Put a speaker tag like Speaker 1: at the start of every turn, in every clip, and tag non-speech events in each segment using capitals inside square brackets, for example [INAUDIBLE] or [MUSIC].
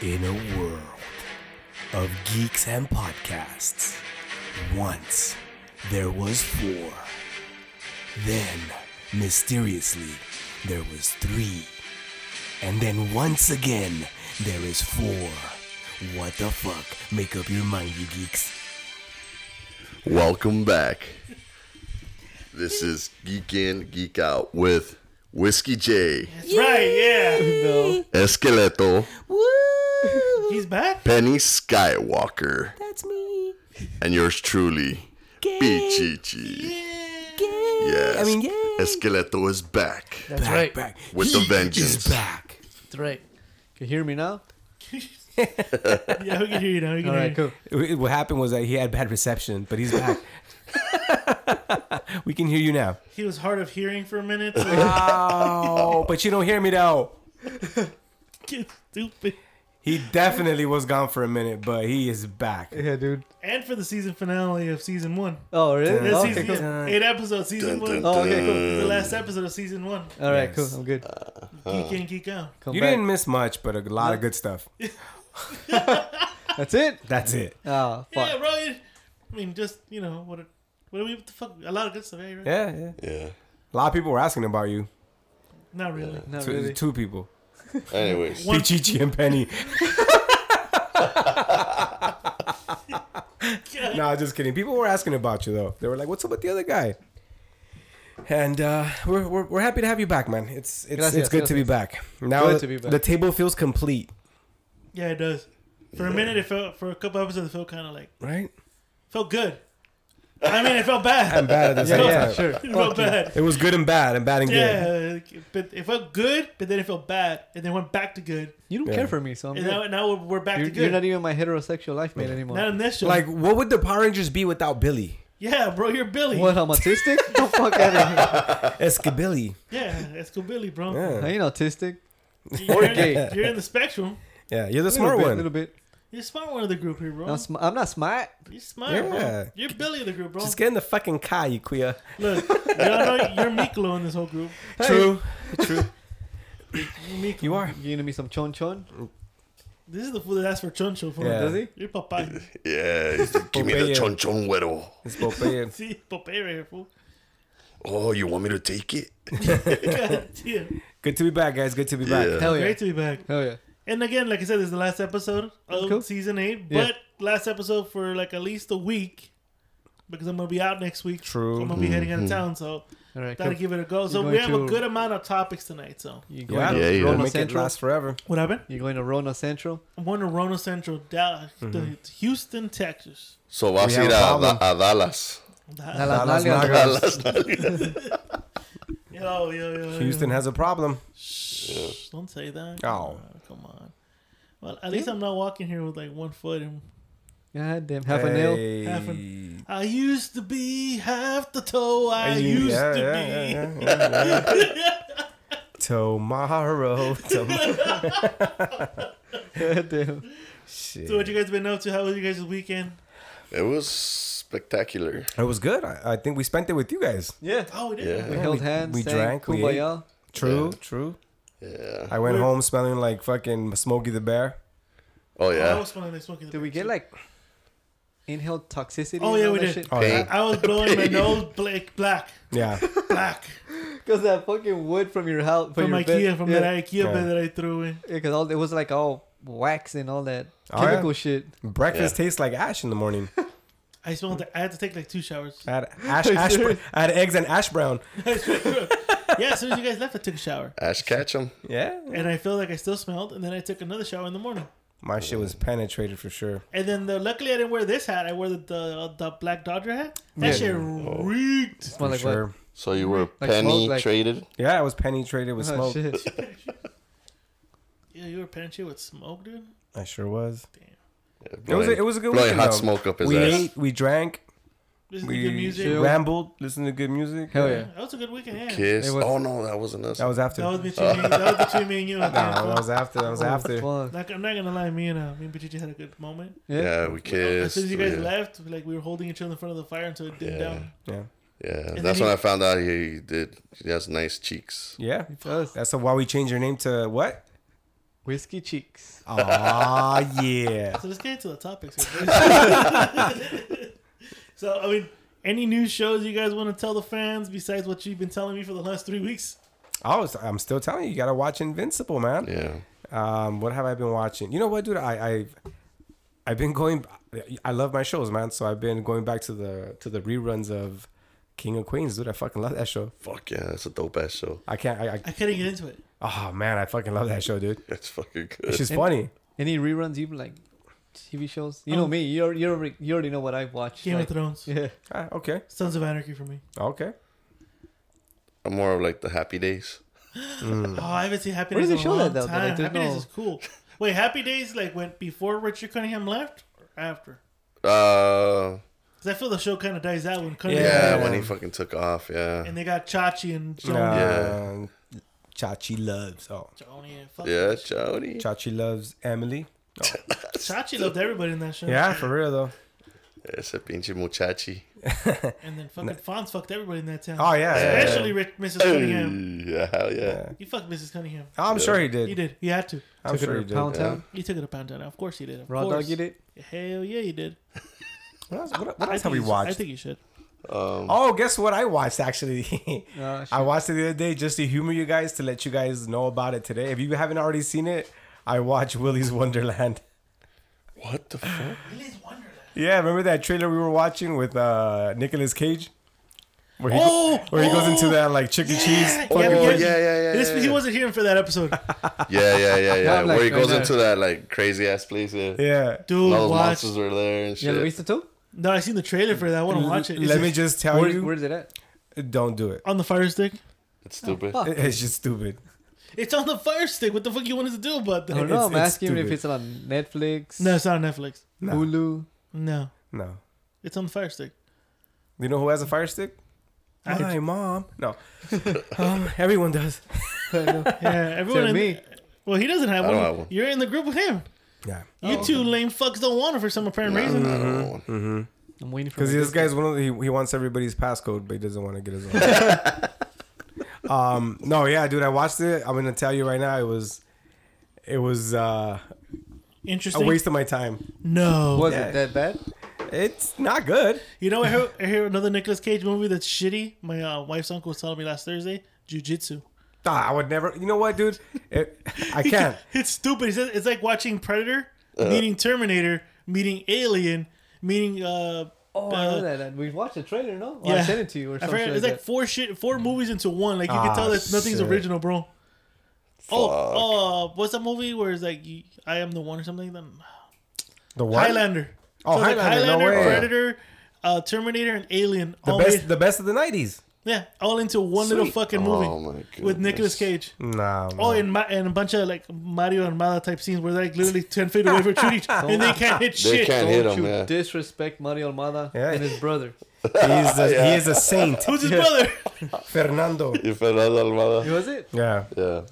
Speaker 1: In a world of geeks and podcasts, once there was four. Then, mysteriously, there was three. And then once again, there is four. What the fuck? Make up your mind, you geeks.
Speaker 2: Welcome back. This is Geek In, Geek Out with Whiskey J,
Speaker 3: Right, yeah.
Speaker 2: Esqueleto,
Speaker 1: Woo!
Speaker 3: He's back.
Speaker 2: Penny Skywalker,
Speaker 1: That's me.
Speaker 2: and yours truly, Pichichi. Yes.
Speaker 1: I mean, yay.
Speaker 2: Esqueleto is back.
Speaker 3: That's
Speaker 1: Back,
Speaker 3: right.
Speaker 1: back.
Speaker 2: With
Speaker 1: He
Speaker 2: the vengeance.
Speaker 1: Is back.
Speaker 3: That's right. Can you hear me now?
Speaker 4: [LAUGHS] Yeah, we can hear you now. We can
Speaker 3: All
Speaker 4: hear
Speaker 3: right,
Speaker 4: you.
Speaker 3: cool.
Speaker 1: Wh- What happened was that he had bad reception, but he's back. we can hear you now.
Speaker 4: He was hard of hearing for a minute. So
Speaker 3: Uh-huh.
Speaker 4: [LAUGHS]
Speaker 1: Oh, but you don't hear me though.
Speaker 4: get stupid.
Speaker 1: He definitely was gone for a minute, but he is back.
Speaker 3: Yeah, dude.
Speaker 4: And for the season finale of season one.
Speaker 3: Oh, really?
Speaker 4: This
Speaker 3: okay,
Speaker 4: season,
Speaker 3: cool.
Speaker 1: dun.
Speaker 4: Eight episodes, season
Speaker 2: Dun, dun,
Speaker 4: one.
Speaker 3: Oh, okay, cool.
Speaker 4: This is The last episode of season one.
Speaker 3: All right,
Speaker 1: Yes. Uh,
Speaker 3: cool. I'm good.
Speaker 2: Uh.
Speaker 4: Geek in, geek out.
Speaker 3: Come
Speaker 1: You
Speaker 3: back.
Speaker 1: didn't miss much, but a lot of good stuff.
Speaker 3: That's it.
Speaker 1: That's it.
Speaker 3: Oh, fuck.
Speaker 4: Yeah, bro. you- I mean, just you know what? What do we? What the fuck? A lot of good stuff. Yeah, you're right.
Speaker 1: Yeah, yeah.
Speaker 2: Yeah.
Speaker 1: A lot of people were asking about you.
Speaker 4: Not really.
Speaker 3: Not
Speaker 1: Two,
Speaker 3: really.
Speaker 1: two people,
Speaker 2: Anyways,
Speaker 4: One-
Speaker 1: Pichichi and
Speaker 3: [LAUGHS]
Speaker 1: Penny.
Speaker 4: God.
Speaker 1: no, just kidding. People were asking about you though. They were like, "What's up with the other guy?" And uh, we're, we're we're happy to have you back, man. It's it's
Speaker 3: Gracias,
Speaker 1: it's good to be back. Now
Speaker 3: Good to be back.
Speaker 1: the table feels complete,
Speaker 4: Yeah, it does. For a minute, it felt. For a couple episodes, it felt kind of like
Speaker 1: right?
Speaker 4: felt good. I mean, it felt bad. [LAUGHS]
Speaker 1: And bad at the
Speaker 3: [LAUGHS] Yeah,
Speaker 1: same
Speaker 3: yeah,
Speaker 1: time.
Speaker 3: sure.
Speaker 4: It felt
Speaker 3: Fuck you.
Speaker 4: bad.
Speaker 1: It was good and bad, and bad and good.
Speaker 4: Yeah, but it felt good, but then it felt bad, and then went back to good,
Speaker 3: You don't
Speaker 1: Yeah.
Speaker 3: care for me, so I'm
Speaker 4: and
Speaker 3: good.
Speaker 4: now, now we're, we're back
Speaker 3: You're,
Speaker 4: to
Speaker 3: you're
Speaker 4: good.
Speaker 3: not even my heterosexual life mate anymore.
Speaker 4: Not in this show.
Speaker 1: Like, what would the Power Rangers be without Billy?
Speaker 4: yeah, bro, you're Billy.
Speaker 3: what? I'm
Speaker 4: [LAUGHS]
Speaker 3: autistic? the fuck out of
Speaker 1: Escabilly.
Speaker 4: Yeah, that's cool, Billy, bro.
Speaker 3: here. I
Speaker 1: Yeah.
Speaker 3: ain't autistic.
Speaker 4: You're, in,
Speaker 3: Okay.
Speaker 4: you're in the spectrum.
Speaker 1: yeah, you're the
Speaker 3: A
Speaker 1: smart
Speaker 3: little bit,
Speaker 1: one.
Speaker 3: little bit.
Speaker 4: You're the smart one of the group here, bro.
Speaker 3: I'm, sm- I'm not smart.
Speaker 4: You're smart,
Speaker 1: Yeah.
Speaker 4: bro. You're Billy of the group, bro.
Speaker 1: Just get in the fucking car, you queer.
Speaker 4: Look, y'all know you're Miklo in this whole group.
Speaker 3: Hey,
Speaker 1: true.
Speaker 4: You're Miklo.
Speaker 1: You are.
Speaker 3: You gonna be some chon chon?
Speaker 4: This is the fool that asked for choncho for.
Speaker 1: Yeah.
Speaker 3: Does he?
Speaker 4: You're
Speaker 3: [LAUGHS]
Speaker 4: Popeye.
Speaker 2: yeah, he's like, give me the
Speaker 1: Popeye.
Speaker 2: chon chon güero.
Speaker 1: It's Popeye.
Speaker 4: See, Popeye right here,
Speaker 3: [LAUGHS]
Speaker 4: fool. [LAUGHS]
Speaker 2: Oh, you want me to take it?
Speaker 4: God
Speaker 3: Oh,
Speaker 4: damn.
Speaker 1: Good to be back, guys. Good to be back.
Speaker 2: Yeah.
Speaker 3: Hell yeah.
Speaker 4: Great to be back.
Speaker 3: Hell yeah.
Speaker 4: And again, like I said, this is the last episode of
Speaker 3: Cool.
Speaker 4: season eight,
Speaker 3: Yeah.
Speaker 4: but last episode for like at least a week because I'm gonna be out next week.
Speaker 1: True. Mm-hmm.
Speaker 4: I'm gonna be heading out of town, so
Speaker 3: All right,
Speaker 4: gotta
Speaker 3: cool.
Speaker 4: give it a go. So
Speaker 3: You're
Speaker 4: we
Speaker 3: going
Speaker 4: have a
Speaker 3: to-
Speaker 4: good amount of topics tonight. So
Speaker 3: You going,
Speaker 1: Yeah,
Speaker 3: to
Speaker 2: Yeah, yeah.
Speaker 3: Rona
Speaker 1: Make it
Speaker 3: Central?
Speaker 1: last forever.
Speaker 4: what happened?
Speaker 3: You're going to Rona Central?
Speaker 4: One to Rona Central, Dallas, the
Speaker 1: Mm-hmm.
Speaker 4: Houston, Texas.
Speaker 2: So vas
Speaker 1: We have
Speaker 2: a ir
Speaker 1: a
Speaker 2: a,
Speaker 1: problem.
Speaker 2: a Dallas.
Speaker 3: A
Speaker 1: Dallas
Speaker 3: las nalgas.
Speaker 1: Nagas.
Speaker 2: Dallas, Dallas.
Speaker 4: Yo, yo, yo, yo.
Speaker 1: Houston has a problem.
Speaker 4: Shh, don't say that.
Speaker 1: Oh.
Speaker 4: come on. Well, at least I'm not walking here with like one foot. And
Speaker 3: God damn. Half a nail. [LAUGHS]
Speaker 1: Hey.
Speaker 4: Half I used to be half the toe. I
Speaker 1: Yeah,
Speaker 4: used
Speaker 1: yeah,
Speaker 4: to
Speaker 1: yeah,
Speaker 4: be.
Speaker 1: yeah,
Speaker 4: [LAUGHS]
Speaker 1: yeah, yeah. Tomorrow. tomorrow.
Speaker 4: [LAUGHS]
Speaker 3: God damn.
Speaker 1: Shit.
Speaker 4: So what you guys been up to? How was you guys' weekend?
Speaker 2: It was spectacular.
Speaker 1: It was good. I, I think we spent it with you guys.
Speaker 3: Yeah.
Speaker 4: Oh, yeah.
Speaker 2: Yeah.
Speaker 3: We
Speaker 1: Yeah,
Speaker 3: held
Speaker 1: we-
Speaker 3: hands.
Speaker 1: we
Speaker 3: sang
Speaker 1: drank, we ate.
Speaker 3: Kumbaya.
Speaker 1: True,
Speaker 2: Yeah.
Speaker 1: true.
Speaker 2: Yeah.
Speaker 1: I went
Speaker 4: We're-
Speaker 1: home smelling like fucking Smokey the Bear.
Speaker 2: Oh
Speaker 4: I
Speaker 2: yeah.
Speaker 4: was smelling like smoking. the
Speaker 3: Did we
Speaker 4: pizza.
Speaker 3: get like inhaled toxicity?
Speaker 4: Oh, yeah, we did.
Speaker 1: Oh,
Speaker 2: Pain.
Speaker 4: I was blowing
Speaker 3: [LAUGHS]
Speaker 4: my nose black, black,
Speaker 1: Yeah.
Speaker 4: black
Speaker 3: Because that fucking wood from your house, from,
Speaker 4: from
Speaker 3: your
Speaker 4: IKEA,
Speaker 3: bed,
Speaker 4: from
Speaker 3: yeah,
Speaker 4: that IKEA
Speaker 1: Yeah.
Speaker 4: bed that I threw in.
Speaker 3: yeah, because all it was like all wax and all that
Speaker 1: Oh, yeah.
Speaker 3: chemical shit.
Speaker 1: Breakfast
Speaker 2: Yeah.
Speaker 1: tastes like ash in the morning.
Speaker 4: I smelled. I had to take like two
Speaker 3: [LAUGHS]
Speaker 4: showers. [LAUGHS]
Speaker 1: I had ash, ash br- I had eggs and ash brown.
Speaker 4: yeah, as soon as you guys left, I took a shower,
Speaker 2: Ash Ketchum.
Speaker 1: Yeah.
Speaker 4: and I feel like I still smelled. And then I took another shower in the morning.
Speaker 1: My shit was penetrated for sure.
Speaker 4: And then the, luckily I didn't wear this hat. I wore the the, the black Dodger hat. That
Speaker 3: Yeah.
Speaker 4: shit reeked. [LAUGHS]
Speaker 3: Smell
Speaker 1: for
Speaker 3: like
Speaker 1: sure.
Speaker 3: what?
Speaker 2: So you were
Speaker 3: Like
Speaker 2: penny
Speaker 3: smoke, like-
Speaker 2: traded.
Speaker 1: Yeah, I was penetrated with
Speaker 3: Oh,
Speaker 1: smoke.
Speaker 3: shit.
Speaker 4: Yeah, you were pinching with smoke, dude.
Speaker 1: I sure was.
Speaker 2: Yeah,
Speaker 1: It was a,
Speaker 2: blowing-
Speaker 1: it was a good
Speaker 2: blowing
Speaker 1: weekend.
Speaker 2: hot
Speaker 1: though.
Speaker 2: smoke up his
Speaker 1: we
Speaker 2: ass.
Speaker 1: ate, we drank,
Speaker 4: This is
Speaker 1: we
Speaker 4: good music.
Speaker 3: Chill.
Speaker 1: rambled, listened to good music.
Speaker 3: Hell yeah.
Speaker 4: That was a good weekend. Yeah.
Speaker 2: Kiss.
Speaker 3: It was-
Speaker 2: oh no, that wasn't us.
Speaker 1: That was after.
Speaker 4: That was between me. That was between me
Speaker 3: [LAUGHS]
Speaker 4: and you. I think.
Speaker 1: Nah, that was after. That was
Speaker 3: Oh,
Speaker 1: after.
Speaker 3: fuck.
Speaker 4: Like, I'm not gonna lie, me and uh, me and Pichichi had a good moment.
Speaker 3: Yeah.
Speaker 2: yeah, we
Speaker 4: As
Speaker 2: kissed.
Speaker 4: soon as you guys
Speaker 2: yeah.
Speaker 4: left, like we were holding each other in front of the fire until it
Speaker 2: Yeah.
Speaker 4: dimmed down.
Speaker 1: Yeah.
Speaker 2: Yeah,
Speaker 4: then
Speaker 2: that's
Speaker 4: he-
Speaker 2: when I found out he did. He has nice cheeks.
Speaker 1: Yeah.
Speaker 3: It does.
Speaker 1: That's why we changed your name to what?
Speaker 3: Whiskey cheeks.
Speaker 1: Aw, [LAUGHS] yeah.
Speaker 4: So let's get into the topics. here, please. [LAUGHS] so I mean, any new shows you guys want to tell the fans besides what you've been telling me for the last three weeks?
Speaker 1: I was, I'm still telling you, you gotta watch Invincible, man.
Speaker 2: Yeah.
Speaker 1: Um, what have I been watching? You know what, dude? I, I've I've been going. I love my shows, man. So I've been going back to the to the reruns of King of Queens, dude. I fucking love that show.
Speaker 2: Fuck yeah, that's a dope ass show. [LAUGHS]
Speaker 1: I can't. I,
Speaker 4: I couldn't get into it.
Speaker 1: I oh man, I fucking love that show, dude.
Speaker 2: That's fucking
Speaker 1: It's
Speaker 2: good.
Speaker 1: just funny.
Speaker 3: Any reruns you like? TV shows. You know me. You already, you already, you already know what I've watched.
Speaker 4: Um, Game
Speaker 3: like-
Speaker 4: of Thrones,
Speaker 3: Yeah.
Speaker 1: Ah, okay,
Speaker 4: Sons of Anarchy for me.
Speaker 1: okay.
Speaker 2: I'm more of like the happy days. Mm.
Speaker 4: Oh, I haven't seen Happy
Speaker 3: Where
Speaker 4: Days
Speaker 3: do
Speaker 4: in
Speaker 3: they
Speaker 4: a
Speaker 3: show
Speaker 4: long
Speaker 3: that, though? Like,
Speaker 4: time.
Speaker 3: there's
Speaker 4: Happy Days
Speaker 3: no-
Speaker 4: is cool. Wait, Happy Days like went before Richard Cunningham left or after?
Speaker 2: Uh,
Speaker 4: Because I feel the show kind of dies out when
Speaker 2: yeah,
Speaker 4: Cunningham.
Speaker 1: Yeah.
Speaker 4: left.
Speaker 2: when he fucking took off, yeah.
Speaker 4: And they got Chachi and Johnny.
Speaker 1: Yeah. Chachi loves. Oh,
Speaker 4: Johnny and fucking
Speaker 2: Yeah, Jody.
Speaker 1: Chachi loves Emily.
Speaker 4: Chachi loved everybody in that show.
Speaker 1: Yeah, for real though.
Speaker 2: Ese pinche muchachi.
Speaker 4: And then fucking Fonz fucked everybody in that town.
Speaker 1: Oh yeah, yeah. yeah.
Speaker 4: Especially Rich, Mrs. Cunningham.
Speaker 2: [LAUGHS] Yeah, hell yeah.
Speaker 4: He fucked Mrs. Cunningham.
Speaker 1: I'm sure he
Speaker 4: He
Speaker 1: did.
Speaker 4: did. He had to.
Speaker 1: I'm
Speaker 3: Took it
Speaker 1: sure
Speaker 3: to
Speaker 1: he did.
Speaker 3: Pound
Speaker 2: Yeah.
Speaker 3: Town.
Speaker 4: He took it to Pound Town. Of course he did. Of
Speaker 3: Raw
Speaker 4: course.
Speaker 3: Dog. You did.
Speaker 4: Hell yeah, he did.
Speaker 1: What else, what, what
Speaker 4: I
Speaker 1: else
Speaker 4: think
Speaker 1: have we
Speaker 4: you should- I
Speaker 1: watched?
Speaker 4: think you should.
Speaker 2: Um,
Speaker 1: Oh, guess what I watched actually. [LAUGHS]
Speaker 3: Uh,
Speaker 1: I watched it the other day just to humor you guys to let you guys know about it today. If you haven't already seen it, I watched Willy's Wonderland. [LAUGHS]
Speaker 2: what the fuck?
Speaker 4: Willy's Wonderland.
Speaker 1: Yeah, remember that trailer we were watching with uh Nicolas Cage? Where he,
Speaker 4: Oh,
Speaker 1: where he goes into
Speaker 4: oh,
Speaker 1: that like chicken cheese.
Speaker 4: yeah,
Speaker 1: fucking
Speaker 2: Oh, yeah,
Speaker 1: thing.
Speaker 2: yeah, yeah.
Speaker 4: This,
Speaker 2: yeah,
Speaker 4: He
Speaker 2: yeah.
Speaker 4: wasn't here for
Speaker 2: [LAUGHS]
Speaker 4: that episode.
Speaker 2: Yeah,
Speaker 1: [LAUGHS]
Speaker 2: yeah, yeah, yeah.
Speaker 3: I'm like,
Speaker 2: Where he
Speaker 3: right
Speaker 2: goes
Speaker 3: now.
Speaker 2: into that like crazy ass place. Yeah,
Speaker 1: Yeah.
Speaker 4: Dude,
Speaker 2: And all those
Speaker 4: watch.
Speaker 2: monsters were there and
Speaker 3: yeah,
Speaker 2: shit.
Speaker 3: Luis too.
Speaker 4: No, I seen the trailer for that. I want to watch it. Is
Speaker 1: Let
Speaker 4: it
Speaker 1: me just tell
Speaker 3: Where,
Speaker 1: you,
Speaker 3: where's it at?
Speaker 1: don't do it.
Speaker 4: on the fire stick.
Speaker 2: it's stupid.
Speaker 3: fuck.
Speaker 1: It- [LAUGHS] It's just stupid.
Speaker 4: It's on the fire stick. What the fuck you want us to do about that?
Speaker 3: I don't
Speaker 1: It's-
Speaker 3: know. I'm
Speaker 1: it's
Speaker 3: asking if
Speaker 1: stupid.
Speaker 3: it's on Netflix,
Speaker 4: No, it's not on Netflix.
Speaker 1: No.
Speaker 3: Hulu.
Speaker 4: No,
Speaker 1: No.
Speaker 4: it's on the fire [LAUGHS] stick.
Speaker 1: You know who has a fire stick?
Speaker 4: I
Speaker 1: My mom.
Speaker 4: [LAUGHS]
Speaker 1: No. um, everyone does.
Speaker 4: Yeah, everyone. in-
Speaker 3: me.
Speaker 4: Well, he doesn't have
Speaker 2: I
Speaker 4: one.
Speaker 2: don't have one.
Speaker 4: You're in the group with him.
Speaker 1: Yeah.
Speaker 4: You two lame fucks don't want it for some apparent
Speaker 2: I
Speaker 4: reason.
Speaker 1: Mm-hmm.
Speaker 2: don't know.
Speaker 3: I'm waiting for
Speaker 1: Because
Speaker 3: my
Speaker 1: this
Speaker 3: discount.
Speaker 1: guy's one of the, he, he wants everybody's passcode, but he doesn't want to get his
Speaker 4: [LAUGHS]
Speaker 1: own. um, no, yeah, dude, I watched it. I'm gonna tell you right now, it was, it was uh, a
Speaker 4: Interesting.
Speaker 1: waste of my time.
Speaker 4: No.
Speaker 3: Was
Speaker 1: Yeah.
Speaker 3: it that bad?
Speaker 1: It's not good.
Speaker 4: You know, I hear, I hear another Nicolas Cage movie that's shitty. My uh, wife's uncle was telling me last Thursday, Jujitsu.
Speaker 1: Ah, I would never. You know what, dude? It, I can't.
Speaker 4: [LAUGHS] it's stupid. It's, it's like watching Predator, meeting Terminator, meeting Alien, meeting. Uh,
Speaker 3: Oh, I
Speaker 4: uh,
Speaker 3: know that. that- We watched the trailer, no? Or I
Speaker 4: yeah.
Speaker 3: sent it to you or
Speaker 4: I
Speaker 3: something
Speaker 4: forgot,
Speaker 3: like
Speaker 4: it's like
Speaker 3: that.
Speaker 4: four shit, four movies into one. Like you
Speaker 1: Ah,
Speaker 4: can tell that nothing's
Speaker 1: shit.
Speaker 4: original, bro. Oh, uh, what's that movie where it's like you, I am the one or something? Then
Speaker 1: The what?
Speaker 4: Highlander.
Speaker 1: Oh,
Speaker 4: it's like
Speaker 1: Highlander, no way.
Speaker 4: Predator, uh, Terminator, and Alien.
Speaker 1: The
Speaker 4: all
Speaker 1: best,
Speaker 4: made-
Speaker 1: the best of the '90s.
Speaker 4: yeah, all into one little
Speaker 1: Sweet.
Speaker 4: fucking movie
Speaker 2: Oh my god.
Speaker 4: with Nicolas Cage.
Speaker 1: Nah.
Speaker 4: Oh,
Speaker 1: man.
Speaker 4: and, Ma- and a bunch of like Mario and Mala type scenes where they're like literally 10 feet away
Speaker 1: [LAUGHS]
Speaker 4: from shooting and they can't hit
Speaker 2: They
Speaker 4: shit.
Speaker 2: can't hit
Speaker 3: Don't
Speaker 2: him.
Speaker 3: you
Speaker 2: Yeah.
Speaker 3: disrespect Mario Almada
Speaker 1: Yeah.
Speaker 3: and his brother.
Speaker 1: he is a, he is a saint,
Speaker 4: [LAUGHS] Who's his brother? [LAUGHS]
Speaker 1: Fernando.
Speaker 2: You fell out
Speaker 3: It
Speaker 2: Almada.
Speaker 3: was it?
Speaker 1: Yeah.
Speaker 2: Yeah.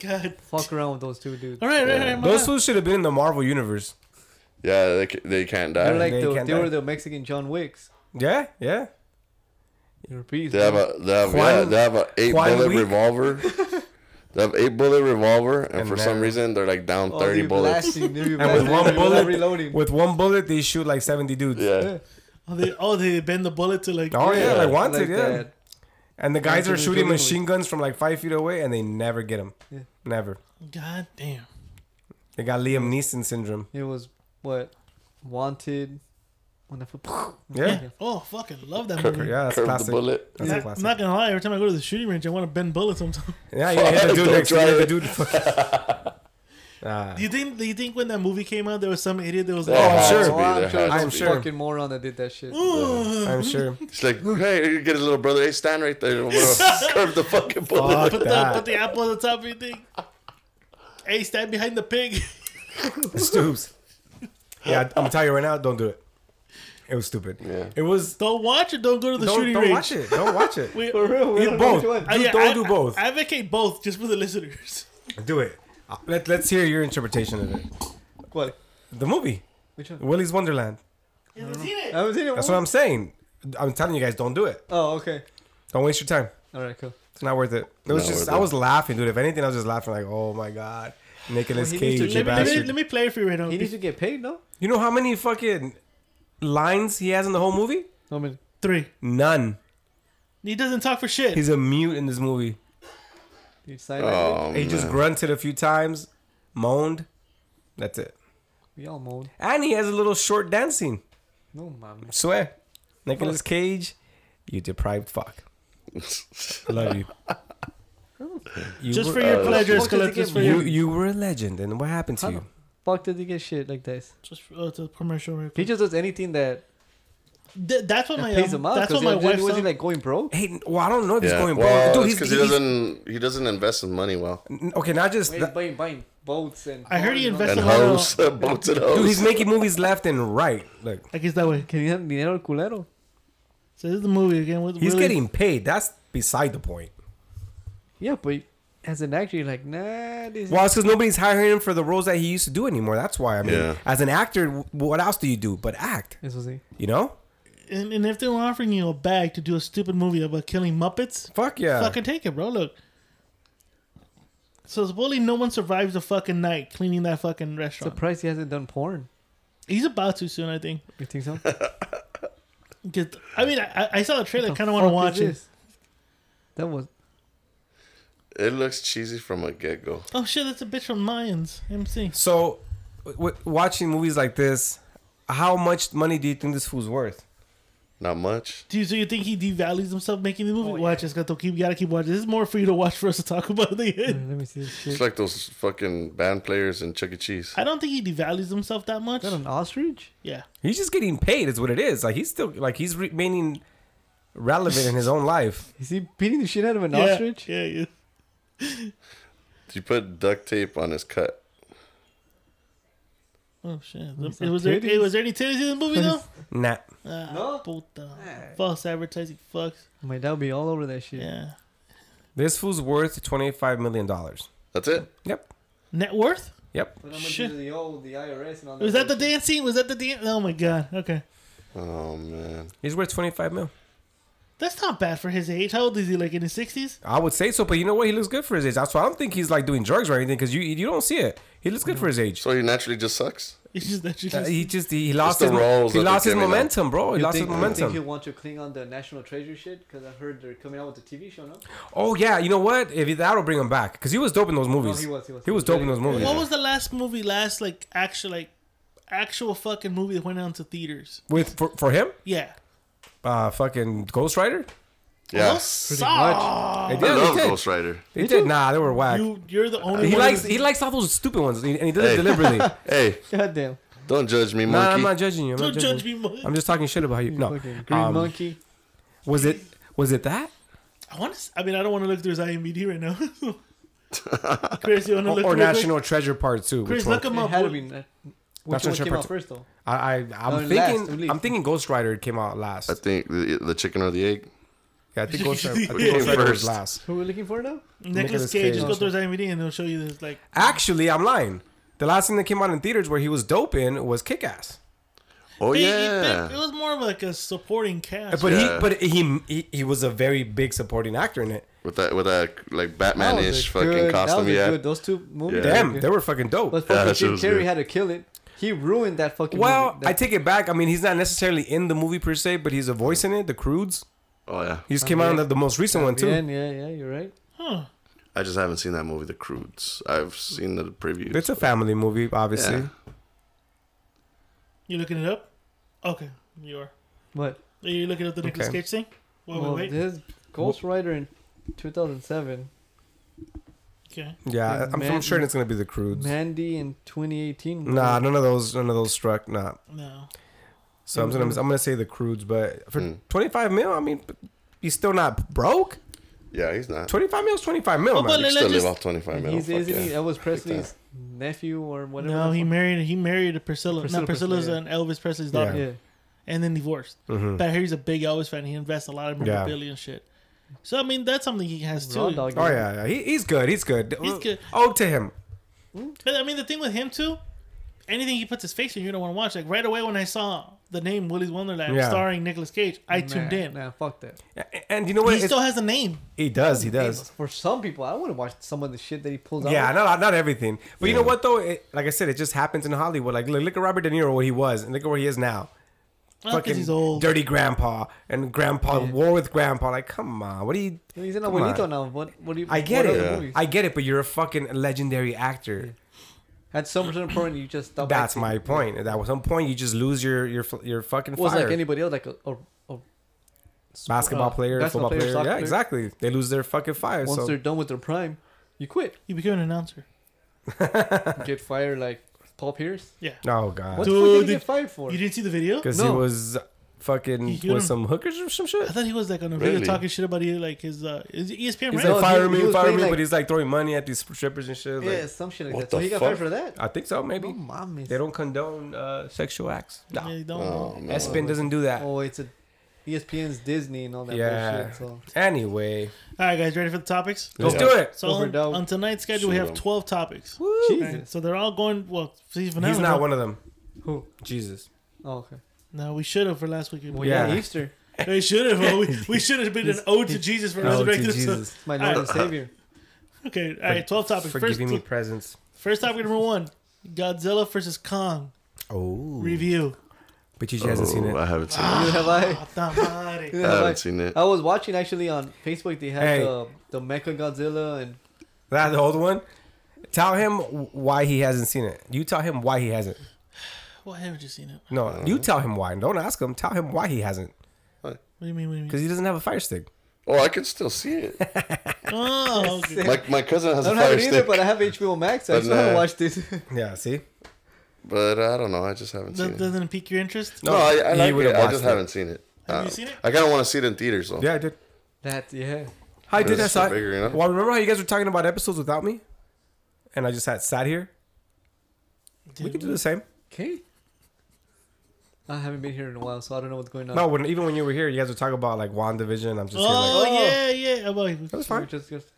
Speaker 4: God.
Speaker 3: Fuck around with those two dudes.
Speaker 4: All right, all right, all right.
Speaker 1: Those
Speaker 4: Mala.
Speaker 1: fools should have been in the Marvel universe.
Speaker 2: Yeah. They, ca- they can't die.
Speaker 3: They're like
Speaker 1: They
Speaker 3: the,
Speaker 1: can't
Speaker 3: they
Speaker 1: die.
Speaker 3: were the Mexican John Wicks.
Speaker 1: Yeah, yeah.
Speaker 3: Europeans.
Speaker 2: They have
Speaker 3: bro.
Speaker 2: a they have yeah,
Speaker 1: Juan-
Speaker 2: they have an eight
Speaker 1: Juan
Speaker 2: bullet
Speaker 1: Week.
Speaker 2: revolver. they have eight bullet revolver, and,
Speaker 1: And
Speaker 2: for
Speaker 1: now-
Speaker 2: some reason they're like down
Speaker 3: Oh,
Speaker 2: thirty
Speaker 3: they
Speaker 2: bullets.
Speaker 3: blasting, they be
Speaker 1: And with
Speaker 3: blasting,
Speaker 1: one
Speaker 3: they were
Speaker 1: bullet,
Speaker 3: reloading.
Speaker 1: with one bullet, they shoot like 70 dudes.
Speaker 2: Yeah,
Speaker 4: Oh, they, oh, they bend the bullet to like.
Speaker 1: Oh yeah,
Speaker 2: Yeah.
Speaker 1: like wanted,
Speaker 3: Like
Speaker 1: yeah.
Speaker 3: that.
Speaker 1: And the guys
Speaker 3: Wanted
Speaker 1: are
Speaker 3: is
Speaker 1: shooting
Speaker 3: illegal.
Speaker 1: machine guns from like five feet away, and they never get him.
Speaker 3: Yeah.
Speaker 1: Never.
Speaker 4: God damn.
Speaker 1: They got Liam Neeson syndrome.
Speaker 3: It was what wanted. When I put,
Speaker 1: Yeah,
Speaker 4: [LAUGHS] Oh, fucking love that
Speaker 1: yeah,
Speaker 4: movie.
Speaker 1: that's
Speaker 2: curve
Speaker 1: classic.
Speaker 2: the bullet.
Speaker 1: That's a
Speaker 4: Not- I'm
Speaker 1: classic.
Speaker 4: not gonna lie. Every time I go to the shooting range, I want to bend bullets. Sometimes. [LAUGHS]
Speaker 1: yeah, you hit the dude
Speaker 2: Don't
Speaker 1: next to you,
Speaker 2: try
Speaker 1: hit the
Speaker 2: it.
Speaker 1: dude. Ah. [LAUGHS]
Speaker 4: Do you think? Do you think when that movie came out, there was some idiot that was
Speaker 2: There
Speaker 1: I'm
Speaker 4: like,
Speaker 2: has
Speaker 1: sure.
Speaker 2: to
Speaker 1: Oh,
Speaker 2: be,
Speaker 3: I'm
Speaker 2: there
Speaker 3: sure
Speaker 2: has
Speaker 1: I'm
Speaker 2: to be.
Speaker 1: sure.
Speaker 3: fucking moron that did that shit.
Speaker 1: I'm sure.
Speaker 2: It's like, hey, you get his little brother. Hey, stand right there. I'm gonna curve the fucking bullet.
Speaker 1: Fuck
Speaker 4: "Oh, put the
Speaker 1: that.
Speaker 4: put the apple on the top of your thing. Hey, stand behind the pig. [LAUGHS]
Speaker 1: Stoops. Yeah, I'm gonna tell you right now, don't do it. It was stupid.
Speaker 2: Yeah.
Speaker 1: It was.
Speaker 4: Don't watch it. Don't go to the
Speaker 1: Don't,
Speaker 4: shooting
Speaker 1: don't
Speaker 4: range.
Speaker 1: watch it. Don't watch
Speaker 4: [LAUGHS]
Speaker 1: it.
Speaker 4: We-
Speaker 3: For real, we
Speaker 1: You
Speaker 3: don't know
Speaker 1: both.
Speaker 3: which one.
Speaker 1: You
Speaker 4: yeah,
Speaker 1: don't
Speaker 4: I-
Speaker 1: do both.
Speaker 4: I advocate both just for the listeners.
Speaker 1: Do it. Uh, Let Let's hear your interpretation of it.
Speaker 3: What?
Speaker 1: The movie,
Speaker 3: Which one?
Speaker 1: Willy's Wonderland.
Speaker 4: You haven't seen
Speaker 3: I
Speaker 4: it.
Speaker 3: haven't seen it.
Speaker 1: That's what I'm saying. I'm telling you guys, don't do it.
Speaker 3: Oh, okay.
Speaker 1: Don't waste your time.
Speaker 3: All right, cool.
Speaker 1: It's not worth it. It was
Speaker 2: Not
Speaker 1: just
Speaker 2: worth
Speaker 1: I
Speaker 2: it.
Speaker 1: was laughing, dude. If anything, I was just laughing like, oh my god.
Speaker 3: Well,
Speaker 1: Nicolas
Speaker 3: he
Speaker 1: Cage.
Speaker 3: needs to
Speaker 4: Let me,
Speaker 3: get
Speaker 4: let, me,
Speaker 1: bastard.
Speaker 4: let me play it for you right now.
Speaker 3: He needs to get paid, no?
Speaker 1: You know how many fucking lines he has in the whole movie?
Speaker 3: No, I mean,
Speaker 4: Three.
Speaker 1: None.
Speaker 4: He doesn't talk for shit.
Speaker 1: He's a mute in this movie.
Speaker 3: he signed it.
Speaker 2: Oh,
Speaker 1: he just
Speaker 2: man.
Speaker 1: grunted a few times, moaned. That's it.
Speaker 3: We all moaned.
Speaker 1: And he has a little short dance scene.
Speaker 3: No, mom.
Speaker 1: Swear. Nicolas Cage, you deprived
Speaker 2: [LAUGHS]
Speaker 1: fuck. I love you. you
Speaker 4: just
Speaker 1: were, uh,
Speaker 4: for your pleasure,
Speaker 3: Fuck, did he
Speaker 4: Skeletor. Just
Speaker 3: get
Speaker 4: for
Speaker 1: you,
Speaker 4: your.
Speaker 1: you were a legend, and what happened to
Speaker 3: How
Speaker 1: you?
Speaker 3: Fuck did he get shit like this?
Speaker 4: Just for, uh, it's a commercial. Right
Speaker 3: He
Speaker 4: quick.
Speaker 3: just does anything that
Speaker 4: Th- that's what my.
Speaker 3: pays
Speaker 4: um,
Speaker 3: him out.
Speaker 4: that's
Speaker 3: Because
Speaker 4: what my
Speaker 3: he was
Speaker 4: wife
Speaker 3: was he
Speaker 4: sounds
Speaker 3: like going
Speaker 4: [LAUGHS]
Speaker 3: broke?
Speaker 1: Hey, well, I don't know if he's
Speaker 2: Yeah.
Speaker 1: going
Speaker 2: well,
Speaker 1: broke. Dude,
Speaker 2: it's
Speaker 1: he's,
Speaker 2: because
Speaker 1: he's,
Speaker 2: he doesn't he doesn't invest his money well.
Speaker 1: okay. Not just
Speaker 3: He's
Speaker 1: that,
Speaker 3: buying, buying boats and.
Speaker 4: I heard he
Speaker 3: cars
Speaker 4: That's
Speaker 2: And
Speaker 4: a lot of-
Speaker 2: hoes, [LAUGHS] boats and
Speaker 1: dude. He's
Speaker 2: hoes.
Speaker 1: making movies left and right. Like
Speaker 4: like it's that way.
Speaker 3: Can you have dinero el culero?
Speaker 4: So this is the movie again. With
Speaker 1: he's
Speaker 4: Willie-
Speaker 1: getting paid. That's beside the point.
Speaker 3: Yeah, but as an actor, you're like, nah, this
Speaker 1: Well, it's because nobody's hiring him for the roles that he used to do anymore. That's why. I mean,
Speaker 2: Yeah.
Speaker 1: as an actor, w- what else do you do but act?
Speaker 3: This was he.
Speaker 1: You know?
Speaker 4: And, and if they were offering you a bag to do a stupid movie about killing Muppets,
Speaker 1: Fuck yeah.
Speaker 4: fucking take it, bro. Look. So supposedly no one survives the fucking night cleaning that fucking restaurant.
Speaker 3: Surprised he hasn't done porn.
Speaker 4: He's about to soon, I think.
Speaker 3: You
Speaker 4: [LAUGHS]
Speaker 3: think so?
Speaker 4: 'Cause- I mean, I, I saw the trailer.
Speaker 3: The
Speaker 4: kind of want to
Speaker 3: fuck
Speaker 4: watch
Speaker 3: is
Speaker 4: it.
Speaker 3: this? That was
Speaker 2: It looks cheesy from a get go.
Speaker 4: Oh shit, that's a bitch from Mayans. MC.
Speaker 1: So, w- w- watching movies like this, how much money do you think this fool's worth?
Speaker 2: Not much.
Speaker 4: Dude, so you think he devalues himself making the movie?
Speaker 3: Oh,
Speaker 4: Watch this, Gato. Keep, gotta keep watching. This is more for you to watch for us to talk [LAUGHS] about
Speaker 3: Uh,
Speaker 4: the
Speaker 3: let me see this shit.
Speaker 2: It's like those fucking band players in Chuck E. Cheese.
Speaker 4: I don't think he devalues himself that much.
Speaker 3: Is that an ostrich?
Speaker 4: Yeah.
Speaker 1: He's just getting paid. Is what it is. Like he's still like he's remaining relevant in his own life.
Speaker 3: Is he beating the shit out of an
Speaker 4: yeah.
Speaker 3: ostrich?
Speaker 4: Yeah, yeah.
Speaker 2: You put duct tape on his cut.
Speaker 4: Oh shit.
Speaker 3: Was
Speaker 4: It
Speaker 3: that
Speaker 4: was, there,
Speaker 3: titties?
Speaker 4: it, was there any titties in the
Speaker 1: [LAUGHS]
Speaker 4: movie though?
Speaker 1: Nah.
Speaker 4: Ah,
Speaker 3: No.
Speaker 4: puta.
Speaker 3: Ah.
Speaker 4: False advertising fucks.
Speaker 3: My dad would be all over that shit.
Speaker 4: Yeah.
Speaker 1: This fool's worth twenty five million dollars.
Speaker 2: That's it.
Speaker 1: Yep.
Speaker 4: Net worth?
Speaker 1: Yep.
Speaker 3: But
Speaker 4: how much Shit. do
Speaker 3: they owe the IRS and all
Speaker 4: Was that the dance scene? Was that the dance? Oh my god. Okay.
Speaker 2: Oh man.
Speaker 1: He's worth twenty five mil.
Speaker 4: That's not bad for his age. How old is he? Like in his sixties? [LAUGHS]
Speaker 1: I would say so, but you know what? He looks good for his age. That's why I don't think he's like doing drugs or anything because you you don't see it. He looks good for his age.
Speaker 2: So he naturally just sucks.
Speaker 4: It's just that you
Speaker 1: Uh,
Speaker 4: just
Speaker 1: he just he, he lost
Speaker 2: the
Speaker 1: his
Speaker 2: roles
Speaker 1: he
Speaker 2: that
Speaker 1: lost
Speaker 2: they
Speaker 1: his
Speaker 2: give me now.
Speaker 1: momentum, bro. He
Speaker 3: You
Speaker 1: lost
Speaker 3: think,
Speaker 1: his
Speaker 3: You think
Speaker 1: momentum.
Speaker 3: he'll want to cling on the national treasure shit? Because I heard they're coming out with the TV show, no?
Speaker 1: Oh yeah, you know what? If he- that'll bring him back because he was dope in those movies.
Speaker 3: he was, he was.
Speaker 1: dope in those movies.
Speaker 4: What was the last movie? Last like actual like actual fucking movie that went out to theaters?
Speaker 1: With for, for him,
Speaker 4: Yeah.
Speaker 1: uh, fucking Ghost Rider.
Speaker 2: Yeah.
Speaker 4: Those suck.
Speaker 1: They
Speaker 2: I
Speaker 1: did,
Speaker 2: love
Speaker 1: they did.
Speaker 2: Ghost Rider.
Speaker 1: They did. Nah, they were whack.
Speaker 4: You you're the only
Speaker 1: he
Speaker 4: one.
Speaker 1: likes
Speaker 4: who's-
Speaker 1: he likes all those stupid ones, and he does it
Speaker 2: Hey.
Speaker 1: deliberately. nah,
Speaker 2: Hey,
Speaker 3: God damn.
Speaker 2: don't judge me, monkey.
Speaker 1: I'm not judging you. I'm
Speaker 4: [LAUGHS] Don't
Speaker 1: not
Speaker 4: judge
Speaker 1: judging.
Speaker 4: me. Mo-
Speaker 1: I'm just talking shit about you. No,
Speaker 3: Fucking Green
Speaker 1: um,
Speaker 3: Monkey.
Speaker 1: was it was it that?
Speaker 4: I want to. I mean, I don't want to look through his IMDb
Speaker 1: [LAUGHS]
Speaker 4: right now. Chris, you want to
Speaker 1: Or,
Speaker 4: look?
Speaker 1: or
Speaker 4: real quick?
Speaker 1: National Treasure Part Two?
Speaker 4: Chris,
Speaker 1: Which one?
Speaker 4: look him
Speaker 3: It
Speaker 4: up.
Speaker 3: had to be. uh, Which one
Speaker 1: National
Speaker 3: came out
Speaker 1: Treasure.
Speaker 3: first, though?
Speaker 1: I, I
Speaker 3: No,
Speaker 1: I'm
Speaker 3: last,
Speaker 1: thinking
Speaker 3: at least.
Speaker 1: I'm thinking Ghost Rider came out last.
Speaker 2: I think the, the chicken or the egg.
Speaker 1: yeah, I think Ghost Rider, I think
Speaker 4: Yeah,
Speaker 1: Ghost Rider was
Speaker 2: first.
Speaker 1: last.
Speaker 3: Who are we looking for now?
Speaker 4: Nicholas
Speaker 1: Nicolas
Speaker 4: Cage.
Speaker 1: Cage.
Speaker 4: Just go through his IMDb and they'll show you this. Like,
Speaker 1: Actually, I'm lying. The last thing that came out in theaters where he was dope in was Kick Ass.
Speaker 2: Oh
Speaker 4: He- he-
Speaker 2: yeah.
Speaker 4: it was more of like a supporting cast.
Speaker 1: But
Speaker 2: Yeah.
Speaker 1: he but he, he he was a very big supporting actor in it.
Speaker 2: with that with that like
Speaker 3: That
Speaker 2: Batman
Speaker 3: was a
Speaker 2: ish fucking
Speaker 3: good-
Speaker 2: costume.
Speaker 3: That was a
Speaker 2: Yeah.
Speaker 3: good. Those two movies.
Speaker 2: Yeah.
Speaker 3: were
Speaker 1: Damn,
Speaker 3: good.
Speaker 1: they were fucking dope.
Speaker 3: But
Speaker 2: Yeah,
Speaker 3: fucking
Speaker 2: that shit
Speaker 3: Jim
Speaker 2: was
Speaker 3: Carrey
Speaker 2: good.
Speaker 3: had to kill it. He ruined that fucking.
Speaker 1: Well,
Speaker 3: movie.
Speaker 1: I take it back. I mean, he's not necessarily in the movie per se, but he's a voice in it. The Crudes.
Speaker 2: Oh yeah.
Speaker 1: He just came out in the, the most recent one
Speaker 3: Yeah,
Speaker 1: too.
Speaker 3: yeah, yeah. You're right.
Speaker 4: huh.
Speaker 2: I just haven't seen that movie, The Crudes. I've seen the previews.
Speaker 1: It's a family movie, obviously.
Speaker 2: Yeah.
Speaker 4: You looking it up? Okay, you are.
Speaker 3: What?
Speaker 4: Are you looking up the Nicholas
Speaker 1: Okay.
Speaker 4: Cage thing? Wait,
Speaker 3: well,
Speaker 4: wait, wait.
Speaker 3: This Ghost Rider in 2007,
Speaker 4: Okay.
Speaker 1: Yeah,
Speaker 3: Yeah,
Speaker 1: I'm, I'm
Speaker 3: man-
Speaker 1: sure it's gonna be the Crudes.
Speaker 3: Mandy in 2018.
Speaker 1: Nah, none of those, none of those struck. Nah.
Speaker 4: No.
Speaker 1: So I'm gonna, I'm gonna say the Crudes, but for
Speaker 3: Hmm.
Speaker 2: Mm.
Speaker 1: 25 mil, I mean, he's still not broke.
Speaker 2: Yeah, he's not.
Speaker 1: 25 mil is 25 mil,
Speaker 4: Oh,
Speaker 1: man.
Speaker 4: but
Speaker 2: He
Speaker 4: Let-
Speaker 2: can still
Speaker 4: let
Speaker 2: live
Speaker 4: just-
Speaker 2: off twenty five
Speaker 3: And
Speaker 2: mil.
Speaker 3: he's
Speaker 2: Fuck
Speaker 3: isn't he
Speaker 2: yeah.
Speaker 3: Elvis Presley's nephew or whatever.
Speaker 4: no,
Speaker 3: the
Speaker 4: he
Speaker 3: fuck-
Speaker 4: married. He married Priscilla.
Speaker 3: Priscilla,
Speaker 4: no, Priscilla's
Speaker 3: Priscilla,
Speaker 4: an Elvis Presley's
Speaker 1: Yeah.
Speaker 4: daughter,
Speaker 3: Yeah.
Speaker 4: and then divorced.
Speaker 1: Mhm.
Speaker 4: But I hear he's a big Elvis fan. He invests a lot of
Speaker 1: Yeah.
Speaker 4: memorabilia and shit. So I mean, that's something he has
Speaker 3: Raw
Speaker 4: too.
Speaker 3: dog.
Speaker 1: Oh yeah, yeah. He, he's good. He's good.
Speaker 4: He's good.
Speaker 1: Oh, to him.
Speaker 4: But I mean, the thing with him too, anything he puts his face in, you don't want to watch. Like right away when I saw the name Willy's Wonderland
Speaker 1: Yeah.
Speaker 4: starring Nicolas Cage, I tuned in.
Speaker 3: Nah, fuck that.
Speaker 1: A- And you know what?
Speaker 4: He
Speaker 1: It's-
Speaker 4: still has a name.
Speaker 1: he does. He does.
Speaker 3: For some people, I wouldn't watch some of the shit that he pulls out.
Speaker 1: Yeah, not not everything. But you know what though? It, like I said, it just happens in Hollywood. Like look, look at Robert De Niro, what he was, and look at where he is now.
Speaker 4: Well, 'cause he's old.
Speaker 1: dirty grandpa and grandpa
Speaker 3: Yeah.
Speaker 1: war with grandpa. Like, come on, what are you?
Speaker 3: He's an
Speaker 1: come on.
Speaker 3: abuelito now. What? What do you?
Speaker 1: I get
Speaker 3: what
Speaker 1: it.
Speaker 3: other
Speaker 2: Yeah.
Speaker 3: movies?
Speaker 1: I get it, but you're a fucking legendary actor.
Speaker 3: At some certain point, you just stop.
Speaker 1: That's
Speaker 3: acting.
Speaker 1: my point. At that- some point, you just lose your your fl- your fucking
Speaker 3: Was
Speaker 1: fire.
Speaker 3: like anybody else, like a, a, a
Speaker 1: basketball
Speaker 3: uh,
Speaker 1: player, football
Speaker 3: basketball player,
Speaker 1: player.
Speaker 3: soccer
Speaker 1: Yeah,
Speaker 3: player.
Speaker 1: exactly. They lose their fucking fire.
Speaker 3: once
Speaker 1: so
Speaker 3: they're done with their prime,
Speaker 1: [LAUGHS]
Speaker 3: you quit,
Speaker 4: He became an announcer.
Speaker 3: get fired like Paul Pierce.
Speaker 4: Yeah.
Speaker 1: oh god,
Speaker 3: What
Speaker 1: because
Speaker 3: the fuck did he
Speaker 4: Dude,
Speaker 3: get fired for?
Speaker 4: You didn't see the video?
Speaker 1: he
Speaker 3: No.
Speaker 1: was fucking
Speaker 4: You- you
Speaker 1: with
Speaker 4: don't-
Speaker 1: some hookers or some shit.
Speaker 4: I thought he was like on a video
Speaker 2: Really?
Speaker 4: talking shit about like his uh, is it ESPN.
Speaker 1: He's
Speaker 4: right?
Speaker 1: like, fire
Speaker 3: he-
Speaker 1: me,
Speaker 3: he was
Speaker 1: fire
Speaker 3: playing,
Speaker 1: me,
Speaker 3: like-
Speaker 1: but he's like throwing money at these strippers and shit. Like,
Speaker 3: yeah, some shit like
Speaker 2: What
Speaker 3: that. So
Speaker 2: the
Speaker 3: he got
Speaker 2: fuck?
Speaker 3: fired for that.
Speaker 1: I think so,
Speaker 3: No
Speaker 1: maybe.
Speaker 3: mames.
Speaker 1: They don't condone uh, sexual acts. No.
Speaker 4: Yeah, you don't
Speaker 2: Oh,
Speaker 4: know.
Speaker 2: man.
Speaker 1: Espin doesn't do that.
Speaker 3: Oh, it's a ESPN's Disney and all that
Speaker 1: yeah.
Speaker 3: bullshit. So
Speaker 1: Anyway,
Speaker 4: All right, guys, ready for the topics?
Speaker 1: let's
Speaker 3: Oh.
Speaker 2: Yeah.
Speaker 1: do it.
Speaker 4: So
Speaker 3: Go for
Speaker 4: on,
Speaker 3: it, dog.
Speaker 4: on tonight's schedule,
Speaker 2: Shoot
Speaker 4: we have
Speaker 2: him.
Speaker 4: twelve topics. All right,
Speaker 3: Jesus.
Speaker 4: so they're all going. Well, Steve
Speaker 1: He's not one of them.
Speaker 3: Who?
Speaker 1: Jesus.
Speaker 3: Oh, okay.
Speaker 4: No, we should have for last week.
Speaker 3: Well,
Speaker 4: We,
Speaker 3: yeah.
Speaker 1: Yeah.
Speaker 3: Easter.
Speaker 4: we should have. well, We, we should have been an ode to Jesus for
Speaker 1: Oh, to
Speaker 4: resurrecting us.
Speaker 1: Jesus.
Speaker 3: It's my Lord and
Speaker 4: Alright.
Speaker 3: Savior.
Speaker 4: Okay, all right, twelve topics.
Speaker 1: For
Speaker 4: First,
Speaker 1: giving me presents.
Speaker 4: first topic number one: Godzilla versus Kong
Speaker 1: Oh.
Speaker 4: review.
Speaker 1: But you hasn't seen
Speaker 2: Oh, I
Speaker 1: it.
Speaker 2: haven't seen it.
Speaker 3: Neither
Speaker 1: [LAUGHS]
Speaker 3: have I.
Speaker 4: Puta madre.
Speaker 3: Neither
Speaker 2: I
Speaker 3: have I.
Speaker 2: haven't seen it.
Speaker 3: I was watching actually on Facebook. They had
Speaker 1: Hey.
Speaker 3: the, the Mecha Godzilla and
Speaker 1: That the old one. Tell him why he hasn't seen it. You tell him why he hasn't.
Speaker 4: Why haven't you seen it?
Speaker 1: No, you
Speaker 2: Mm-hmm.
Speaker 1: tell him why. Don't ask him. Tell him why he hasn't.
Speaker 4: What do you mean? What do you mean?
Speaker 1: Because he doesn't have a fire stick.
Speaker 2: Oh, I can still see it.
Speaker 4: Oh, okay.
Speaker 2: My, my cousin has
Speaker 3: I
Speaker 2: a
Speaker 3: don't have
Speaker 2: fire
Speaker 3: it either,
Speaker 2: stick,
Speaker 3: but I have HBO Max. I
Speaker 2: But,
Speaker 3: just want to
Speaker 2: uh,
Speaker 3: watch this.
Speaker 1: Yeah, see?
Speaker 2: but I don't know. I just haven't seen
Speaker 4: That
Speaker 2: it.
Speaker 4: doesn't pique your interest.
Speaker 2: No, I, I
Speaker 1: he
Speaker 2: like
Speaker 1: would've
Speaker 2: it. I
Speaker 1: watched
Speaker 2: just
Speaker 1: it.
Speaker 2: haven't seen it.
Speaker 4: Have
Speaker 2: Uh,
Speaker 4: you seen it?
Speaker 2: I kind of want to see it in theaters though.
Speaker 1: Yeah, I did.
Speaker 3: [LAUGHS] that yeah.
Speaker 1: I did.
Speaker 2: It's
Speaker 1: I saw
Speaker 2: so
Speaker 1: it.
Speaker 2: bigger, you know?
Speaker 1: Well, remember how you guys were talking about episodes without me? And I just had sat here? We
Speaker 4: Dude,
Speaker 1: could do the same.
Speaker 3: Okay. I haven't been here in a while, so I don't know what's going on.
Speaker 1: No, when even when you were here, you guys were talking about like WandaVision. I'm just here like,
Speaker 4: Oh,
Speaker 3: Oh.
Speaker 4: yeah, yeah. I'm like,
Speaker 1: that was
Speaker 3: Can we
Speaker 1: fine.
Speaker 3: just, just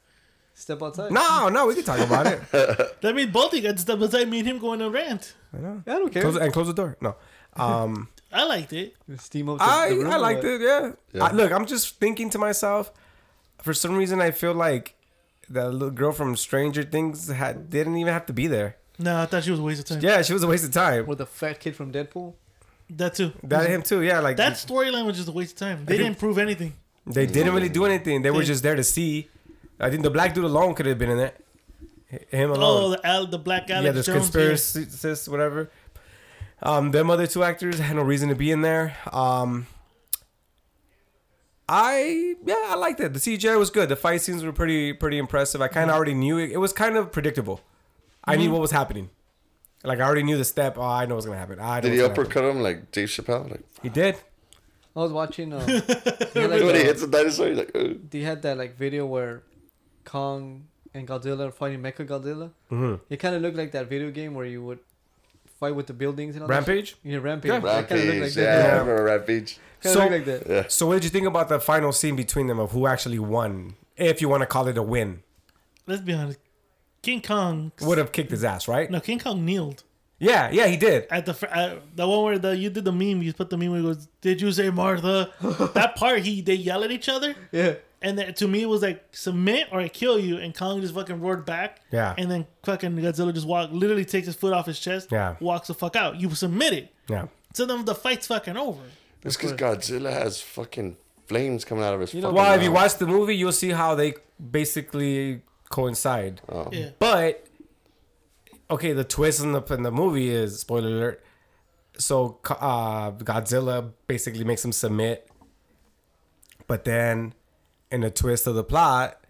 Speaker 3: step outside.
Speaker 1: No, no, we can talk about it.
Speaker 4: that means both of you guys. That was like me and him going on a rant.
Speaker 1: [LAUGHS] I know.
Speaker 3: I don't care.
Speaker 1: Close, and close the door. No. Um,
Speaker 4: I liked it.
Speaker 3: Steam up. The,
Speaker 1: I,
Speaker 3: the room
Speaker 1: I
Speaker 3: or
Speaker 1: liked
Speaker 3: what?
Speaker 1: it. Yeah.
Speaker 2: Yeah.
Speaker 1: I, look, I'm just thinking to myself. For some reason, I feel like that little girl from Stranger Things had didn't even have to be there.
Speaker 4: No, I thought she was a waste of time.
Speaker 1: Yeah, she was a waste of time.
Speaker 3: Or the fat kid from Deadpool.
Speaker 4: That too.
Speaker 1: That him too. Yeah, like
Speaker 4: That storyline was just a waste of time. They
Speaker 1: think-
Speaker 4: didn't prove anything.
Speaker 1: they didn't really
Speaker 3: Mm.
Speaker 1: do anything. They were
Speaker 4: They-
Speaker 1: just there to see. I think the black dude alone could have been in it. H- Him
Speaker 4: Oh,
Speaker 1: alone.
Speaker 4: the Al, the Black Alex
Speaker 1: yeah, this
Speaker 4: Jones.
Speaker 1: conspiracists, whatever. Um, them other two actors had no reason to be in there. Um, I yeah, I liked it. The CGI was good. The fight scenes were pretty pretty impressive. I
Speaker 4: Mm-hmm.
Speaker 1: kind of already knew it. It was kind of predictable. I knew what was happening. Like I already knew the step. Oh, I know what's gonna happen. I know what's
Speaker 2: Did he
Speaker 1: gonna happen.
Speaker 2: uppercut him like Dave Chappelle? Like
Speaker 1: He did.
Speaker 3: I was watching.
Speaker 1: [LAUGHS]
Speaker 3: Uh, they, had like,
Speaker 2: when he
Speaker 3: uh,
Speaker 2: hits a dinosaur, he's like. "Ugh."
Speaker 3: they had that like video where Kong and Godzilla are fighting Mecha Godzilla.
Speaker 1: Mhm.
Speaker 3: It kind of looked like that video game where you would fight with the buildings and all that.
Speaker 1: Rampage.
Speaker 3: shit. Yeah, rampage.
Speaker 1: Yeah.
Speaker 3: It kinda looked like
Speaker 2: Rampage,
Speaker 3: that.
Speaker 2: yeah,
Speaker 1: Yeah.
Speaker 2: I remember Rampage.
Speaker 3: Kinda
Speaker 1: So-
Speaker 3: looked like that.
Speaker 2: Yeah.
Speaker 1: So what did you think about the final scene between them of who actually won? If you want to call it a win,
Speaker 4: Let's be honest. King Kong.
Speaker 1: would have kicked his ass, right?
Speaker 4: No, King Kong kneeled
Speaker 1: Yeah, yeah, he did.
Speaker 4: at the fr- uh, the one where the you did the meme. You put the meme where it goes, "Did you say
Speaker 1: [LAUGHS]
Speaker 4: Martha?" that part he they yell at each other,
Speaker 3: Yeah.
Speaker 4: and that, to me it was like submit or I kill you. And Kong just fucking roared back.
Speaker 1: Yeah.
Speaker 4: And then fucking Godzilla just walk, literally takes his foot off his chest.
Speaker 1: Yeah.
Speaker 4: Walks the fuck out. You submit it.
Speaker 1: Yeah.
Speaker 4: So then the fight's fucking over.
Speaker 2: It's because Godzilla has fucking flames coming out of his.
Speaker 3: know-
Speaker 2: fucking
Speaker 1: Well, if you
Speaker 2: mouth.
Speaker 1: watch the movie, you'll see how they basically coincide.
Speaker 2: Oh.
Speaker 4: Yeah.
Speaker 1: But okay, the twist in the in the movie is spoiler alert. So uh, Godzilla basically makes him submit, but then in the twist of the plot,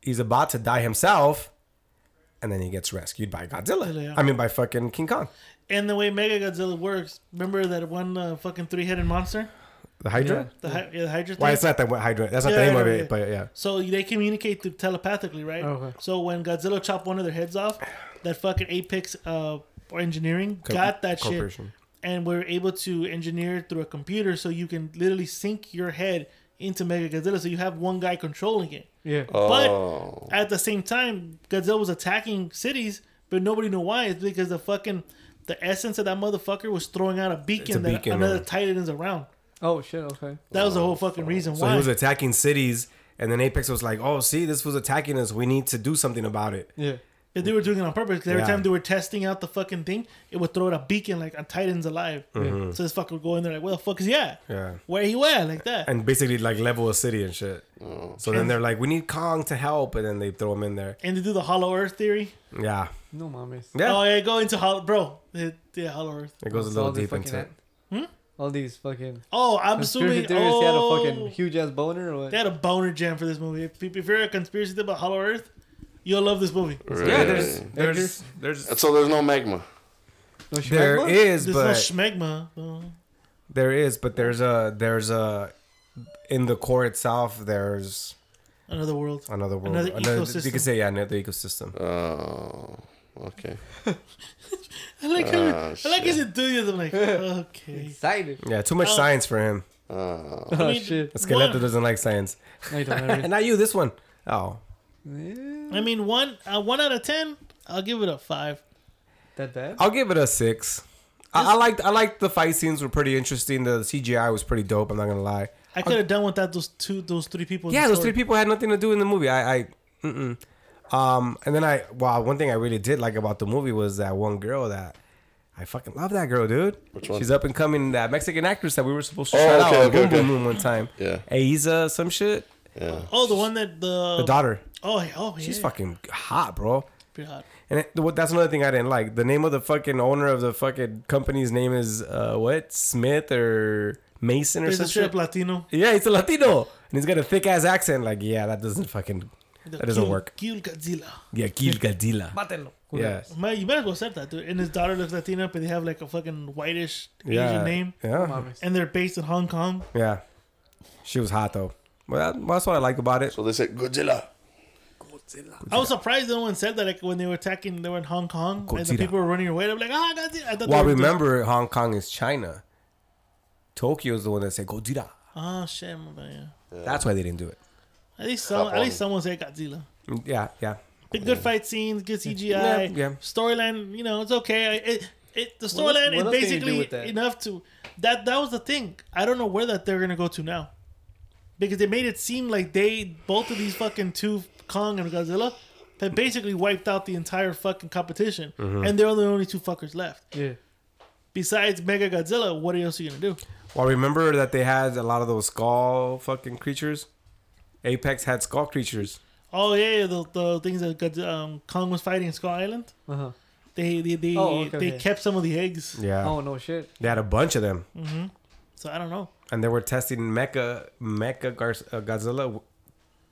Speaker 1: he's about to die himself, and then he gets rescued by Godzilla.
Speaker 4: Yeah.
Speaker 1: I mean, by fucking King Kong,
Speaker 4: And the way Mega Godzilla works, remember that one uh, fucking three headed monster,
Speaker 1: the Hydra.
Speaker 4: the, hy- yeah, the Hydra.
Speaker 1: Why
Speaker 4: thing?
Speaker 1: it's not that Hydra? That's not
Speaker 4: Yeah,
Speaker 1: the name of
Speaker 4: yeah,
Speaker 1: it,
Speaker 4: yeah.
Speaker 1: but yeah.
Speaker 4: So they communicate through telepathically, right?
Speaker 3: Okay.
Speaker 4: So when Godzilla chopped one of their heads off, that fucking Apex uh, or engineering
Speaker 1: Co-
Speaker 4: got that shit,
Speaker 1: corporation.
Speaker 4: and we're able to engineer through a computer, so you can literally sync your head into Mega Godzilla, so you have one guy controlling it.
Speaker 3: Yeah.
Speaker 2: Oh.
Speaker 4: But at the same time, Godzilla was attacking cities, but nobody knew why. It's because the fucking the essence of that motherfucker was throwing out a beacon that
Speaker 1: beacon, uh,
Speaker 4: another
Speaker 1: right.
Speaker 4: titan is around.
Speaker 3: Oh shit. Okay.
Speaker 4: That was the whole fucking reason
Speaker 1: So
Speaker 4: why.
Speaker 1: he was attacking cities, and then Apex was like, "Oh, see, this was attacking us. We need to do something about it."
Speaker 3: Yeah.
Speaker 4: If they were doing it on purpose, 'cause every
Speaker 1: Yeah.
Speaker 4: time they were testing out the fucking thing, it would throw out a beacon like a Titan's alive. So this fucker would go in there like, "Where the fuck is he at?
Speaker 1: Mm-hmm. Yeah.
Speaker 4: Where he at?" Like that. And,
Speaker 1: And basically, like level a city and shit. So then they're like, "We need Kong to help," and then they throw him in there.
Speaker 4: they do the Hollow Earth theory.
Speaker 1: Yeah,
Speaker 3: No mames.
Speaker 1: yeah.
Speaker 4: Oh yeah, go into Hollow, bro. Yeah, yeah, Hollow Earth.
Speaker 1: It goes a
Speaker 3: It's
Speaker 1: little
Speaker 3: all these
Speaker 1: deep
Speaker 3: fucking
Speaker 1: into it.
Speaker 3: ad- All these fucking
Speaker 4: Oh, I'm
Speaker 3: conspiracy
Speaker 4: Hmm? assuming.
Speaker 3: theorists.
Speaker 4: Oh,
Speaker 3: They had a fucking huge ass boner or what?
Speaker 4: They had a boner jam for this movie. If, if you're a conspiracy theorist about Hollow Earth, you'll love this movie.
Speaker 1: Yeah,
Speaker 2: Right.
Speaker 1: there's, there's,
Speaker 2: And
Speaker 1: there's,
Speaker 2: so there's no magma.
Speaker 3: No
Speaker 1: there
Speaker 3: shmegma?
Speaker 1: is,
Speaker 4: There's no
Speaker 1: but
Speaker 4: schmegma. though.
Speaker 1: there is, but there's a, there's a, in the core itself, there's
Speaker 4: Another world.
Speaker 1: another world.
Speaker 4: Another
Speaker 1: You could
Speaker 4: ecosystem.
Speaker 1: say yeah, another ecosystem.
Speaker 2: Oh, okay.
Speaker 4: I like how
Speaker 2: Ah,
Speaker 4: I like
Speaker 2: shit.
Speaker 4: his enthusiasm. Like, okay.
Speaker 3: Excited.
Speaker 1: Yeah, too much science for him.
Speaker 2: Oh,
Speaker 3: Oh
Speaker 4: I mean,
Speaker 3: shit.
Speaker 1: Esqueleto
Speaker 4: one-
Speaker 1: doesn't like science.
Speaker 3: No, you don't
Speaker 1: And [LAUGHS]
Speaker 3: remember.
Speaker 1: not you, this one. Oh,
Speaker 3: Yeah,
Speaker 4: I mean, one uh, one out of ten, I'll give it a five.
Speaker 3: that bad?
Speaker 1: I'll give it a six. I, I liked, I liked the fight scenes were pretty interesting. The CGI was pretty dope. I'm not gonna lie.
Speaker 4: I could have done without those two, those three people. in
Speaker 1: Yeah,
Speaker 4: the
Speaker 1: those
Speaker 4: story.
Speaker 1: three people had nothing to do in the movie. I, I mm-mm. um, and then I, wow, one thing I really did like about the movie was that one girl that I fucking love that girl, dude.
Speaker 2: Which one?
Speaker 1: She's up and coming, that Mexican actress that we were supposed to
Speaker 2: Oh,
Speaker 1: shout out
Speaker 2: okay,
Speaker 1: on
Speaker 2: okay,
Speaker 1: Boom
Speaker 2: okay.
Speaker 1: Boom Boom one time.
Speaker 2: Yeah.
Speaker 1: Aiza, some shit.
Speaker 2: yeah.
Speaker 4: Oh, the one that the,
Speaker 1: The daughter.
Speaker 4: Oh, yeah, oh,
Speaker 1: She's
Speaker 4: yeah.
Speaker 1: fucking hot, bro.
Speaker 4: Pretty hot.
Speaker 1: And it, what- that's another thing I didn't like. The name of the fucking owner of the fucking company's name is uh, what Smith or Mason or
Speaker 4: There's a
Speaker 1: some
Speaker 4: straight
Speaker 1: shit.
Speaker 4: up Latino.
Speaker 1: yeah, he's a Latino and he's got a thick ass accent. Like, yeah, that doesn't fucking
Speaker 4: The
Speaker 1: that doesn't
Speaker 4: Kill-
Speaker 1: work.
Speaker 4: Kill Godzilla.
Speaker 1: Yeah, Gil Gadila.
Speaker 3: Mátelo.
Speaker 1: Yeah.
Speaker 4: Man, you might as well said that, dude. And his daughter looks Latina, but they have like a fucking whitish
Speaker 1: Yeah.
Speaker 4: Asian name,
Speaker 1: Yeah.
Speaker 3: Mames.
Speaker 4: and they're based in Hong Kong.
Speaker 1: Yeah. She was hot though. Well, that, that's what I like about it.
Speaker 2: So they said Godzilla.
Speaker 4: I was surprised no one said that. Like when they were attacking, they were in Hong Kong, and the
Speaker 1: Godzilla.
Speaker 4: people were running away. I'm like, ah, Godzilla. I thought
Speaker 1: Well,
Speaker 4: they were
Speaker 1: remember Hong Kong is China. Tokyo is the one that said Godzilla.
Speaker 4: Oh shit, my bad, yeah.
Speaker 1: That's why they didn't do it. Mm,
Speaker 4: At least some,
Speaker 2: Hop
Speaker 4: at
Speaker 2: on.
Speaker 4: least someone said Godzilla.
Speaker 1: Yeah, yeah.
Speaker 4: Big good fight scenes, good CGI,
Speaker 1: Yeah, yeah.
Speaker 4: storyline. You know, it's okay. I- It, it, the
Speaker 3: What else-
Speaker 4: storyline
Speaker 3: what
Speaker 4: is
Speaker 3: else can you do with
Speaker 4: basically
Speaker 3: that?
Speaker 4: enough to that. That was the thing. I don't know where that they're gonna go to now, because they made it seem like they both of these fucking two Kong and Godzilla have basically wiped out the entire fucking competition,
Speaker 3: Mm-hmm.
Speaker 4: and they're the only two fuckers left.
Speaker 3: Yeah.
Speaker 4: Besides Mega Godzilla, what else are you gonna do?
Speaker 1: Well, remember that they had a lot of those skull fucking creatures. Apex had skull creatures.
Speaker 4: Oh yeah, the, the things that Godz- um, Kong was fighting in Skull Island,
Speaker 3: Uh huh.
Speaker 4: they they they,
Speaker 3: Oh, okay,
Speaker 4: they
Speaker 3: okay.
Speaker 4: kept some of the eggs.
Speaker 1: Yeah,
Speaker 3: Oh no shit.
Speaker 1: they had a bunch of them,
Speaker 4: So I don't know.
Speaker 1: and they were testing Mecha Mecha Gar- uh, Godzilla w-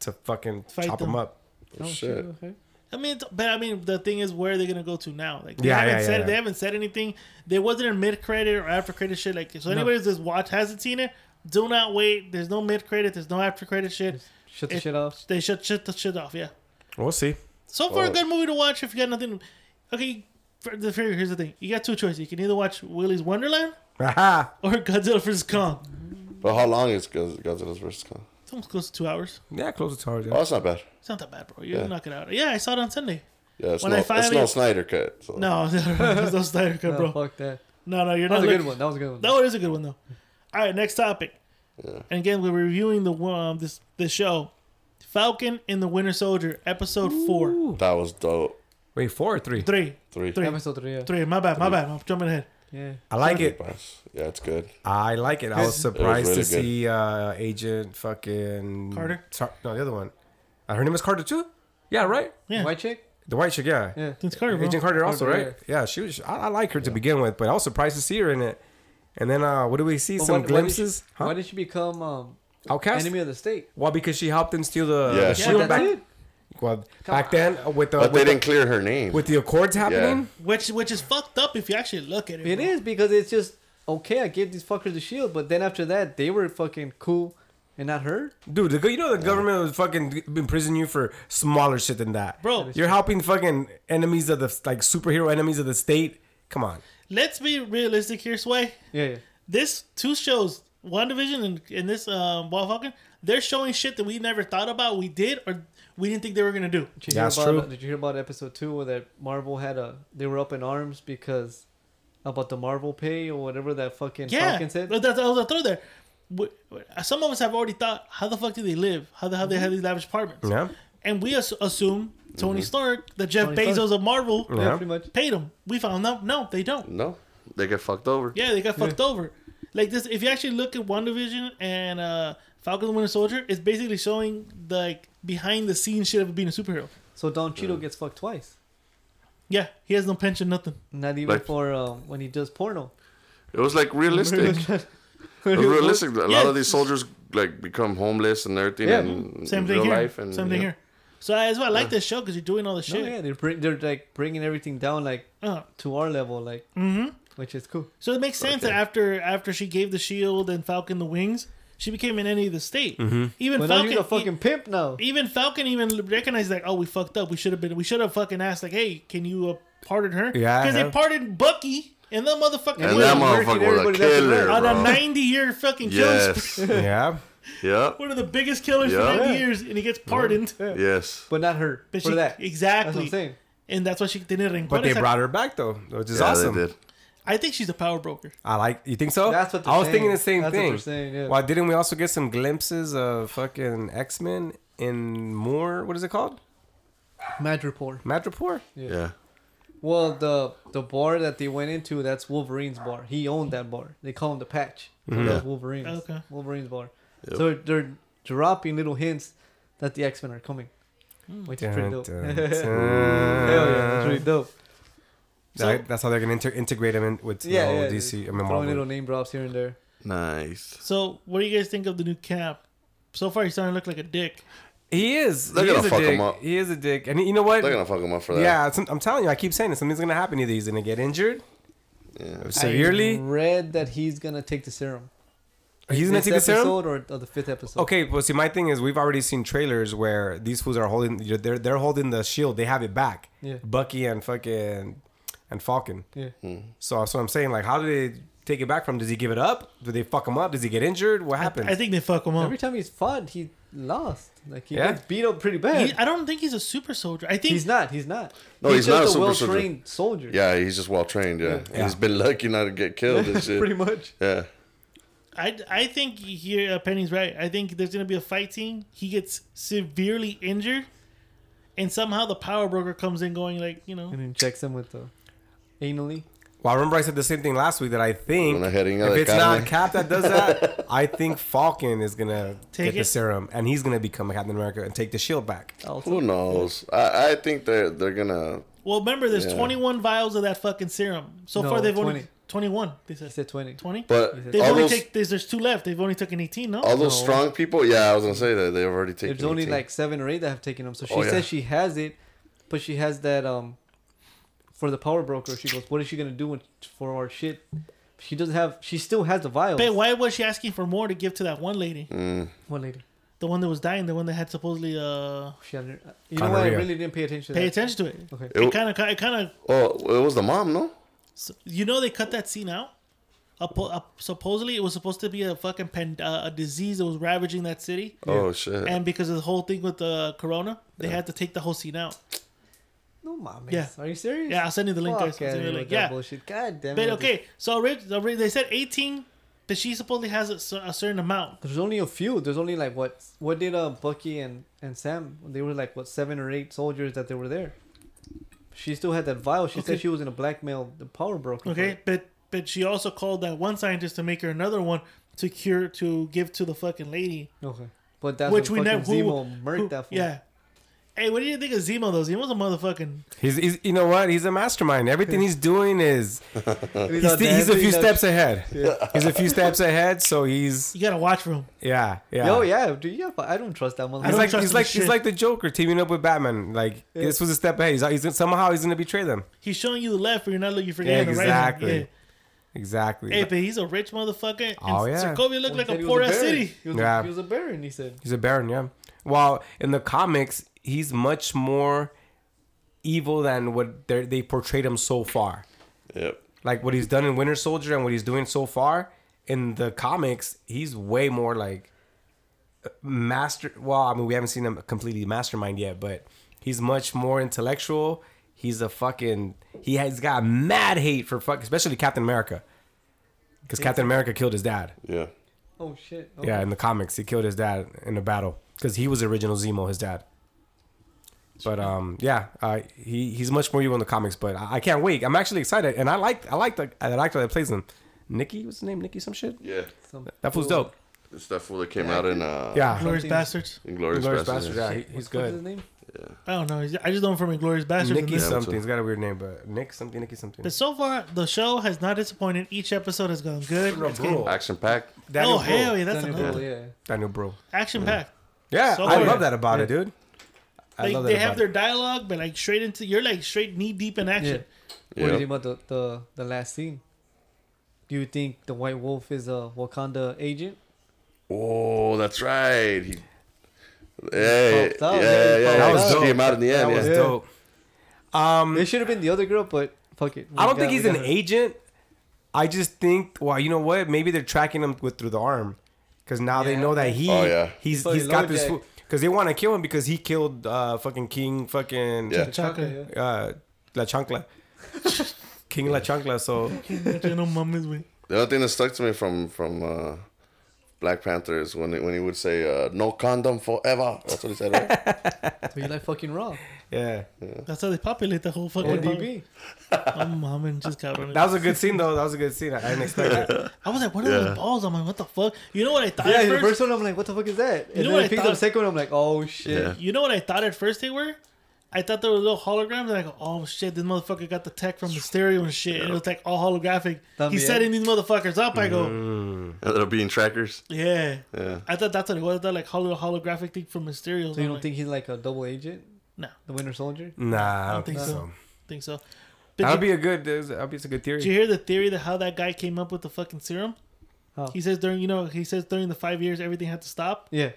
Speaker 1: to fucking
Speaker 4: Fight
Speaker 1: chop
Speaker 4: them.
Speaker 1: them up.
Speaker 3: Oh
Speaker 2: shit.
Speaker 3: Okay.
Speaker 4: I mean, it's- but I mean, the thing is, where are they gonna go to now? Like, they
Speaker 1: Yeah,
Speaker 4: haven't
Speaker 1: yeah, yeah,
Speaker 4: said
Speaker 1: yeah.
Speaker 4: they haven't said anything. They wasn't in mid credit or after credit shit. Like, so anybody that's just watch hasn't seen it, do not wait. There's no mid credit. There's no after credit shit.
Speaker 3: Shut the
Speaker 4: It-
Speaker 3: shit off.
Speaker 4: They shut shut the shit off. Yeah.
Speaker 1: We'll see.
Speaker 4: So far, a
Speaker 2: Oh.
Speaker 4: good movie to watch if you got nothing. Okay, for the for- here's the thing. You got two choices. You can either watch Willy's Wonderland
Speaker 1: Aha!
Speaker 4: or [LAUGHS] Godzilla vs Kong.
Speaker 2: But how long is Goz- Godzilla's versus Kong?
Speaker 4: It's almost close to two hours.
Speaker 1: [LAUGHS] Yeah, close to target.
Speaker 2: Oh, it's not bad.
Speaker 4: It's not that bad, bro. You're
Speaker 2: Yeah.
Speaker 4: knock it out. Yeah, I saw it on Sunday.
Speaker 2: Yeah, it's,
Speaker 4: When
Speaker 2: no,
Speaker 4: I
Speaker 2: it's
Speaker 4: finally-
Speaker 2: no Snyder cut. So.
Speaker 4: No, [LAUGHS] it's no Snyder Cut,
Speaker 3: Oh,
Speaker 4: bro.
Speaker 3: fuck that.
Speaker 4: No, no, you're
Speaker 3: That
Speaker 4: not.
Speaker 3: was a good
Speaker 4: looking-
Speaker 3: one. That was a good one.
Speaker 4: That one is a good one though. All right, next topic. And again, we're reviewing the um this this show, Falcon and the Winter Soldier, episode four,
Speaker 2: That was dope.
Speaker 1: Wait, four or three?
Speaker 4: three,
Speaker 2: Three.
Speaker 4: Three.
Speaker 3: Episode three. Yeah.
Speaker 4: three. My bad, my bad. I'm jumping ahead.
Speaker 3: Yeah.
Speaker 1: I like
Speaker 2: Three
Speaker 1: it.
Speaker 2: bucks. Yeah, it's good.
Speaker 1: I like it. I was
Speaker 2: was really
Speaker 1: surprised
Speaker 2: good.
Speaker 1: to see uh, Agent fucking
Speaker 4: Carter?
Speaker 1: Tar- no, the other one. Uh, her name is Carter too. Yeah, right.
Speaker 4: Yeah.
Speaker 3: White chick.
Speaker 1: The white chick. Yeah.
Speaker 3: Yeah.
Speaker 4: It's Carter, bro.
Speaker 1: Agent Carter also,
Speaker 3: Carter,
Speaker 1: right? Yeah, she was. I, I like her to begin with, but I was surprised to see her in it. And then, uh, what do we see?
Speaker 3: But
Speaker 1: Some
Speaker 3: why-
Speaker 1: glimpses.
Speaker 3: Why did, she, why
Speaker 1: huh?
Speaker 3: did she become um
Speaker 1: Outcast.
Speaker 3: enemy of the state?
Speaker 1: Well, because she helped them steal the,
Speaker 2: Yeah.
Speaker 1: the
Speaker 2: Yeah,
Speaker 1: shield
Speaker 3: that's
Speaker 1: back.
Speaker 3: it.
Speaker 1: Well, back then uh, with the
Speaker 2: But they
Speaker 1: with,
Speaker 2: didn't
Speaker 1: the,
Speaker 2: clear her name.
Speaker 1: with the accords happening.
Speaker 4: Which which is fucked up if you actually look at it.
Speaker 3: It
Speaker 4: bro.
Speaker 3: is because it's just okay. I gave these fuckers the shield, but then after that, they were fucking cool, and not her.
Speaker 1: Dude, the, go- you know the government was fucking imprison you for smaller shit than that,
Speaker 4: Bro.
Speaker 1: You're helping fucking enemies of the like superhero enemies of the state. Come on.
Speaker 4: Let's be realistic here, Sway.
Speaker 3: Yeah. yeah.
Speaker 4: This two shows, WandaVision and, and this um, Ball Falcon, they're showing shit that we never thought about, we did, or we didn't think they were gonna do.
Speaker 3: Did you
Speaker 1: That's
Speaker 3: hear about,
Speaker 1: true.
Speaker 3: Did you hear about episode two where that Marvel had a they were up in arms because about the Marvel pay or whatever that fucking
Speaker 4: Yeah,
Speaker 3: Falcon said.
Speaker 4: But that's, I was gonna throw there. W- w- Some of us have already thought, how the fuck do they live? How the hell they have these lavish apartments?
Speaker 1: Yeah.
Speaker 4: And we as- assume
Speaker 2: Mm-hmm.
Speaker 4: Tony Stark, the Jeff
Speaker 3: Tony
Speaker 4: Bezos
Speaker 3: Stark.
Speaker 4: of Marvel,
Speaker 3: Yeah,
Speaker 1: Yeah.
Speaker 3: pretty much.
Speaker 4: paid them. We found out, no, they don't.
Speaker 2: No, they get fucked over.
Speaker 4: Yeah, they got fucked over. Like this, if you actually look at WandaVision and uh, Falcon and the Winter Soldier, it's basically showing the, like behind the scenes shit of being a superhero.
Speaker 3: So Don Cheeto gets fucked twice.
Speaker 4: Yeah, he has no pension, nothing.
Speaker 3: Not even
Speaker 2: Like-
Speaker 3: for um, when he does porno.
Speaker 2: It was like
Speaker 4: [LAUGHS]
Speaker 2: realistic. it was [LAUGHS] realistic. A lot
Speaker 4: Yeah.
Speaker 2: of these soldiers like become homeless and everything.
Speaker 3: Yeah.
Speaker 2: in,
Speaker 4: Same
Speaker 2: in
Speaker 4: thing
Speaker 2: real
Speaker 4: here.
Speaker 2: Life and,
Speaker 4: Same thing
Speaker 2: yeah.
Speaker 4: here. So that's why I like this show because you're doing all this
Speaker 3: No,
Speaker 4: shit.
Speaker 3: yeah, they're bring, they're like bringing everything down like
Speaker 4: Uh,
Speaker 3: to our level, like
Speaker 4: mhm.
Speaker 3: which is cool.
Speaker 4: So it makes sense
Speaker 2: Okay.
Speaker 4: that after after she gave the shield and Falcon the wings, she became an enemy of the state.
Speaker 2: Mm-hmm.
Speaker 4: Even
Speaker 3: But now
Speaker 4: Falcon,
Speaker 3: you're the fucking pimp now.
Speaker 4: e- even Falcon even recognized like, oh, we fucked up. We should have been. We should have fucking asked like, hey, can you uh, pardon her?
Speaker 1: Yeah, I
Speaker 4: because they
Speaker 1: know.
Speaker 4: pardoned Bucky and that motherfucker
Speaker 2: And
Speaker 4: went
Speaker 2: that
Speaker 3: Yeah,
Speaker 2: motherfucker was
Speaker 3: working
Speaker 2: a
Speaker 3: everybody left and
Speaker 2: killer,
Speaker 3: right.
Speaker 4: on a
Speaker 2: bro.
Speaker 4: ninety year fucking kill spree. [LAUGHS]
Speaker 2: Yes. [LAUGHS]
Speaker 1: Yeah.
Speaker 2: yep.
Speaker 4: One of the biggest killers
Speaker 2: Yeah.
Speaker 4: for ninety
Speaker 3: Yeah.
Speaker 4: years, and he gets pardoned.
Speaker 2: Yes.
Speaker 3: But not her
Speaker 4: But
Speaker 3: for
Speaker 4: she,
Speaker 3: that. That's what
Speaker 4: exactly,
Speaker 3: I'm saying.
Speaker 4: and that's why she didn't ring.
Speaker 1: But they brought her back though, which is
Speaker 2: yeah,
Speaker 1: awesome.
Speaker 2: They did.
Speaker 4: I think she's a power broker.
Speaker 1: I like. You think so?
Speaker 3: That's what they're
Speaker 1: I was thinking
Speaker 3: saying.
Speaker 1: the same
Speaker 3: That's what
Speaker 1: thing.
Speaker 3: they're saying, yeah.
Speaker 1: Why didn't we also get some glimpses of fucking X Men in more? What is it called?
Speaker 3: Madripoor.
Speaker 1: Madripoor.
Speaker 2: Yeah.
Speaker 3: Well, the the bar that they went into, that's Wolverine's bar. He owned that bar. They call him the Patch. So
Speaker 1: Mm-hmm.
Speaker 3: That's Wolverine's.
Speaker 4: Okay.
Speaker 3: Wolverine's bar. So they're dropping little hints that the X Men are coming,
Speaker 4: Hmm.
Speaker 3: which is pretty
Speaker 1: Dun,
Speaker 3: dope. [LAUGHS]
Speaker 1: dun,
Speaker 3: Hell
Speaker 1: dun.
Speaker 3: yeah, that's pretty dope.
Speaker 1: That- that's how they're gonna inter- integrate them in with
Speaker 3: Yeah,
Speaker 1: the whole
Speaker 3: yeah,
Speaker 1: DC. I mean,
Speaker 3: Throwing little
Speaker 1: Marvel.
Speaker 3: name drops here and there.
Speaker 2: Nice.
Speaker 4: So, what do you guys think of the new cap? So far, he's starting to look like a dick.
Speaker 1: He is.
Speaker 2: They're
Speaker 1: he
Speaker 2: gonna
Speaker 1: is
Speaker 2: fuck
Speaker 1: a
Speaker 2: 'em
Speaker 1: dick.
Speaker 2: up.
Speaker 1: He is a dick. And you know what?
Speaker 2: They're gonna fuck him up for that.
Speaker 1: Yeah, some, I'm telling you, I keep saying it. Something's gonna happen. Either he's gonna get injured
Speaker 2: Yeah.
Speaker 1: severely.
Speaker 3: I read that he's gonna take the serum.
Speaker 1: he's gonna
Speaker 3: This
Speaker 1: take the serum.
Speaker 3: episode or, or the fifth episode.
Speaker 1: Okay, well, see, my thing is, we've already seen trailers where these fools are holding, they're they're holding the shield. They have it back.
Speaker 3: Yeah.
Speaker 1: Bucky and fucking and Falcon.
Speaker 3: Yeah.
Speaker 1: So that's what I'm saying. Like, how do they take it back from? Does he give it up? Do they fuck him up? Does he get injured? What happened?
Speaker 4: I think they fuck him up.
Speaker 3: Every time he's fought, he lost. Like he
Speaker 1: Yeah.
Speaker 3: gets beat up pretty bad.
Speaker 4: He- I don't think he's a super soldier. I think
Speaker 3: he's not. He's not.
Speaker 2: No, he's not a super soldier.
Speaker 3: well-trained soldier. [LAUGHS]
Speaker 2: Yeah, he's just well trained. Yeah.
Speaker 1: Yeah.
Speaker 2: he's been lucky not to get killed
Speaker 4: [LAUGHS]
Speaker 2: and shit.
Speaker 3: pretty much.
Speaker 2: Yeah,
Speaker 4: I, I think here uh, Penny's right. I think there's gonna be a fight scene. He gets severely injured, and somehow the power broker comes in, going like, you know,
Speaker 3: And injects him with the anally.
Speaker 1: well, I remember I said the same thing last week that I think
Speaker 2: Una jeringa
Speaker 1: if
Speaker 2: de
Speaker 1: it's
Speaker 2: carne.
Speaker 1: not Cap that does that, I think Falcon is gonna
Speaker 4: Take
Speaker 1: get
Speaker 4: it.
Speaker 1: the serum and he's gonna become Captain America and take the shield back.
Speaker 2: who knows? I, I think they're they're gonna.
Speaker 4: well, remember there's
Speaker 2: Yeah.
Speaker 4: 21 vials of that fucking serum. So
Speaker 3: No,
Speaker 4: far they've
Speaker 3: 20.
Speaker 4: only 21. They
Speaker 3: He
Speaker 4: said
Speaker 3: said twenty.
Speaker 4: 20.
Speaker 2: But
Speaker 4: They've
Speaker 2: all
Speaker 4: only
Speaker 2: those
Speaker 4: take there's, there's two left. They've only taken 18. No,
Speaker 2: all those
Speaker 3: No.
Speaker 2: strong people. Yeah, I was gonna say that they've already taken.
Speaker 3: There's only
Speaker 2: 18.
Speaker 3: like seven or eight that have taken him. So she
Speaker 2: Oh, yeah.
Speaker 3: says she has it, but she has that um for the power broker. She goes, "What is she gonna do when, for our shit?" She doesn't have. She still has the vials.
Speaker 4: But why was she asking for more to give to that one lady,
Speaker 2: Mm.
Speaker 3: One lady.
Speaker 4: the one that was dying, the one that had supposedly uh
Speaker 3: She had her, you know what? I
Speaker 1: Gonorrhea.
Speaker 3: really didn't pay attention. to
Speaker 4: pay
Speaker 3: that.
Speaker 4: attention to it?
Speaker 3: Okay.
Speaker 4: It kind of, it kind of
Speaker 2: Oh, it was the mom, no?
Speaker 4: So, you know they cut that scene out. Appo- uh, supposedly it was supposed to be a fucking pan- uh, a disease that was ravaging that city,
Speaker 2: Oh shit.
Speaker 4: and because of the whole thing with the corona, they had to take the whole scene out.
Speaker 3: No, mames.
Speaker 4: Yeah.
Speaker 3: Are you serious?
Speaker 4: Yeah, I'll send you the link.
Speaker 3: Fuck
Speaker 4: Guys. I'll
Speaker 3: outta
Speaker 4: send you the
Speaker 3: here with
Speaker 4: link.
Speaker 3: that
Speaker 4: Yeah,
Speaker 3: bullshit. God damn it.
Speaker 4: but
Speaker 3: with this-
Speaker 4: okay. So orig- orig- they said eighteen, but she supposedly has a, cer- a certain amount.
Speaker 3: There's only a few. There's only like what? What did uh, Bucky and and Sam? They were like what seven or eight soldiers that they were there. She still had that vial. She
Speaker 4: Okay.
Speaker 3: said she was gonna blackmail the power broker. for
Speaker 4: Okay,
Speaker 3: it.
Speaker 4: but but she also called that one scientist to make her another one to cure to give to the fucking lady,
Speaker 3: Okay. But that's
Speaker 4: which we
Speaker 3: what
Speaker 4: never
Speaker 3: fucking
Speaker 4: who-
Speaker 3: Zemo murked
Speaker 4: who-
Speaker 3: that for.
Speaker 4: Yeah. Hey, what do you think of Zemo though? Zemo's a motherfucking
Speaker 1: He's, he's you know what? He's a mastermind. Everything he's doing is
Speaker 3: He's,
Speaker 1: he's,
Speaker 3: all
Speaker 1: th- he's a
Speaker 3: dancing,
Speaker 1: few
Speaker 3: all-
Speaker 1: steps ahead. He's a few steps ahead, so he's
Speaker 4: you gotta watch for him.
Speaker 1: yeah, yeah.
Speaker 3: Yo, yeah, dude, yeah, but I don't trust that
Speaker 4: I
Speaker 1: He's
Speaker 4: don't
Speaker 3: motherfucker.
Speaker 1: like
Speaker 4: trust
Speaker 1: he's
Speaker 4: him
Speaker 1: like
Speaker 4: for
Speaker 1: he's
Speaker 4: shit.
Speaker 1: like the Joker teaming up with Batman. Like this was a step ahead. He's, he's somehow he's gonna betray them.
Speaker 4: He's showing you the left, but you're not looking. You forget the right. hand.
Speaker 1: Exactly.
Speaker 4: Yeah.
Speaker 1: Exactly.
Speaker 4: Hey, but he's a rich motherfucker. And
Speaker 1: Oh, yeah.
Speaker 4: Sokovia looked
Speaker 3: He
Speaker 4: like
Speaker 3: said
Speaker 4: a
Speaker 3: he was
Speaker 4: poor ass
Speaker 3: baron.
Speaker 4: city.
Speaker 3: He was, a,
Speaker 1: Yeah.
Speaker 3: he was a baron. He said.
Speaker 1: he's a baron, yeah. While in the comics, he's much more evil than what they're- they portrayed him so far.
Speaker 2: yep.
Speaker 1: Like what he's done in Winter Soldier and what he's doing so far in the comics, he's way more like master. Well, I mean, we haven't seen him completely mastermind yet, but he's much more intellectual. He's a fucking. He has got mad hate for fuck, especially Captain America, because Captain America killed his dad.
Speaker 2: Yeah.
Speaker 3: Oh shit. Okay.
Speaker 1: Yeah, in the comics, he killed his dad in a battle because he was original Zemo, his dad. But um, yeah, uh, he he's much more evil in the comics. But I, I can't wait. I'm actually excited, and I like I like the the actor that plays him. Nikki, what's his name? Nikki, some shit.
Speaker 2: Yeah.
Speaker 3: Some
Speaker 1: That fool's
Speaker 3: fool-
Speaker 1: dope.
Speaker 2: The stuff that came out in uh,
Speaker 1: Yeah,
Speaker 4: Glorious
Speaker 3: Something-
Speaker 4: Bastards.
Speaker 2: Inglorious
Speaker 1: Inglourious
Speaker 2: Bastards.
Speaker 1: Basterds, Yeah, he- he's
Speaker 3: What's
Speaker 1: good.
Speaker 3: his name?
Speaker 4: I don't know. I just know him from Inglorious Bastards. and
Speaker 1: Nikki
Speaker 4: this-
Speaker 1: something. He's got a weird name, but Nick something. Nikki something.
Speaker 4: But so far, the show has not disappointed. Each episode has gone good.
Speaker 1: No,
Speaker 4: It's getting-
Speaker 1: bro.
Speaker 2: Action packed.
Speaker 1: Daniel
Speaker 4: oh
Speaker 1: Bro.
Speaker 4: hell yeah, that's
Speaker 3: Daniel
Speaker 4: another
Speaker 3: Boyle,
Speaker 4: one.
Speaker 3: yeah.
Speaker 1: Daniel Bro.
Speaker 4: action packed.
Speaker 1: Yeah,
Speaker 4: So
Speaker 1: I
Speaker 4: hard.
Speaker 1: love that about it, dude. I
Speaker 4: Like
Speaker 1: love that
Speaker 4: they
Speaker 1: about
Speaker 4: have
Speaker 1: it.
Speaker 4: their dialogue, but like straight into you're like straight knee deep in
Speaker 3: Yeah.
Speaker 4: action.
Speaker 3: What do you
Speaker 2: Yeah.
Speaker 3: think about the, the, the last scene? Do you think the White Wolf is a Wakanda agent?
Speaker 2: Oh, that's right. He, hey,
Speaker 3: popped
Speaker 2: yeah,
Speaker 3: out.
Speaker 2: yeah,
Speaker 3: He
Speaker 2: yeah.
Speaker 3: popped
Speaker 2: That
Speaker 1: out.
Speaker 2: came out in the end.
Speaker 1: That was
Speaker 2: yeah.
Speaker 1: dope. Um,
Speaker 3: It should have been the other girl, but fuck it.
Speaker 1: I don't think
Speaker 4: uh,
Speaker 1: he's an agent. I just think, well, you know what? Maybe they're tracking him with through the arm, because now they
Speaker 3: Yeah.
Speaker 1: know that he
Speaker 2: Oh, yeah.
Speaker 1: he's
Speaker 3: Fucking
Speaker 1: he's got this
Speaker 3: LoJack.
Speaker 1: because they want to kill him because he killed uh fucking King fucking
Speaker 2: Yeah.
Speaker 4: Chocolate.
Speaker 3: Chocolate.
Speaker 1: uh La
Speaker 4: [LAUGHS]
Speaker 1: Chancla, King La Chancla. So
Speaker 4: You know, mom is with-
Speaker 2: The other thing that stuck to me from from uh, Black Panther is when when he would say uh, "No condom forever." That's what he said.
Speaker 1: [LAUGHS]
Speaker 2: Right?
Speaker 3: So you like fucking Raw.
Speaker 1: yeah,
Speaker 4: That's how they populate the whole fucking.
Speaker 3: ODB.
Speaker 4: Oh, mom and just got run.
Speaker 1: that was a good scene though. That was a good scene. I didn't expect
Speaker 4: [LAUGHS]
Speaker 1: it.
Speaker 4: I was like, what are those balls? I'm like, what the fuck? You know what I thought
Speaker 3: Yeah,
Speaker 4: at
Speaker 3: the
Speaker 4: first?
Speaker 3: first one I'm like, what the fuck is that? And
Speaker 4: know
Speaker 3: then
Speaker 4: what
Speaker 3: I
Speaker 4: I
Speaker 3: picked up
Speaker 4: thought?
Speaker 3: the second one, I'm like, oh shit.
Speaker 2: Yeah.
Speaker 4: You know what I thought at first they were? I thought they were little holograms. And I go, oh shit, this motherfucker got the tech from the stereo and shit. And it was like all holographic.
Speaker 3: También.
Speaker 4: He's setting these motherfuckers up. I go,
Speaker 1: Mm.
Speaker 2: Ended up being trackers.
Speaker 3: Mm-hmm.
Speaker 4: yeah.
Speaker 2: Yeah.
Speaker 4: I thought that's what it was. That like holo- holographic thing from Mysterio.
Speaker 3: So you don't think he's like a double agent?
Speaker 4: No.
Speaker 3: The Winter Soldier?
Speaker 1: Nah, I don't think
Speaker 4: think
Speaker 1: so.
Speaker 4: so. think so? But
Speaker 1: That'll
Speaker 4: did,
Speaker 1: be a good. That'll be a good
Speaker 4: did you
Speaker 1: theory.
Speaker 4: hear the theory that how that guy came up with the fucking serum?
Speaker 3: How?
Speaker 4: He says during you know he says during the five years everything had to stop.
Speaker 3: Yeah.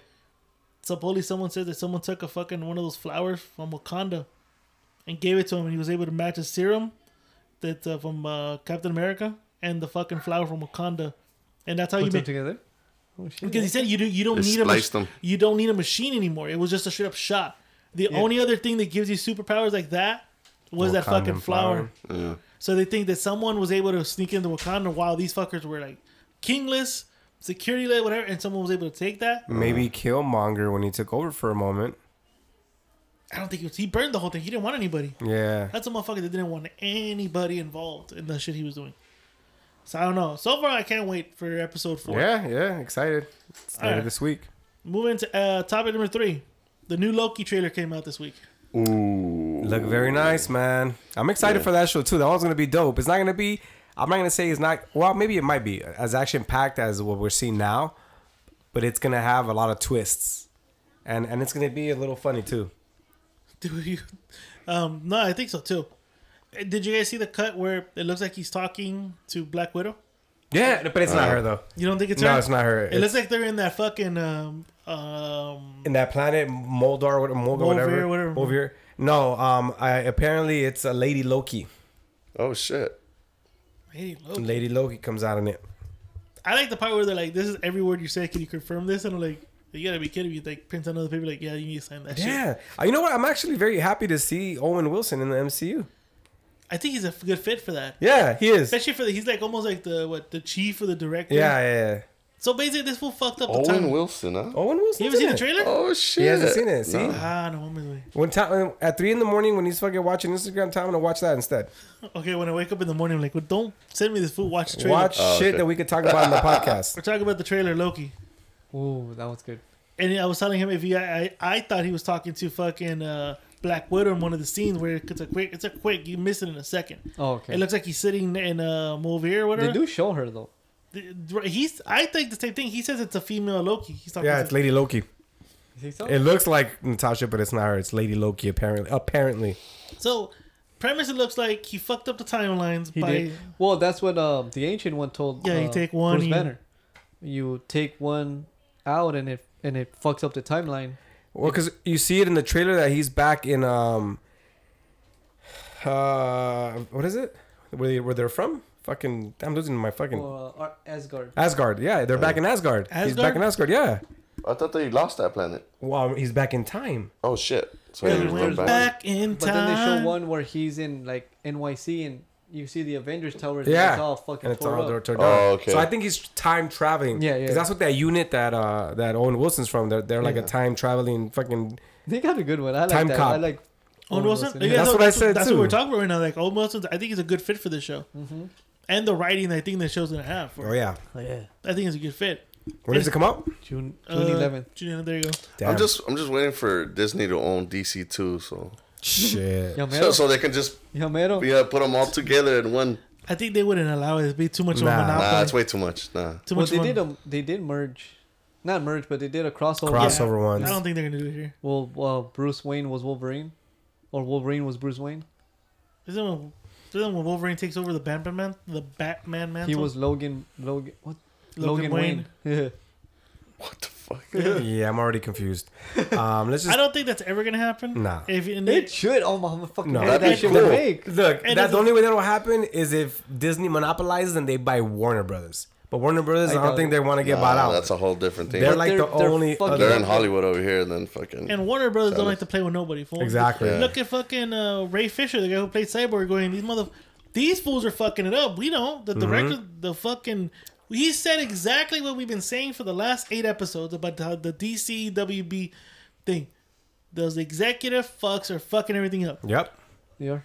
Speaker 4: Supposedly someone said that someone took a fucking one of those flowers from Wakanda, and gave it to him, and he was able to match a serum that uh, from uh, Captain America and the fucking flower from Wakanda, and that's how
Speaker 3: Put
Speaker 4: you
Speaker 3: them
Speaker 4: make.
Speaker 3: together? Oh shit.
Speaker 4: Because he said you do you don't
Speaker 2: They
Speaker 4: need a mach-
Speaker 2: spliced 'em.
Speaker 4: you don't need a machine anymore. It was just a straight up shot. The
Speaker 3: Yeah.
Speaker 4: only other thing that gives you superpowers like that was that
Speaker 1: Wakandan
Speaker 4: fucking flower.
Speaker 1: flower.
Speaker 2: Yeah.
Speaker 4: So they think that someone was able to sneak into Wakanda while these fuckers were like kingless, security led, whatever, and someone was able to take that.
Speaker 1: Maybe Killmonger when he took over for a moment.
Speaker 4: I don't think he was, he burned the whole thing. He didn't want anybody.
Speaker 1: Yeah,
Speaker 4: That's a motherfucker that didn't want anybody involved in the shit he was doing. So I don't know. So far, I can't wait for episode four.
Speaker 1: yeah, yeah. Excited. It's later
Speaker 4: Alright.
Speaker 1: this week.
Speaker 4: Moving to uh, topic number three. The new Loki trailer came out this week. [LAUGHS]
Speaker 2: Ooh.
Speaker 1: Look very nice, man. I'm excited for that show too. That one's gonna be dope. It's not gonna be. I'm not gonna say it's not. Well, maybe it might be as action packed as what we're seeing now, but it's gonna have a lot of twists, and and it's gonna be a little funny too.
Speaker 4: Do you? Um, no, I think so too. Uh, Did you guys see the cut where it looks like he's talking to Black Widow?
Speaker 1: Yeah, but it's not her though.
Speaker 4: You don't think it's
Speaker 1: No,
Speaker 4: her?
Speaker 1: it's not her.
Speaker 4: It looks like they're in that fucking um um
Speaker 1: in that planet Moldar, what- Mulga, whatever,
Speaker 4: Mulvir, whatever.
Speaker 1: Mulvir. No, um, I, apparently it's a Lady Loki.
Speaker 2: Oh shit.
Speaker 4: Lady Loki.
Speaker 1: Lady Loki comes out in it.
Speaker 4: I like the part where they're like, "This is every word you say. Can you confirm this?" And I'm like, "You gotta be kidding me!" Like print another paper, like, "Yeah, you need to sign that shit."
Speaker 1: Yeah, Uh, you know what? I'm actually very happy to see Owen Wilson in the MCU.
Speaker 4: I think he's a f- good fit for that,
Speaker 1: Yeah, he is. Yeah,
Speaker 4: especially for the he's like almost like the what the chief or the director.
Speaker 1: yeah. yeah.
Speaker 4: So basically, this fool fucked up the
Speaker 2: Owen
Speaker 4: time.
Speaker 2: Wilson, huh?
Speaker 1: Owen Wilson.
Speaker 4: you ever seen the trailer?
Speaker 2: Oh shit.
Speaker 1: hasn't seen it, see?
Speaker 2: No.
Speaker 4: Ah, no, I'm really-
Speaker 1: When time at three in the morning when he's fucking watching Instagram time, I'm gonna watch that instead.
Speaker 4: Okay, when I wake up in the morning, I'm like, well, don't send me this fool. Watch the trailer.
Speaker 1: Watch
Speaker 2: Oh,
Speaker 1: shit
Speaker 2: okay.
Speaker 1: that we could talk [LAUGHS] about in the podcast.
Speaker 4: We're talking about the trailer, Loki.
Speaker 3: Ooh, that was good.
Speaker 4: And I was telling him if he, I, I, I thought he was talking to fucking uh, Black Widow in one of the scenes where it's a quick, it's a quick, you miss it in a second.
Speaker 3: Oh, okay.
Speaker 4: It looks like he's sitting in a movie or
Speaker 3: they
Speaker 4: whatever.
Speaker 3: do show her though.
Speaker 4: Th- He's, I think the same thing. He says it's a female Loki. He's talking
Speaker 1: Yeah,
Speaker 4: to-
Speaker 1: it's Lady Loki.
Speaker 3: You think so?
Speaker 1: It looks like Natasha, but it's not her. It's Lady Loki apparently. Apparently.
Speaker 4: so. Premise: It looks like he fucked up the timelines
Speaker 3: He
Speaker 4: by
Speaker 3: did. Well, that's what um the ancient one told.
Speaker 4: Yeah,
Speaker 3: uh,
Speaker 4: you take one,
Speaker 3: Bruce
Speaker 4: you-
Speaker 3: Banner. You take one out, and it and it fucks up the timeline.
Speaker 1: Well, because you see it in the trailer that he's back in um, uh, what is it? Where they where they're from? Fucking, Oh. I'm losing my fucking
Speaker 3: Or, uh, Ar- Asgard.
Speaker 1: Asgard. Yeah, they're back in Asgard. He's back
Speaker 4: Asgard?
Speaker 1: in Asgard. Yeah,
Speaker 2: I thought they lost that planet.
Speaker 1: Well, he's back in time.
Speaker 2: Oh shit! So
Speaker 4: They
Speaker 2: he was
Speaker 4: went
Speaker 2: going
Speaker 4: back,
Speaker 2: back.
Speaker 4: in
Speaker 3: But
Speaker 4: time.
Speaker 3: then they show one where he's in like NYC and you see the Avengers Tower. and
Speaker 1: Yeah,
Speaker 3: It's all fucking
Speaker 1: and it's
Speaker 3: tore
Speaker 1: all
Speaker 3: up.
Speaker 1: tore
Speaker 2: Oh,
Speaker 1: down.
Speaker 2: okay.
Speaker 1: So I think he's time traveling.
Speaker 3: Yeah, yeah.
Speaker 1: Because that's what that unit that uh that Owen Wilson's from. They're, they're like a time traveling fucking.
Speaker 3: They got a good one. I like
Speaker 1: Time
Speaker 3: that.
Speaker 1: Cop.
Speaker 3: I like.
Speaker 4: Owen Wilson. Yeah,
Speaker 1: That's
Speaker 4: no,
Speaker 1: what I said,
Speaker 4: That's what we're
Speaker 1: too.
Speaker 4: talking about right now. Like Owen Wilson, I think he's a good fit for this show,
Speaker 3: Mm-hmm.
Speaker 4: and the writing. I think the show's gonna have. For
Speaker 1: Oh
Speaker 4: it.
Speaker 1: yeah.
Speaker 3: Yeah.
Speaker 4: I think it's a good fit.
Speaker 1: When does it come out?
Speaker 3: June June
Speaker 4: Uh,
Speaker 3: 11th.
Speaker 4: June- there you go.
Speaker 2: I'm just I'm just waiting for Disney to own DC too, so
Speaker 3: [LAUGHS]
Speaker 1: shit.
Speaker 2: so,
Speaker 3: Yomero.
Speaker 2: so they can just
Speaker 3: Yomero.
Speaker 2: yeah put them all together in one.
Speaker 4: I think they wouldn't allow it. It'd be too much of
Speaker 1: Nah.
Speaker 4: a
Speaker 1: Nah,
Speaker 4: monopoly.
Speaker 2: Nah, that's way too much. Nah.
Speaker 4: too
Speaker 3: well,
Speaker 4: much.
Speaker 3: they
Speaker 4: of a-
Speaker 3: did um, they did merge, not merge, but they did a crossover.
Speaker 1: Cross- Crossover ones.
Speaker 4: I don't think they're gonna do it here.
Speaker 3: Well, well, Bruce Wayne was Wolverine, or Wolverine was Bruce Wayne.
Speaker 4: Isn't when, isn't when Wolverine takes over the Batman the Batman mantle?
Speaker 3: He was Logan. Logan. What?
Speaker 4: Logan
Speaker 3: Logan, Wayne. [LAUGHS]
Speaker 2: What the fuck?
Speaker 1: Yeah, I'm already
Speaker 2: [LAUGHS]
Speaker 1: confused. Um, let's
Speaker 4: I
Speaker 1: just
Speaker 4: don't think that's ever gonna happen.
Speaker 1: Nah.
Speaker 4: If and
Speaker 3: it
Speaker 4: it,
Speaker 3: should. Oh my fucking.
Speaker 1: No.
Speaker 3: god,
Speaker 2: That'd
Speaker 3: that
Speaker 2: be
Speaker 3: shit
Speaker 2: cool.
Speaker 3: would make.
Speaker 1: look. That's
Speaker 4: And it's-
Speaker 1: the only way that'll happen is if Disney monopolizes and they buy Warner Brothers. But Warner Brothers,
Speaker 3: I
Speaker 1: I, don't
Speaker 3: doubt
Speaker 1: think
Speaker 3: it.
Speaker 1: they want to get bought
Speaker 2: Nah,
Speaker 1: out.
Speaker 2: that's a whole different thing.
Speaker 1: they're
Speaker 2: They're,
Speaker 1: like
Speaker 3: They're-
Speaker 1: the
Speaker 3: they're
Speaker 1: only.
Speaker 3: fucking-
Speaker 1: other-
Speaker 2: in Hollywood over here, and then fucking
Speaker 4: and Warner Brothers don't
Speaker 2: Solid.
Speaker 4: like to play with nobody. Fool.
Speaker 1: Exactly.
Speaker 2: Yeah.
Speaker 4: Look at fucking uh, Ray Fisher, the guy who played Cyborg, going these mother, these fools are fucking it up. We don't.
Speaker 2: Mm-hmm.
Speaker 4: The director, the fucking, he said exactly what we've been saying for the last eight episodes about how the DC WB thing. Those executive fucks are fucking everything up.
Speaker 1: Yep.
Speaker 3: Yeah.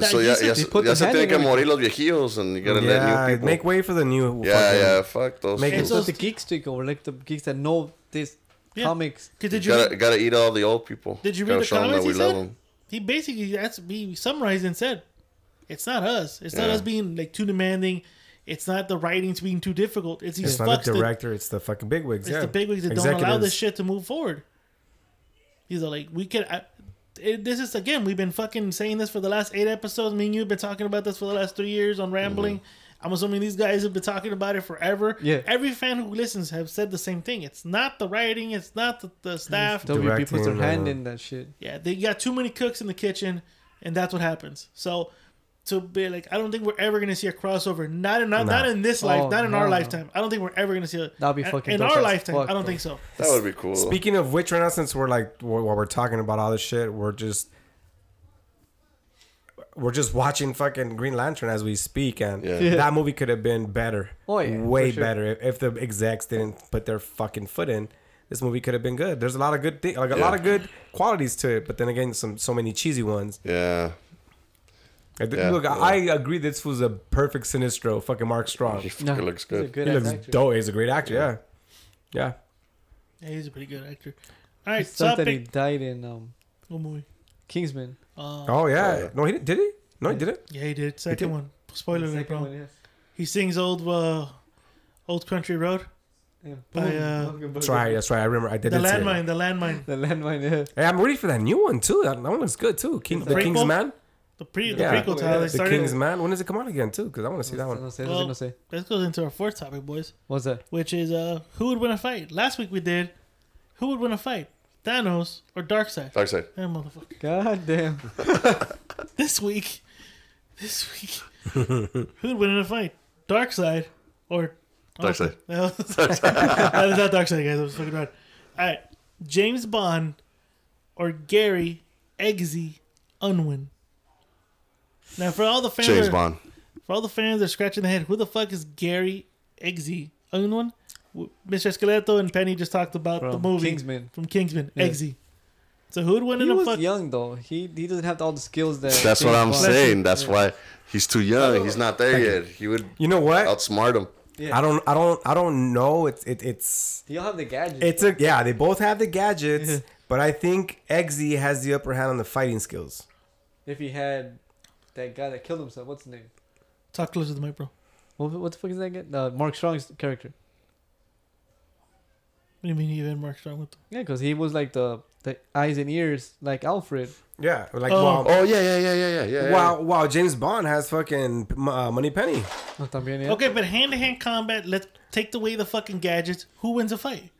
Speaker 2: so
Speaker 4: he
Speaker 2: yeah,
Speaker 4: said
Speaker 2: yeah,
Speaker 3: they put
Speaker 2: ya
Speaker 3: the
Speaker 2: se
Speaker 3: hand
Speaker 2: tienen
Speaker 3: in
Speaker 2: que morir
Speaker 3: everything.
Speaker 2: los viejillos, and you gotta let new
Speaker 1: Yeah.
Speaker 2: people.
Speaker 1: Make way for the new.
Speaker 2: yeah,
Speaker 1: fucking-
Speaker 2: yeah, fuck those.
Speaker 1: Make
Speaker 2: fools.
Speaker 3: It's
Speaker 1: Cool.
Speaker 3: just the geeks take over, like the geeks that know this
Speaker 4: Yeah.
Speaker 3: comics.
Speaker 4: 'Cause did you
Speaker 2: gotta gotta eat all the old people.
Speaker 4: Did you read
Speaker 2: gotta
Speaker 4: the
Speaker 2: show 'em
Speaker 4: comments
Speaker 2: that
Speaker 4: he
Speaker 2: we love
Speaker 4: said?
Speaker 2: 'em.
Speaker 4: he basically that's he summarized and said, "It's not us. It's not
Speaker 2: Yeah.
Speaker 4: us being like too demanding. It's not the writing's being too difficult. It's these
Speaker 1: It's
Speaker 4: fucks
Speaker 1: not the
Speaker 4: that-
Speaker 1: director. It's the fucking bigwigs.
Speaker 4: it's
Speaker 1: yeah.
Speaker 4: the bigwigs that don't allow this
Speaker 1: Executives.
Speaker 4: shit to move forward." He's all like, "We could." I, it, this is again. We've been fucking saying this for the last eight episodes. Me and you've been talking about this for the last three years on rambling. I'm assuming these guys have been talking about it forever.
Speaker 3: Mm-hmm. Yeah.
Speaker 4: Every fan who listens have said the same thing. It's not the writing. It's not the, the staff.
Speaker 3: WB puts their
Speaker 1: Directing,
Speaker 3: hand
Speaker 1: uh,
Speaker 3: in that shit.
Speaker 4: Yeah, they got too many cooks in the kitchen, and that's what happens. So to be like, I don't think we're ever gonna see a crossover. Not in not,
Speaker 1: No.
Speaker 4: not in this life,
Speaker 3: Oh,
Speaker 4: not in our
Speaker 3: no.
Speaker 4: lifetime. I don't think we're ever gonna see it.
Speaker 3: That'd be fucking
Speaker 4: in
Speaker 3: dope
Speaker 4: our
Speaker 3: as
Speaker 4: lifetime.
Speaker 3: fuck,
Speaker 4: I don't
Speaker 3: bro.
Speaker 4: think so.
Speaker 2: That would be cool.
Speaker 1: Speaking of which, right now, since we're like wh- while we're talking about all this shit, we're just we're just watching fucking Green Lantern as we speak, and
Speaker 2: Yeah.
Speaker 3: Yeah.
Speaker 1: that movie could have been better,
Speaker 3: Oh, yeah,
Speaker 1: way
Speaker 3: for sure.
Speaker 1: better if, if the execs didn't put their fucking foot in. This movie could have been good. There's a lot of good things, like a lot
Speaker 2: Yeah.
Speaker 1: of good qualities to it, but then again, some so many cheesy ones.
Speaker 2: yeah,
Speaker 1: I th-
Speaker 2: Yeah,
Speaker 1: Look,
Speaker 2: yeah.
Speaker 1: I, I agree. This was a perfect Sinistro, fucking Mark Strong.
Speaker 2: he
Speaker 1: He
Speaker 2: fucking looks
Speaker 3: he's a
Speaker 2: good.
Speaker 3: good ass
Speaker 1: looks
Speaker 3: actor.
Speaker 1: dope. He's a great actor. Yeah, yeah.
Speaker 4: Yeah, he's a pretty good actor. All right,
Speaker 3: It's not that he
Speaker 4: topic.
Speaker 3: died in um,
Speaker 4: What movie?
Speaker 3: Kingsman.
Speaker 4: Uh,
Speaker 1: Oh yeah.
Speaker 2: yeah.
Speaker 1: No, he did. Did he? No, he didn't.
Speaker 4: Yeah, he did. Second
Speaker 1: did.
Speaker 4: one. Spoiler
Speaker 3: The
Speaker 4: alert,
Speaker 3: second
Speaker 4: bro.
Speaker 3: one, yes.
Speaker 4: He sings old uh, old country road.
Speaker 3: Yeah.
Speaker 4: By,
Speaker 3: Boom,
Speaker 4: uh,
Speaker 3: boom, boom,
Speaker 1: That's right.
Speaker 3: boom.
Speaker 1: That's right. I remember. I did.
Speaker 4: The
Speaker 1: did say that.
Speaker 4: landmine. The landmine.
Speaker 3: [LAUGHS] The landmine. Yeah.
Speaker 1: Hey, I'm ready for that new one too. That, that one looks good too. King,
Speaker 3: Is
Speaker 1: the
Speaker 4: that-
Speaker 1: King's
Speaker 4: Prequel?
Speaker 1: Man.
Speaker 4: The pre the
Speaker 1: Yeah.
Speaker 4: prequel to how they
Speaker 1: The
Speaker 4: started.
Speaker 1: King's Man. When does it come out again too? Because I want to see that one.
Speaker 3: No sé, no
Speaker 4: Well-
Speaker 3: sé, no sé.
Speaker 4: This goes into our fourth topic, boys.
Speaker 3: What's that?
Speaker 4: which is uh, who would win a fight? Last week we did who would win a fight, Thanos or Darkseid?
Speaker 2: Dark side.
Speaker 4: That motherfucker.
Speaker 3: God damn.
Speaker 4: This week, this week, [LAUGHS] who would win in a fight, Darkseid or
Speaker 2: Darkseid.
Speaker 4: [LAUGHS] No, that was not Darkseid, guys. I was fucking right. All right, James Bond or Gary Eggsy Unwin. Now, for all the fans,
Speaker 2: James
Speaker 4: that-
Speaker 2: Bond.
Speaker 4: for all the fans that are scratching their head, who the fuck is Gary Eggsy? Anyone? W- Mr. Esqueleto and Penny just talked about the
Speaker 3: From
Speaker 4: movie
Speaker 3: Kingsman.
Speaker 4: from Kingsman.
Speaker 3: Yeah.
Speaker 4: Eggsy. So who'd win
Speaker 3: He
Speaker 4: in a
Speaker 3: was
Speaker 4: fuck?
Speaker 3: young though. He he doesn't have all the skills that.
Speaker 2: That's what
Speaker 3: James
Speaker 2: I'm
Speaker 3: Bond-
Speaker 2: saying. That's why he's too young. He's not there
Speaker 1: Thank
Speaker 2: yet. He would
Speaker 1: You know what?
Speaker 2: outsmart him.
Speaker 3: Yeah.
Speaker 1: I don't. I don't. I don't know. It's. It, it's.
Speaker 3: He'll have the gadgets.
Speaker 1: It's a. Yeah. They both have the
Speaker 4: [LAUGHS]
Speaker 1: gadgets, but I think Eggsy has the upper hand on the fighting skills.
Speaker 3: if he had that guy that killed himself. What's his name?
Speaker 4: Talk closer to the mic, bro. What
Speaker 3: What, what the fuck is that guy? Uh, Mark Strong's character.
Speaker 4: do you mean you even Mark Strong with them?
Speaker 3: Yeah, because he was like the the eyes and ears like Alfred.
Speaker 1: Yeah. Like
Speaker 4: Oh.
Speaker 1: wow.
Speaker 2: Oh yeah, yeah, yeah, yeah, yeah, yeah. yeah.
Speaker 1: Wow. Wow. James Bond has fucking uh, Money Penny.
Speaker 3: No, también, yeah.
Speaker 4: Okay, but hand to hand combat, let's take away the fucking gadgets. Who wins a fight?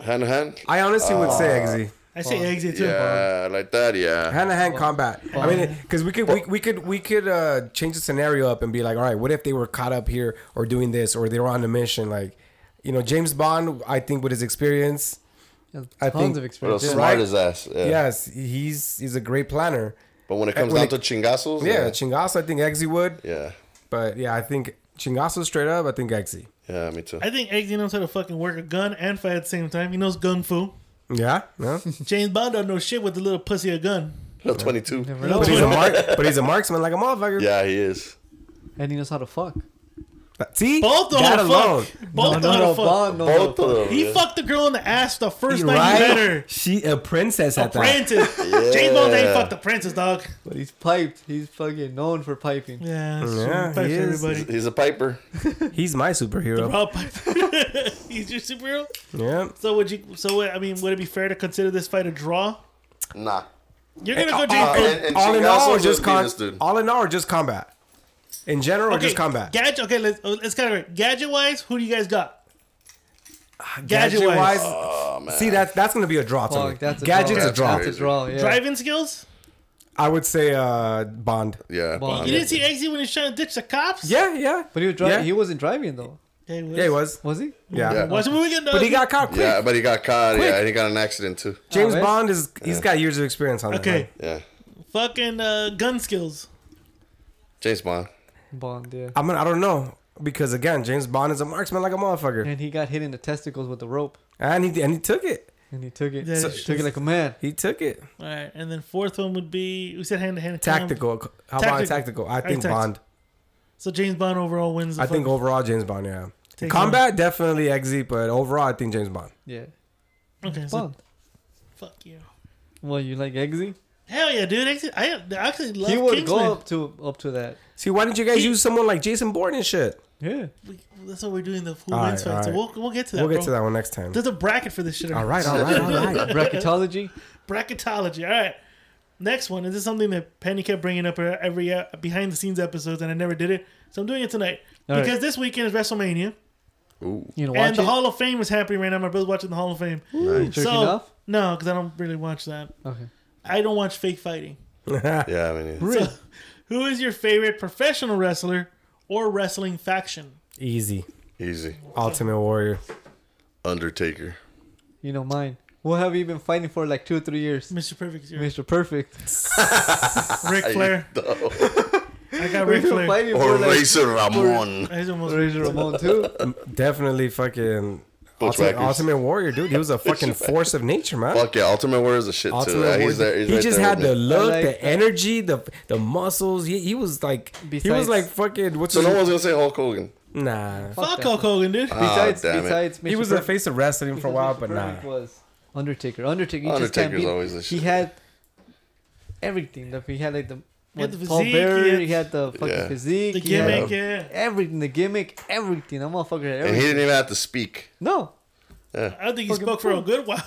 Speaker 2: Hand in hand.
Speaker 1: I honestly would say Eggsy.
Speaker 4: I say Eggsy too.
Speaker 2: Yeah, like that. Yeah.
Speaker 1: hand to hand combat. I mean, because we could we, we could we could uh, change the scenario up and be like, all right, what if they were caught up here or doing this or they were on a mission? Like, you know, James Bond, I think with his experience,
Speaker 3: Tons
Speaker 1: I think-
Speaker 3: of
Speaker 2: But
Speaker 3: experience.
Speaker 2: as
Speaker 3: yeah.
Speaker 2: smart
Speaker 1: Right.
Speaker 2: as ass. Yeah.
Speaker 1: Yes, he's he's a great planner.
Speaker 2: But when it
Speaker 1: Uh,
Speaker 2: comes
Speaker 1: when
Speaker 2: down
Speaker 1: it-
Speaker 2: to chingasos,
Speaker 1: Yeah,
Speaker 2: yeah,
Speaker 1: Chingasso, I think Eggsy would.
Speaker 2: yeah,
Speaker 1: But yeah, I think Chingasso straight up, I think Eggsy.
Speaker 2: yeah, me too.
Speaker 4: I think Eggsy knows how to fucking work a gun and fight at the same time. He knows gung fu.
Speaker 1: Yeah,
Speaker 4: [LAUGHS]
Speaker 1: no.
Speaker 4: James Bond don't know shit with the little pussy a gun.
Speaker 2: Little twenty-two.
Speaker 3: Never
Speaker 1: but he's
Speaker 3: know.
Speaker 1: a mark, but he's a marksman like a motherfucker.
Speaker 2: Yeah, he is.
Speaker 3: And he knows how to fuck.
Speaker 1: That- See,
Speaker 4: Both of
Speaker 1: That
Speaker 4: them
Speaker 1: alone.
Speaker 4: fuck. Both of
Speaker 3: no, no,
Speaker 4: them fuck.
Speaker 3: Bond, no,
Speaker 2: Both
Speaker 3: no,
Speaker 2: of
Speaker 3: fuck.
Speaker 2: them.
Speaker 4: He
Speaker 2: yeah.
Speaker 4: fucked the girl in the ass the first night
Speaker 1: Right?
Speaker 4: he met her.
Speaker 1: She a princess
Speaker 4: A
Speaker 1: at that.
Speaker 2: [LAUGHS]
Speaker 4: princess. James Bond ain't
Speaker 2: Yeah.
Speaker 4: fucked the princess, dog.
Speaker 3: But he's piped. He's fucking known for piping.
Speaker 4: Yeah, that's true.
Speaker 1: Yeah, he
Speaker 4: Pipes
Speaker 1: is.
Speaker 4: everybody.
Speaker 2: He's a piper.
Speaker 1: He's my superhero.
Speaker 4: Rob Piper. [LAUGHS] He's your superhero.
Speaker 1: Yeah.
Speaker 4: So would you? So what- I mean, would it be fair to consider this fight a draw?
Speaker 2: Nah.
Speaker 4: You're gonna go
Speaker 1: Uh,
Speaker 4: James Bond.
Speaker 2: and- and
Speaker 1: all in
Speaker 2: Chingasso
Speaker 1: all,
Speaker 2: would
Speaker 1: just
Speaker 2: beat
Speaker 1: con-
Speaker 2: this dude.
Speaker 1: all in all, just combat. In general,
Speaker 4: Okay,
Speaker 1: just combat.
Speaker 4: Gadget. Okay, let's oh, let's kind of gadget wise. Who do you guys got? Gadget
Speaker 1: Gadget-wise, uh,
Speaker 4: wise,
Speaker 2: Oh,
Speaker 1: see that that's gonna be a draw. To me.
Speaker 3: Fuck, that's a
Speaker 1: Gadget's
Speaker 3: draw.
Speaker 1: a draw.
Speaker 3: That's a draw. Yeah.
Speaker 4: driving skills.
Speaker 1: I would say uh, Bond.
Speaker 2: Yeah.
Speaker 3: Bond.
Speaker 2: Bond.
Speaker 4: You didn't see Eggsy when he's trying to ditch the cops.
Speaker 1: Yeah, yeah,
Speaker 3: But he was driving.
Speaker 1: Yeah.
Speaker 3: He wasn't driving though,
Speaker 4: Okay,
Speaker 1: yeah. He was.
Speaker 3: was he?
Speaker 1: Yeah.
Speaker 2: Yeah.
Speaker 4: Watch the movie again. dog.
Speaker 1: But he got caught quick.
Speaker 2: Yeah, but he got caught.
Speaker 1: Quick.
Speaker 2: Yeah, and he got in an accident too.
Speaker 1: James
Speaker 3: Oh, man.
Speaker 1: Bond is he's got years of experience on that.
Speaker 4: Okay,
Speaker 1: one.
Speaker 2: Yeah.
Speaker 4: fucking uh, gun skills.
Speaker 2: James Bond.
Speaker 3: Bond. Yeah.
Speaker 1: I'm. Gonna, I don't know because again, James Bond is a marksman like a motherfucker,
Speaker 3: And he got hit in the testicles with the rope,
Speaker 1: and he and he took it.
Speaker 3: and he took it.
Speaker 4: That
Speaker 3: So-
Speaker 4: is
Speaker 3: took it
Speaker 4: just-
Speaker 3: like a man.
Speaker 1: He took it.
Speaker 4: All right, and then fourth one would be we said hand to hand
Speaker 1: Tactical. How about
Speaker 4: Tactic-
Speaker 1: tactical? I
Speaker 4: Alright,
Speaker 1: think
Speaker 4: tactic.
Speaker 1: Bond.
Speaker 4: So James Bond overall wins. The
Speaker 1: I think
Speaker 4: fucking-
Speaker 1: overall James Bond. Yeah.
Speaker 4: Take
Speaker 1: Combat definitely exit, but overall I think James Bond.
Speaker 3: Yeah.
Speaker 4: Okay, so
Speaker 3: Bond.
Speaker 4: fuck you.
Speaker 3: Well, you like Eggsy?
Speaker 4: Hell yeah, dude! Actually, I I actually love
Speaker 3: He would
Speaker 4: Kingsman.
Speaker 3: go up to up to that.
Speaker 1: See, why didn't you guys
Speaker 4: He-
Speaker 1: use someone like Jason Bourne and shit?
Speaker 3: Yeah.
Speaker 4: We, that's what we're doing the who
Speaker 1: All
Speaker 4: wins
Speaker 1: right,
Speaker 4: fight. So
Speaker 1: all
Speaker 4: we'll, we'll get to that.
Speaker 1: We'll get
Speaker 4: bro.
Speaker 1: to that one next time.
Speaker 4: There's a bracket for this shit.
Speaker 1: All right, all right, all right.
Speaker 3: Bracketology.
Speaker 4: Bracketology. All right. Next one. And this is something that Penny kept bringing up uh, every uh, behind the scenes episodes, and I never did it. So I'm doing it tonight
Speaker 3: All right.
Speaker 4: because this weekend is WrestleMania,
Speaker 2: Ooh.
Speaker 3: You know,
Speaker 4: and
Speaker 3: watch
Speaker 4: the
Speaker 3: it.
Speaker 4: Hall of Fame is happening right now. My brother's watching the Hall of Fame.
Speaker 2: Nice.
Speaker 3: Jerking off.
Speaker 4: no, because I don't really watch that.
Speaker 3: Okay.
Speaker 4: I don't watch fake fighting.
Speaker 2: Yeah, I mean,
Speaker 3: Really?
Speaker 4: [LAUGHS] Who is your favorite professional wrestler or wrestling faction?
Speaker 1: [LAUGHS] Easy.
Speaker 2: easy.
Speaker 1: Ultimate Warrior.
Speaker 2: Undertaker.
Speaker 3: You know mine. What have you been fighting for like two or three years?
Speaker 4: Mr. Perfect's your
Speaker 3: Mr. Perfect.
Speaker 2: [LAUGHS]
Speaker 4: Ric Flair.
Speaker 1: [LAUGHS]
Speaker 4: I got
Speaker 3: We've
Speaker 4: Ric
Speaker 3: been
Speaker 4: Flair.
Speaker 3: fighting
Speaker 2: Or
Speaker 3: for like
Speaker 2: Razor Ramon.
Speaker 4: He's almost
Speaker 3: Razor Ramon too.
Speaker 1: Definitely fucking. Ultimate,
Speaker 2: Bushwhackers.
Speaker 1: Ultimate Warrior, dude. He was a fucking force of nature, man.
Speaker 2: Fuck yeah, Ultimate Warrior is a shit
Speaker 1: Ultimate
Speaker 2: too. Yeah,
Speaker 1: Warrior.
Speaker 2: he's there. He's
Speaker 1: he
Speaker 2: right
Speaker 1: just
Speaker 2: there
Speaker 1: had
Speaker 2: with
Speaker 1: the
Speaker 2: me.
Speaker 1: look,
Speaker 3: like
Speaker 1: the
Speaker 3: that.
Speaker 1: energy, the the muscles. He, he was like he was
Speaker 3: Besides-
Speaker 1: like fucking what's
Speaker 2: So
Speaker 1: his
Speaker 2: no one's gonna say Hulk Hogan.
Speaker 1: nah.
Speaker 3: Fuck
Speaker 4: Fuck
Speaker 3: that.
Speaker 4: Hulk Hogan, dude.
Speaker 3: Besides,
Speaker 2: Ah, damn it.
Speaker 3: besides, Mr.
Speaker 1: He was the
Speaker 3: Perfect,
Speaker 1: face of wrestling for a while,
Speaker 3: Mr.
Speaker 1: but nah.
Speaker 3: Perfect was Undertaker. Undertaker. You just can't
Speaker 2: Undertaker's
Speaker 3: beat.
Speaker 2: always the
Speaker 3: he
Speaker 2: shit.
Speaker 3: had everything. That he had like the,
Speaker 4: had the
Speaker 3: Paul
Speaker 4: physique,
Speaker 3: Bearer.
Speaker 4: he
Speaker 3: He
Speaker 4: had-
Speaker 3: had, the fucking
Speaker 2: Yeah.
Speaker 3: physique.
Speaker 4: The
Speaker 3: he had
Speaker 4: gimmick, yeah.
Speaker 3: Everything. The gimmick. Everything. That motherfucker
Speaker 2: And
Speaker 3: had
Speaker 2: he
Speaker 3: everything.
Speaker 2: didn't even have to speak.
Speaker 3: no.
Speaker 4: I don't think he
Speaker 3: Fucking
Speaker 4: spoke for a good while.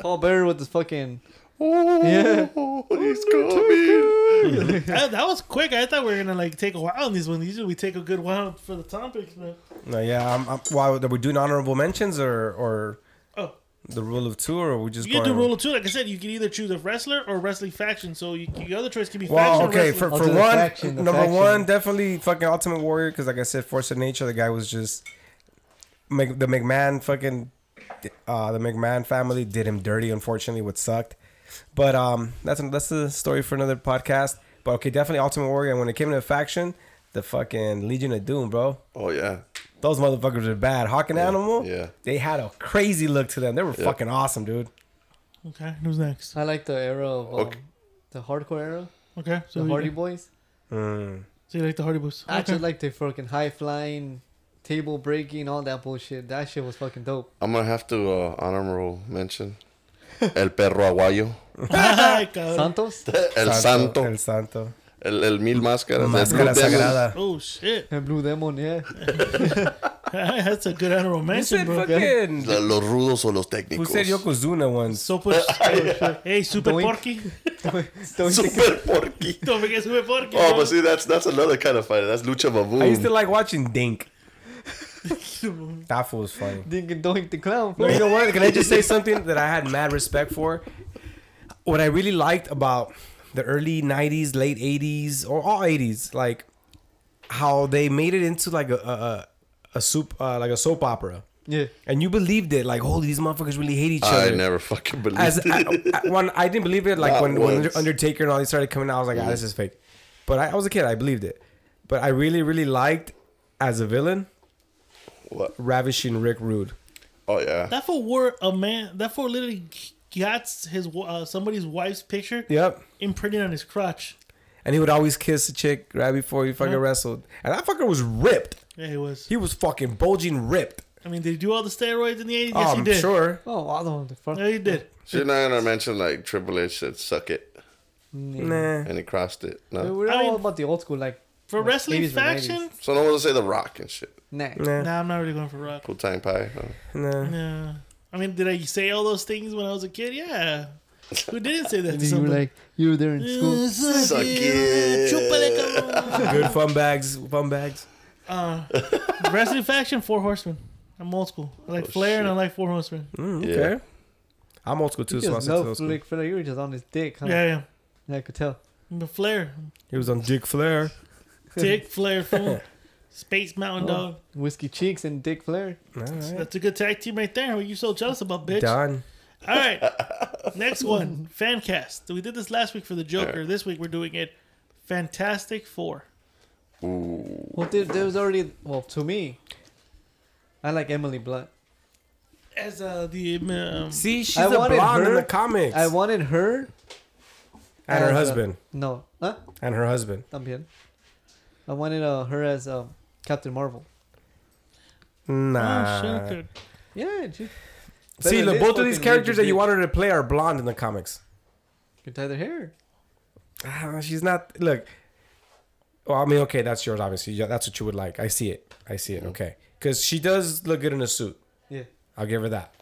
Speaker 3: Paul Bearer with his fucking.
Speaker 2: Oh, he's coming.
Speaker 4: that, that was quick. I thought we were gonna like take a while on these ones. Usually we take a good while for the topics, but
Speaker 1: No, yeah. I'm, I'm, why are we doing honorable mentions or or
Speaker 4: oh,
Speaker 1: the rule of two or we just
Speaker 4: you can do
Speaker 1: going-
Speaker 4: rule of two. Like I said, you can either choose a wrestler or wrestling faction. So you, your other choice could be
Speaker 1: Well,
Speaker 4: faction.
Speaker 1: okay,
Speaker 4: wrestling.
Speaker 1: for,
Speaker 3: I'll
Speaker 1: for
Speaker 3: Oh, do
Speaker 1: one,
Speaker 3: the faction, the
Speaker 1: number
Speaker 3: faction.
Speaker 1: one, definitely fucking Ultimate Warrior, because like I said, Force of Nature, the guy was just Mc- the McMahon fucking uh, the McMahon family did him dirty, unfortunately, what sucked. But um, that's that's a story for another podcast. But okay, definitely Ultimate Warrior. And when it came to the faction, the fucking Legion of Doom, bro,
Speaker 2: Oh yeah.
Speaker 1: those motherfuckers are bad. Hawk and Animal,
Speaker 2: yeah.
Speaker 1: they had a crazy look to them. They were fucking awesome, dude.
Speaker 4: okay, who's next?
Speaker 3: I like the era of. Um,
Speaker 2: Okay.
Speaker 3: The hardcore era.
Speaker 4: Okay, so
Speaker 3: The
Speaker 4: you-
Speaker 3: Hardy Boys.
Speaker 1: Mm.
Speaker 4: So you like the Hardy Boys?
Speaker 3: I
Speaker 4: Oh, Okay. [LAUGHS]
Speaker 3: just like the fucking high flying, table breaking, all that bullshit. That shit was fucking dope.
Speaker 2: I'm gonna have to uh, honorable
Speaker 1: [LAUGHS]
Speaker 2: mention El Perro Aguayo,
Speaker 4: Ay, cabrón.
Speaker 3: Santos?
Speaker 2: El Santo,
Speaker 1: El Santo,
Speaker 2: El, el Mil Máscaras,
Speaker 1: Máscara
Speaker 2: El Blue Demon.
Speaker 1: Sagrada.
Speaker 4: oh shit, [LAUGHS]
Speaker 3: And Blue Demon, yeah.
Speaker 4: that's a good animal
Speaker 1: You
Speaker 4: mention,
Speaker 1: said
Speaker 4: bro.
Speaker 1: fucking.
Speaker 2: La- Los rudos o los
Speaker 1: Who
Speaker 2: técnicos.
Speaker 1: said Yokozuna once?
Speaker 4: So
Speaker 3: [LAUGHS]
Speaker 4: push. hey, Super
Speaker 3: Doink.
Speaker 4: Porky. [LAUGHS]
Speaker 3: [LAUGHS] Don't you
Speaker 2: Super Porky.
Speaker 4: Don't forget Super Porky.
Speaker 2: Oh,
Speaker 4: bro.
Speaker 2: but see, that's that's another kind of fighter. That's Lucha
Speaker 1: I used to
Speaker 2: Vavoom.
Speaker 1: like watching Dink. that fool was funny.
Speaker 3: think and doink the clown?
Speaker 1: No,
Speaker 3: fool?
Speaker 1: you know what? Can I just say something that I had mad respect for? What I really liked about the early '90s, late '80s, or all '80s, like how they made it into like a a, a, a soup uh, like a soap opera.
Speaker 3: Yeah.
Speaker 1: and you believed it. Like, holy, these motherfuckers really hate each
Speaker 2: I
Speaker 1: other.
Speaker 2: never fucking believed
Speaker 1: As
Speaker 2: it. [LAUGHS]
Speaker 1: I, I, when I didn't believe it, like
Speaker 2: Not
Speaker 1: when, when
Speaker 2: once.
Speaker 1: Undertaker and all these started coming out, I was like, ah, this is fake. But I, I was a kid, I believed it. But I really, really liked as a villain,
Speaker 2: What?
Speaker 1: ravishing Rick Rude.
Speaker 2: Oh yeah.
Speaker 4: That fool wore a man. That fool literally got his wa- uh, somebody's wife's picture
Speaker 1: Yep.
Speaker 4: imprinted on his crotch.
Speaker 1: And he would always kiss a chick right before he fucking wrestled. And that fucker was ripped.
Speaker 4: Yeah, he was.
Speaker 1: He was fucking bulging ripped.
Speaker 4: I mean, did he do all the steroids in the eighties?
Speaker 1: oh,
Speaker 4: Yes, he
Speaker 1: I'm
Speaker 4: did.
Speaker 1: sure.
Speaker 3: Oh, I don't know. Fuck.
Speaker 4: Yeah, he did.
Speaker 2: She's not gonna mention like Triple H said suck it
Speaker 1: Nah.
Speaker 2: and he crossed it. No.
Speaker 3: We're
Speaker 4: I
Speaker 3: all
Speaker 4: mean-
Speaker 3: about the old school, like
Speaker 4: For
Speaker 3: like,
Speaker 4: wrestling
Speaker 3: 80s or
Speaker 4: faction,
Speaker 3: 90s.
Speaker 2: So no one will say the rock and shit.
Speaker 3: Nah.
Speaker 1: Nah.
Speaker 4: nah, I'm not really going for Rock.
Speaker 2: Cool time pie. huh?
Speaker 1: Nah.
Speaker 4: Yeah. I mean, did I say all those things when I was a kid? Yeah. Who didn't say that
Speaker 3: [LAUGHS] And
Speaker 4: to
Speaker 3: then you were
Speaker 4: somebody?
Speaker 3: like, you were there in school.
Speaker 4: Uh, suck
Speaker 2: Suck
Speaker 4: it.
Speaker 2: it.
Speaker 4: Chúpale, cabrón.
Speaker 1: Good fun bags. Fun bags.
Speaker 4: Uh, wrestling faction, Four Horsemen. I'm old school. I like
Speaker 2: Oh,
Speaker 4: Flair and I
Speaker 2: shit.
Speaker 4: like Four Horsemen.
Speaker 1: Mm,
Speaker 2: Yeah.
Speaker 1: okay. I'm old school too,
Speaker 3: You
Speaker 1: so I
Speaker 3: just
Speaker 1: said
Speaker 3: know
Speaker 1: old school.
Speaker 3: Flick Flair. You were just on his dick, huh?
Speaker 4: Yeah, yeah.
Speaker 3: Yeah, I could tell. [LAUGHS]
Speaker 4: But Flair,
Speaker 1: He was on Dick Flair.
Speaker 4: Dick Flair, fool. Space Mountain
Speaker 3: Oh.
Speaker 4: Dog.
Speaker 3: Whiskey Cheeks and Dick Flair.
Speaker 1: All right.
Speaker 4: That's a good tag team right there. What you so jealous about, bitch?
Speaker 1: Done.
Speaker 4: All right. Next one, Fancast. We did this last week for the Joker. This week we're doing it. Fantastic Four.
Speaker 2: Ooh.
Speaker 3: Well, there, there was already. Well, to me, I like Emily Blunt.
Speaker 4: As uh, the um,
Speaker 1: See, she's
Speaker 3: I
Speaker 1: a
Speaker 3: wanted
Speaker 1: blonde in
Speaker 3: her-
Speaker 1: the comics.
Speaker 3: I wanted her.
Speaker 1: and her
Speaker 3: as a-
Speaker 1: husband.
Speaker 3: no, huh?
Speaker 1: And her husband.
Speaker 3: También. I wanted uh, her as um, Captain Marvel.
Speaker 1: Nah.
Speaker 4: oh, shit,
Speaker 3: Yeah, she
Speaker 1: See,
Speaker 3: Better
Speaker 1: look,
Speaker 3: than
Speaker 1: both
Speaker 3: this
Speaker 1: of these
Speaker 3: fucking
Speaker 1: characters that you
Speaker 3: bitch.
Speaker 1: wanted to play are blonde in the comics.
Speaker 3: could tie their hair.
Speaker 1: Ah, She's not. Look. Well, I mean, okay, that's yours, obviously. Yeah, That's what you would like. I see it. I see it. Okay. Because she does look good in a suit.
Speaker 3: Yeah.
Speaker 1: I'll give her that.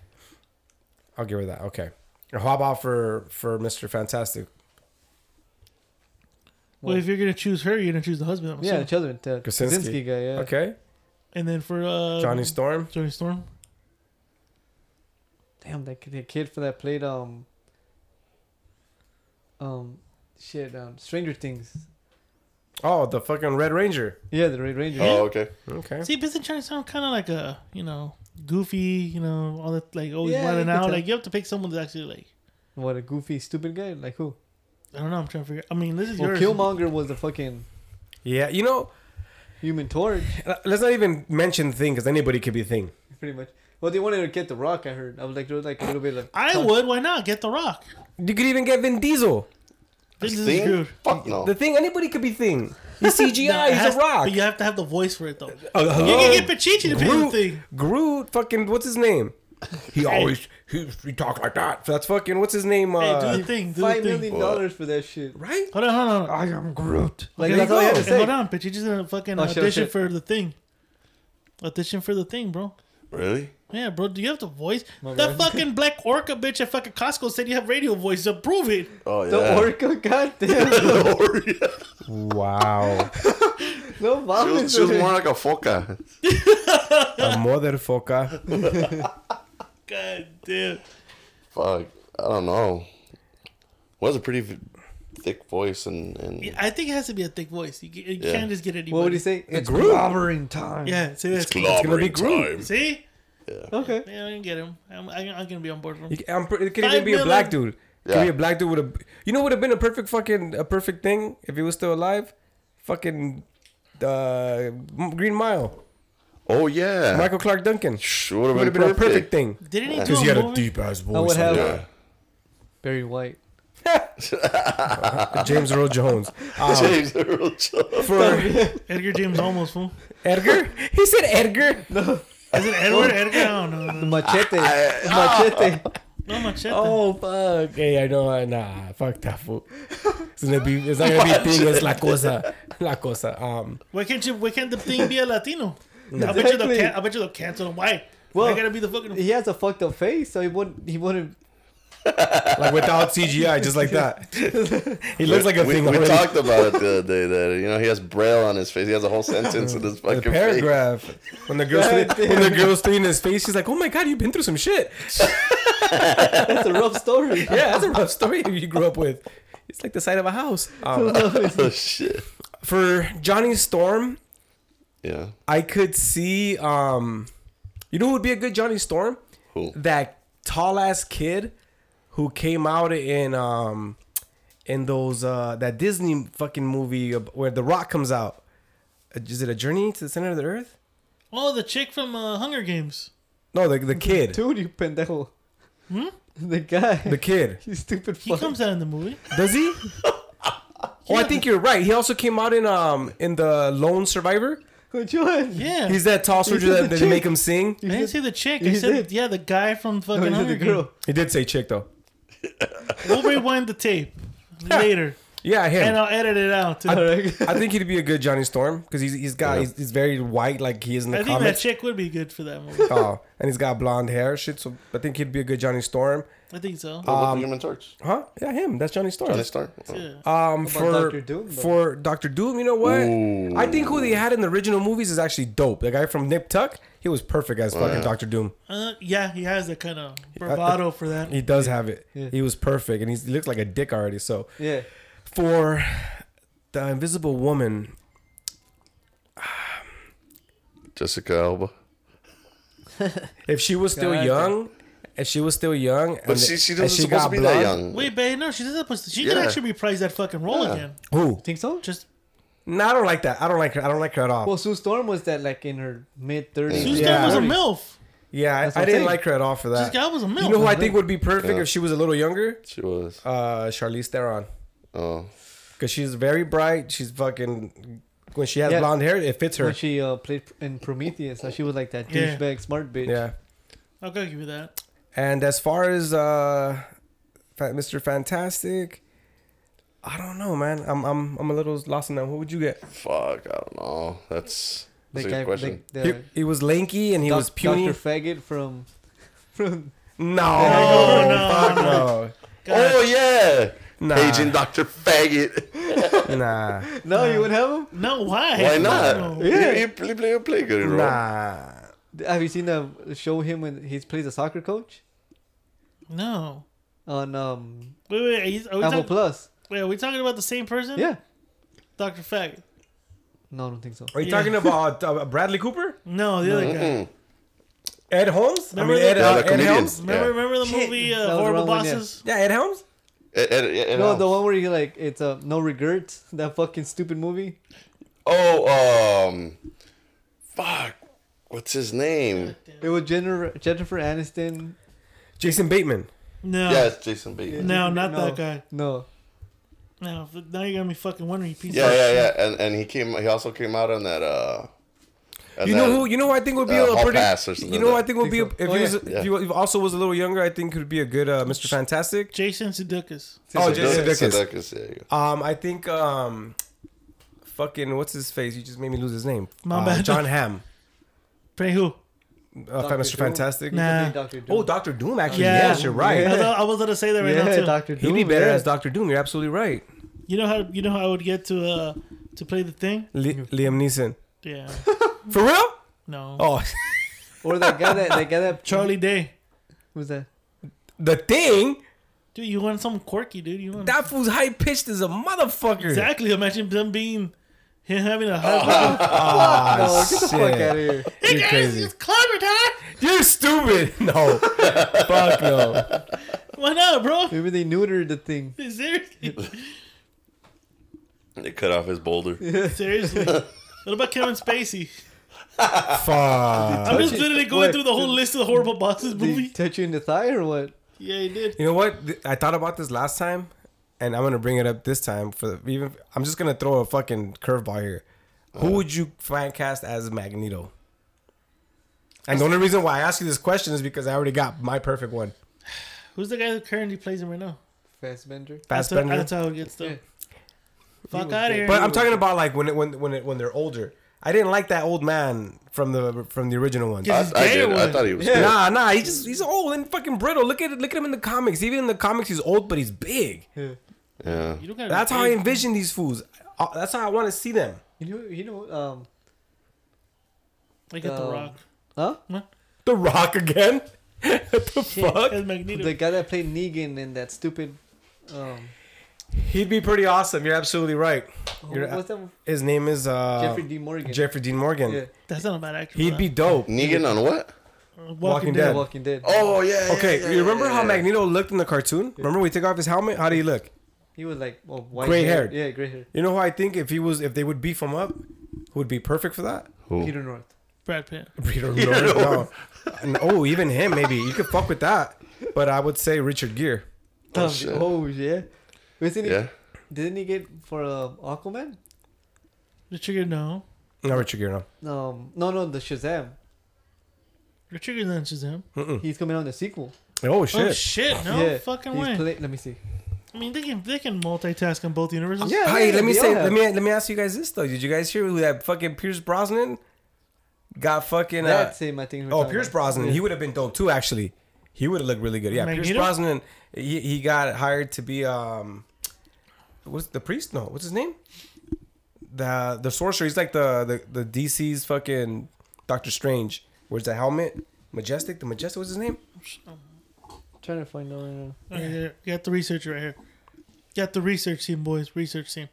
Speaker 1: I'll give her that. Okay. And How about for for Mister Fantastic?
Speaker 4: Well, if you're gonna choose her, you're gonna choose the husband. I'm
Speaker 3: Yeah,
Speaker 4: yeah.
Speaker 3: the children. The
Speaker 1: Krasinski.
Speaker 3: Krasinski. guy, yeah. Um,
Speaker 1: Okay.
Speaker 4: And then for uh,
Speaker 1: Johnny Storm.
Speaker 4: Johnny Storm.
Speaker 3: Damn, that kid, that kid for that played, um, um, shit, um, Stranger Things.
Speaker 1: Oh, the fucking Red Ranger.
Speaker 3: Yeah, the Red Ranger.
Speaker 2: Oh okay.
Speaker 1: Okay.
Speaker 4: See, but then Johnny Storm kind of like a you know goofy, you know all that like always
Speaker 3: Yeah,
Speaker 4: wilding
Speaker 3: you can
Speaker 4: out.
Speaker 3: tell.
Speaker 4: Like you have to pick someone that's actually like
Speaker 3: What a goofy, stupid guy. Like who?
Speaker 4: I don't know. I'm trying to figure. I mean, this is
Speaker 3: Well,
Speaker 4: yours.
Speaker 3: Killmonger was the fucking
Speaker 1: Yeah. You know,
Speaker 3: Human Torch, [LAUGHS]
Speaker 1: let's not even mention Thing because anybody could be Thing.
Speaker 3: pretty much. Well, they wanted to get the Rock. I heard. I was like, there was like a little bit like.
Speaker 4: I would. Why not get the Rock?
Speaker 1: You could even get Vin Diesel.
Speaker 4: This is
Speaker 2: Thing?
Speaker 4: screwed.
Speaker 2: Fuck no.
Speaker 1: The Thing. Anybody could be Thing.
Speaker 4: [LAUGHS]
Speaker 1: He's CGI.
Speaker 4: No, it
Speaker 1: he's
Speaker 4: has-
Speaker 1: a rock.
Speaker 4: But you have to have the voice for it though.
Speaker 1: Oh,
Speaker 4: You
Speaker 1: hello?
Speaker 4: can get Pachichi to be the
Speaker 1: Groot,
Speaker 4: thing.
Speaker 1: Groot, fucking what's his name? He always he, he talks like that. That's fucking what's his name?
Speaker 4: Hey,
Speaker 1: Uh,
Speaker 4: do the thing. Do
Speaker 3: Five
Speaker 4: the thing.
Speaker 3: million dollars for that shit.
Speaker 1: right?
Speaker 4: Hold on, hold on.
Speaker 1: I am Groot.
Speaker 3: Like
Speaker 4: Okay,
Speaker 3: that's all I had to
Speaker 4: hey, hold
Speaker 3: say.
Speaker 4: on, Pachichi's gonna fucking
Speaker 3: Oh, shit, oh,
Speaker 4: audition
Speaker 3: shit.
Speaker 4: for the thing. Audition for the thing, bro.
Speaker 2: Really?
Speaker 4: Yeah, bro. Do you have the voice?
Speaker 3: My
Speaker 4: That
Speaker 3: bad. [LAUGHS]
Speaker 4: fucking black orca bitch at fucking Costco said you have radio voice. So prove it.
Speaker 2: Oh yeah.
Speaker 3: The
Speaker 2: [LAUGHS]
Speaker 3: Orca, [LAUGHS] goddamn,
Speaker 1: Wow.
Speaker 3: no
Speaker 2: She was,
Speaker 3: violence.
Speaker 2: she was
Speaker 3: with
Speaker 2: more
Speaker 3: it.
Speaker 2: like a foca.
Speaker 4: [LAUGHS]
Speaker 1: a motherfucker.
Speaker 4: God damn.
Speaker 2: Fuck. I don't know. Was a pretty v- thick voice and, and
Speaker 4: Yeah, I think it has to be a thick voice. You, ca- you
Speaker 2: Yeah.
Speaker 4: can't just get anybody.
Speaker 3: What would he say? It's
Speaker 1: Groot.
Speaker 3: clobbering time.
Speaker 4: Yeah, say that.
Speaker 1: be
Speaker 2: clobbering
Speaker 1: Groot.
Speaker 2: time.
Speaker 4: See?
Speaker 3: Okay.
Speaker 4: Yeah, I can get him. I'm, I'm, I'm gonna be on board with him.
Speaker 1: You- I'm, pre- it could
Speaker 4: Five
Speaker 1: even be a black dude. Could
Speaker 2: Yeah.
Speaker 1: be a black dude with a. You know, would have been a perfect fucking a perfect thing if he was still alive. Fucking uh, Green Mile,
Speaker 2: Oh yeah.
Speaker 1: Michael Clark Duncan.
Speaker 2: would have
Speaker 1: Would
Speaker 2: been,
Speaker 1: have been a perfect
Speaker 2: perfect.
Speaker 1: thing
Speaker 4: Didn't he do
Speaker 1: because
Speaker 4: a
Speaker 1: he had a
Speaker 4: movie?
Speaker 1: deep ass voice.
Speaker 3: I would have
Speaker 2: Yeah.
Speaker 3: Barry White.
Speaker 1: [LAUGHS] James Earl Jones.
Speaker 2: [LAUGHS]
Speaker 1: Uh,
Speaker 2: James Earl Jones.
Speaker 1: for
Speaker 4: Edgar James almost fool.
Speaker 1: Edgar? He said Edgar?
Speaker 4: Is
Speaker 3: [LAUGHS]
Speaker 4: it Edward? Edgar? I don't know.
Speaker 3: The machete. machete.
Speaker 4: No machete.
Speaker 1: Oh fuck. Hey, I know uh, nah, fuck that fool. It's gonna be it's not gonna be thing, it's la cosa. La cosa. Um
Speaker 4: Why can't you? Why can't the thing be a Latino? I bet you they'll.
Speaker 3: Exactly.
Speaker 4: Can, I bet you they'll cancel him. Why? Well,
Speaker 3: Well,
Speaker 4: I gotta be the fucking.
Speaker 3: He has a fucked up face, so he wouldn't. He wouldn't.
Speaker 1: like without CGI, just like that. He looks like a
Speaker 2: we,
Speaker 1: thing
Speaker 2: we
Speaker 1: already.
Speaker 2: talked about
Speaker 1: [LAUGHS]
Speaker 2: it the other day that you know he has braille on his face. He has a whole sentence in his
Speaker 1: the
Speaker 2: fucking face.
Speaker 1: paragraph. When the girl's
Speaker 3: God
Speaker 1: when the girl's in his face, she's like, Oh my god, you've been through some shit. [LAUGHS]
Speaker 3: That's a rough story.
Speaker 1: Yeah, that's a rough story you grew up with. It's like the side of a house. Um,
Speaker 2: [LAUGHS] Oh shit.
Speaker 1: for Johnny Storm,
Speaker 2: Yeah.
Speaker 1: I could see um You know who would be a good Johnny Storm?
Speaker 2: Who?
Speaker 1: That tall ass kid who came out in um in those uh that Disney fucking movie ab- where The Rock comes out. Uh, Is it a Journey to the Center of the Earth?
Speaker 4: Oh, the chick from uh, Hunger Games.
Speaker 1: No, the the kid,
Speaker 3: Dude, you pendejo. The guy.
Speaker 1: the kid.
Speaker 3: [LAUGHS] you stupid
Speaker 4: Hmm? He
Speaker 3: fuck.
Speaker 4: comes out in the movie.
Speaker 1: Does he? Oh, I think you're right. He also came out in um in the Lone Survivor.
Speaker 3: Which one?
Speaker 4: Yeah.
Speaker 1: He's that tall
Speaker 3: He
Speaker 1: soldier
Speaker 3: did the
Speaker 1: that, that they make
Speaker 3: chick.
Speaker 1: him sing.
Speaker 4: I didn't say the chick. I
Speaker 3: He
Speaker 4: said,
Speaker 3: did.
Speaker 4: yeah, the guy from
Speaker 3: No,
Speaker 4: fucking
Speaker 3: oh, you said
Speaker 4: Hunger
Speaker 3: the girl. [LAUGHS]
Speaker 1: He did say chick though.
Speaker 4: Games. We'll rewind the tape later,
Speaker 1: Yeah, him.
Speaker 4: and I'll edit it out. Too. I,
Speaker 3: Alright.
Speaker 1: I think he'd be a good Johnny Storm because he's he's got
Speaker 2: Yeah.
Speaker 1: he's, he's very white like he is in the
Speaker 4: think that
Speaker 1: comics.
Speaker 4: chick would be good for that movie.
Speaker 1: oh, and he's got blonde hair, shit. So I think he'd be a good Johnny Storm,
Speaker 4: I think so.
Speaker 2: What
Speaker 1: Um,
Speaker 2: about the Human Torch? Oh,
Speaker 1: huh? Yeah, him. That's Johnny Storm.
Speaker 2: Johnny Storm.
Speaker 4: yeah.
Speaker 1: Um,
Speaker 3: What
Speaker 1: for
Speaker 3: about
Speaker 1: Doctor
Speaker 3: Dr. Doom, though?
Speaker 1: for Doctor Doom, you know what?
Speaker 2: Ooh.
Speaker 1: I think who they had in the original movies is actually dope. The guy from Nip Tuck, he was perfect as fucking
Speaker 2: Yeah.
Speaker 1: Doctor Doom.
Speaker 4: Uh, yeah, he has that kind of bravado for that.
Speaker 1: He does have it.
Speaker 3: Yeah.
Speaker 1: He was perfect, and he's, he looks like a dick already. So
Speaker 3: Yeah.
Speaker 1: for the Invisible Woman,
Speaker 2: Jessica Alba.
Speaker 1: if she was still
Speaker 3: God,
Speaker 1: young, if she was still young,
Speaker 2: But
Speaker 1: and
Speaker 2: she, she
Speaker 1: and
Speaker 2: doesn't supposed
Speaker 1: got
Speaker 2: to be that
Speaker 1: blonde-
Speaker 2: young.
Speaker 4: Wait, babe, no, she doesn't. Put, she
Speaker 2: Yeah.
Speaker 4: could actually reprise that fucking role
Speaker 2: Yeah.
Speaker 4: again.
Speaker 1: Who?
Speaker 3: Think so?
Speaker 4: Just
Speaker 1: No, I don't like that. I don't like her. I don't like her at all.
Speaker 3: Well, Sue Storm was that like in her mid 30s.
Speaker 4: Sue
Speaker 1: Yeah.
Speaker 4: Storm was a milf.
Speaker 1: yeah,
Speaker 3: That's
Speaker 1: I, I
Speaker 3: what I'm
Speaker 1: didn't
Speaker 3: saying.
Speaker 1: like her at all for
Speaker 4: This
Speaker 1: that.
Speaker 4: guy was a milf.
Speaker 1: You know who I think would be perfect
Speaker 2: Yeah.
Speaker 1: if she was a little younger?
Speaker 2: She was.
Speaker 1: Uh, Charlize Theron,
Speaker 2: Oh.
Speaker 1: because she's very bright. She's fucking when she has
Speaker 3: Yeah.
Speaker 1: blonde hair, it fits her.
Speaker 3: When she uh, played in Prometheus, uh, she was like that
Speaker 4: Yeah.
Speaker 3: douchebag smart bitch.
Speaker 1: yeah.
Speaker 4: I'll go give you that.
Speaker 1: And as far as uh, Fa- Mr. Fantastic, I don't know, man. I'm I'm I'm a little lost in that. What would you get?
Speaker 2: Fuck, I don't know. That's,
Speaker 3: The
Speaker 2: that's a
Speaker 3: guy,
Speaker 2: good question.
Speaker 3: the, the
Speaker 1: He, he was lanky and he
Speaker 3: doc-
Speaker 1: was puny.
Speaker 3: Dr. Faggot from [LAUGHS] from
Speaker 1: No,
Speaker 4: Oh, no,
Speaker 1: fuck
Speaker 4: no.
Speaker 1: no.
Speaker 4: God.
Speaker 2: oh yeah,
Speaker 1: Nah.
Speaker 2: Agent Doctor Faggot.
Speaker 1: Nah,
Speaker 3: No, you would have him?
Speaker 4: No, why?
Speaker 2: Why
Speaker 4: No.
Speaker 2: not?
Speaker 3: Yeah.
Speaker 2: Yeah, you, play, play, play good role.
Speaker 1: nah.
Speaker 3: Have you seen the show him when he plays a soccer coach
Speaker 4: No.
Speaker 3: on um
Speaker 4: Wait, wait, are, you, are, we
Speaker 3: Apple
Speaker 4: talk-
Speaker 3: Plus?
Speaker 4: wait, are we talking about the same person?
Speaker 3: Yeah.
Speaker 4: Dr. Faggot.
Speaker 3: No, I don't think so.
Speaker 1: Are you
Speaker 4: Yeah.
Speaker 1: talking about uh, Bradley Cooper,
Speaker 4: No, the other guy.
Speaker 2: Mm-mm.
Speaker 1: Ed Holmes?
Speaker 4: Remember
Speaker 1: I mean,
Speaker 4: the-
Speaker 1: Ed,
Speaker 2: Yeah,
Speaker 1: uh,
Speaker 2: the
Speaker 1: Ed
Speaker 2: comedian.
Speaker 1: Helms.
Speaker 4: Remember,
Speaker 2: Yeah.
Speaker 4: remember the
Speaker 1: Shit,
Speaker 4: movie
Speaker 3: that was
Speaker 4: uh,
Speaker 3: the
Speaker 4: Horrible
Speaker 3: wrong one, yeah.
Speaker 4: Bosses?
Speaker 1: Yeah, Ed Helms.
Speaker 2: Ed- Ed- Ed- Ed
Speaker 3: No,
Speaker 2: Helms.
Speaker 3: the one where you like it's uh, no regrets. That fucking stupid movie.
Speaker 2: Oh, um, fuck. What's his name?
Speaker 3: It was Jennifer Jennifer Aniston.
Speaker 1: Jason Bateman.
Speaker 4: No.
Speaker 2: Yeah, it's Jason Bateman.
Speaker 4: No, not that guy.
Speaker 3: No,
Speaker 4: No, f- now you're going to be fucking wondering, you piece
Speaker 2: Yeah,
Speaker 4: of
Speaker 2: yeah,
Speaker 4: shit.
Speaker 2: yeah. And and he came. He also came out on that. Uh, on
Speaker 1: you know
Speaker 2: that-
Speaker 1: who? You know who I think would be a
Speaker 2: uh, Hall
Speaker 1: pretty.
Speaker 2: Pass or something
Speaker 1: you know who I
Speaker 2: like
Speaker 1: think would be a-
Speaker 3: Think
Speaker 1: if
Speaker 3: so.
Speaker 1: he
Speaker 3: Oh,
Speaker 1: was
Speaker 3: yeah.
Speaker 1: if he also was a little younger. I think could be a good uh, Mr. Fantastic.
Speaker 4: Jason Sudeikis.
Speaker 1: Oh,
Speaker 2: Jason
Speaker 1: Jason Sudeikis.
Speaker 2: Sudeikis, yeah, yeah.
Speaker 1: Um, I think um, fucking what's his face? You just made me lose his name.
Speaker 4: My
Speaker 1: Uh,
Speaker 4: bad.
Speaker 1: John Hamm,
Speaker 4: Pray who?
Speaker 1: uh,
Speaker 3: Dr.
Speaker 1: Mr.
Speaker 3: Doom.
Speaker 1: Fantastic.
Speaker 4: Nah. Uh,
Speaker 3: Doctor Doom.
Speaker 1: Oh, Doctor Doom. Actually,
Speaker 4: Yeah.
Speaker 1: yes, you're right.
Speaker 4: I,
Speaker 3: Yeah.
Speaker 4: thought- I was gonna say that right now
Speaker 3: yeah,
Speaker 4: too.
Speaker 3: Doctor
Speaker 1: He'd
Speaker 3: Doom.
Speaker 1: be better
Speaker 3: yeah.
Speaker 1: as Doctor Doom. You're absolutely right.
Speaker 4: You know how you know how I would get to uh to play the thing?
Speaker 1: Li- Liam Neeson.
Speaker 4: Yeah.
Speaker 1: For real?
Speaker 2: [LAUGHS]
Speaker 4: No.
Speaker 1: Oh, [LAUGHS]
Speaker 3: Or that guy that that guy that
Speaker 4: Charlie Day.
Speaker 3: was that.
Speaker 1: the thing.
Speaker 4: Dude, you want something quirky, dude. You want
Speaker 1: That fool's high pitched as a motherfucker.
Speaker 4: Exactly. Imagine them being him having a
Speaker 2: Oh.
Speaker 4: high fucking
Speaker 1: Ah,
Speaker 3: Oh, get the fuck
Speaker 1: shit.
Speaker 3: out of here.
Speaker 1: You're crazy.
Speaker 4: It's clever, Todd.
Speaker 1: You're stupid. [LAUGHS] No. Fuck no.
Speaker 4: Why not, bro?
Speaker 3: Maybe they neutered the thing.
Speaker 1: [LAUGHS]
Speaker 4: Seriously.
Speaker 2: They cut off his
Speaker 1: [LAUGHS]
Speaker 2: boulder.
Speaker 4: Seriously. What about Kevin Spacey?
Speaker 1: Fuck. Uh,
Speaker 4: I'm just
Speaker 1: [LAUGHS]
Speaker 4: literally going
Speaker 3: What?
Speaker 4: through the whole list of horrible bosses
Speaker 3: Did he
Speaker 4: movie.
Speaker 3: touch you in the thigh or what?
Speaker 4: Yeah, he did.
Speaker 1: You know what? Th- I thought about this last time, and I'm gonna bring it up this time. For the, even, I'm just gonna throw a fucking curveball here. Who would you fan cast as Magneto? And the only reason why I ask you this question is because I already got my perfect one.
Speaker 4: Who's the guy who currently plays him right now?
Speaker 3: Fassbender.
Speaker 4: That's, what,
Speaker 1: Fastbender.
Speaker 4: that's how it gets done.
Speaker 3: Yeah.
Speaker 4: Fuck
Speaker 3: was
Speaker 4: out of
Speaker 3: good.
Speaker 4: here.
Speaker 1: But I'm talking about like when it, when when it, when they're older. I didn't like that old man from the from the original one.
Speaker 4: Yeah.
Speaker 2: I,
Speaker 4: He's
Speaker 2: I
Speaker 4: gay
Speaker 2: did.
Speaker 4: or
Speaker 2: I
Speaker 4: what?
Speaker 2: thought he was.
Speaker 3: Yeah.
Speaker 2: Yeah.
Speaker 1: Nah, nah, he's just he's old and fucking brittle. Look at it, look at him in the comics. Even in the comics, he's old, but he's big.
Speaker 3: Yeah.
Speaker 2: yeah.
Speaker 4: You don't gotta
Speaker 1: That's
Speaker 4: be
Speaker 1: how I
Speaker 4: crazy.
Speaker 1: envision these fools. Uh, That's how I want to see them.
Speaker 3: You know, you know, um,
Speaker 4: Like at the
Speaker 3: Um,
Speaker 4: Rock.
Speaker 3: huh?
Speaker 1: The Rock again? [LAUGHS] what the fuck?
Speaker 4: As Magneto.
Speaker 3: The guy that played Negan in that stupid, um,
Speaker 1: He'd be pretty awesome. You're absolutely right.
Speaker 3: who,
Speaker 1: You're-
Speaker 3: what's that?
Speaker 1: his name is uh,
Speaker 3: Jeffrey D. Morgan.
Speaker 1: Jeffrey Dean Morgan.
Speaker 3: Yeah.
Speaker 4: That's not a bad actor.
Speaker 1: He'd
Speaker 4: man.
Speaker 1: be dope.
Speaker 2: Negan on what?
Speaker 4: Walking,
Speaker 1: Walking
Speaker 4: Dead.
Speaker 1: Dead.
Speaker 3: Walking Dead.
Speaker 2: Oh yeah. yeah,
Speaker 1: Okay,
Speaker 2: yeah,
Speaker 1: you remember
Speaker 2: yeah,
Speaker 1: how
Speaker 2: yeah.
Speaker 1: Magneto looked in the cartoon? Remember when he took off his helmet? How did he look?
Speaker 3: He was like well, white
Speaker 1: Gray-haired.
Speaker 3: hair. Yeah, gray hair.
Speaker 1: You know who I think if he was if they would beef him up, who would be perfect for that?
Speaker 2: Who?
Speaker 3: Peter North.
Speaker 4: Brad Pitt.
Speaker 1: Peter Lorre, no. Oh, even him maybe. You could fuck with that. But I would say Richard Gere.
Speaker 2: Oh,
Speaker 3: Oh,
Speaker 2: shit.
Speaker 3: yeah. Wasn't he?
Speaker 2: Yeah.
Speaker 3: Didn't he get for uh, Aquaman?
Speaker 4: Richard Gere, no.
Speaker 1: No, Richard Gere, no.
Speaker 3: Um, no, no, the Shazam.
Speaker 4: Richard Gere than Shazam.
Speaker 1: Mm-mm.
Speaker 3: He's coming out in the sequel.
Speaker 1: Oh shit.
Speaker 4: Oh shit! No
Speaker 3: yeah,
Speaker 4: fucking
Speaker 3: he's
Speaker 4: way.
Speaker 3: play- Let me see.
Speaker 4: I mean, they can they can multitask on both universes.
Speaker 3: Yeah,
Speaker 1: hey,
Speaker 3: yeah,
Speaker 1: let me
Speaker 3: we all
Speaker 1: say,
Speaker 3: have.
Speaker 1: let me let me ask you guys this though. Did you guys hear who that fucking Pierce Brosnan got fucking? Uh,
Speaker 3: That's him. I think. we're
Speaker 1: oh,
Speaker 3: talking
Speaker 1: Pierce
Speaker 3: about.
Speaker 1: Brosnan.
Speaker 3: Yeah.
Speaker 1: He would have been dope too, actually. He would have looked really good. Yeah, Pierce
Speaker 4: Magneto?
Speaker 1: Brosnan. He, he got hired to be um, what's the priest? No, what's his name? The the sorcerer. He's like the the, the DC's fucking Doctor Strange. Where's the helmet? Majestic. The majestic. What's his name?
Speaker 3: trying to find out. right now.
Speaker 4: Right there. Got the researcher right here. Got the research team, boys. Research team.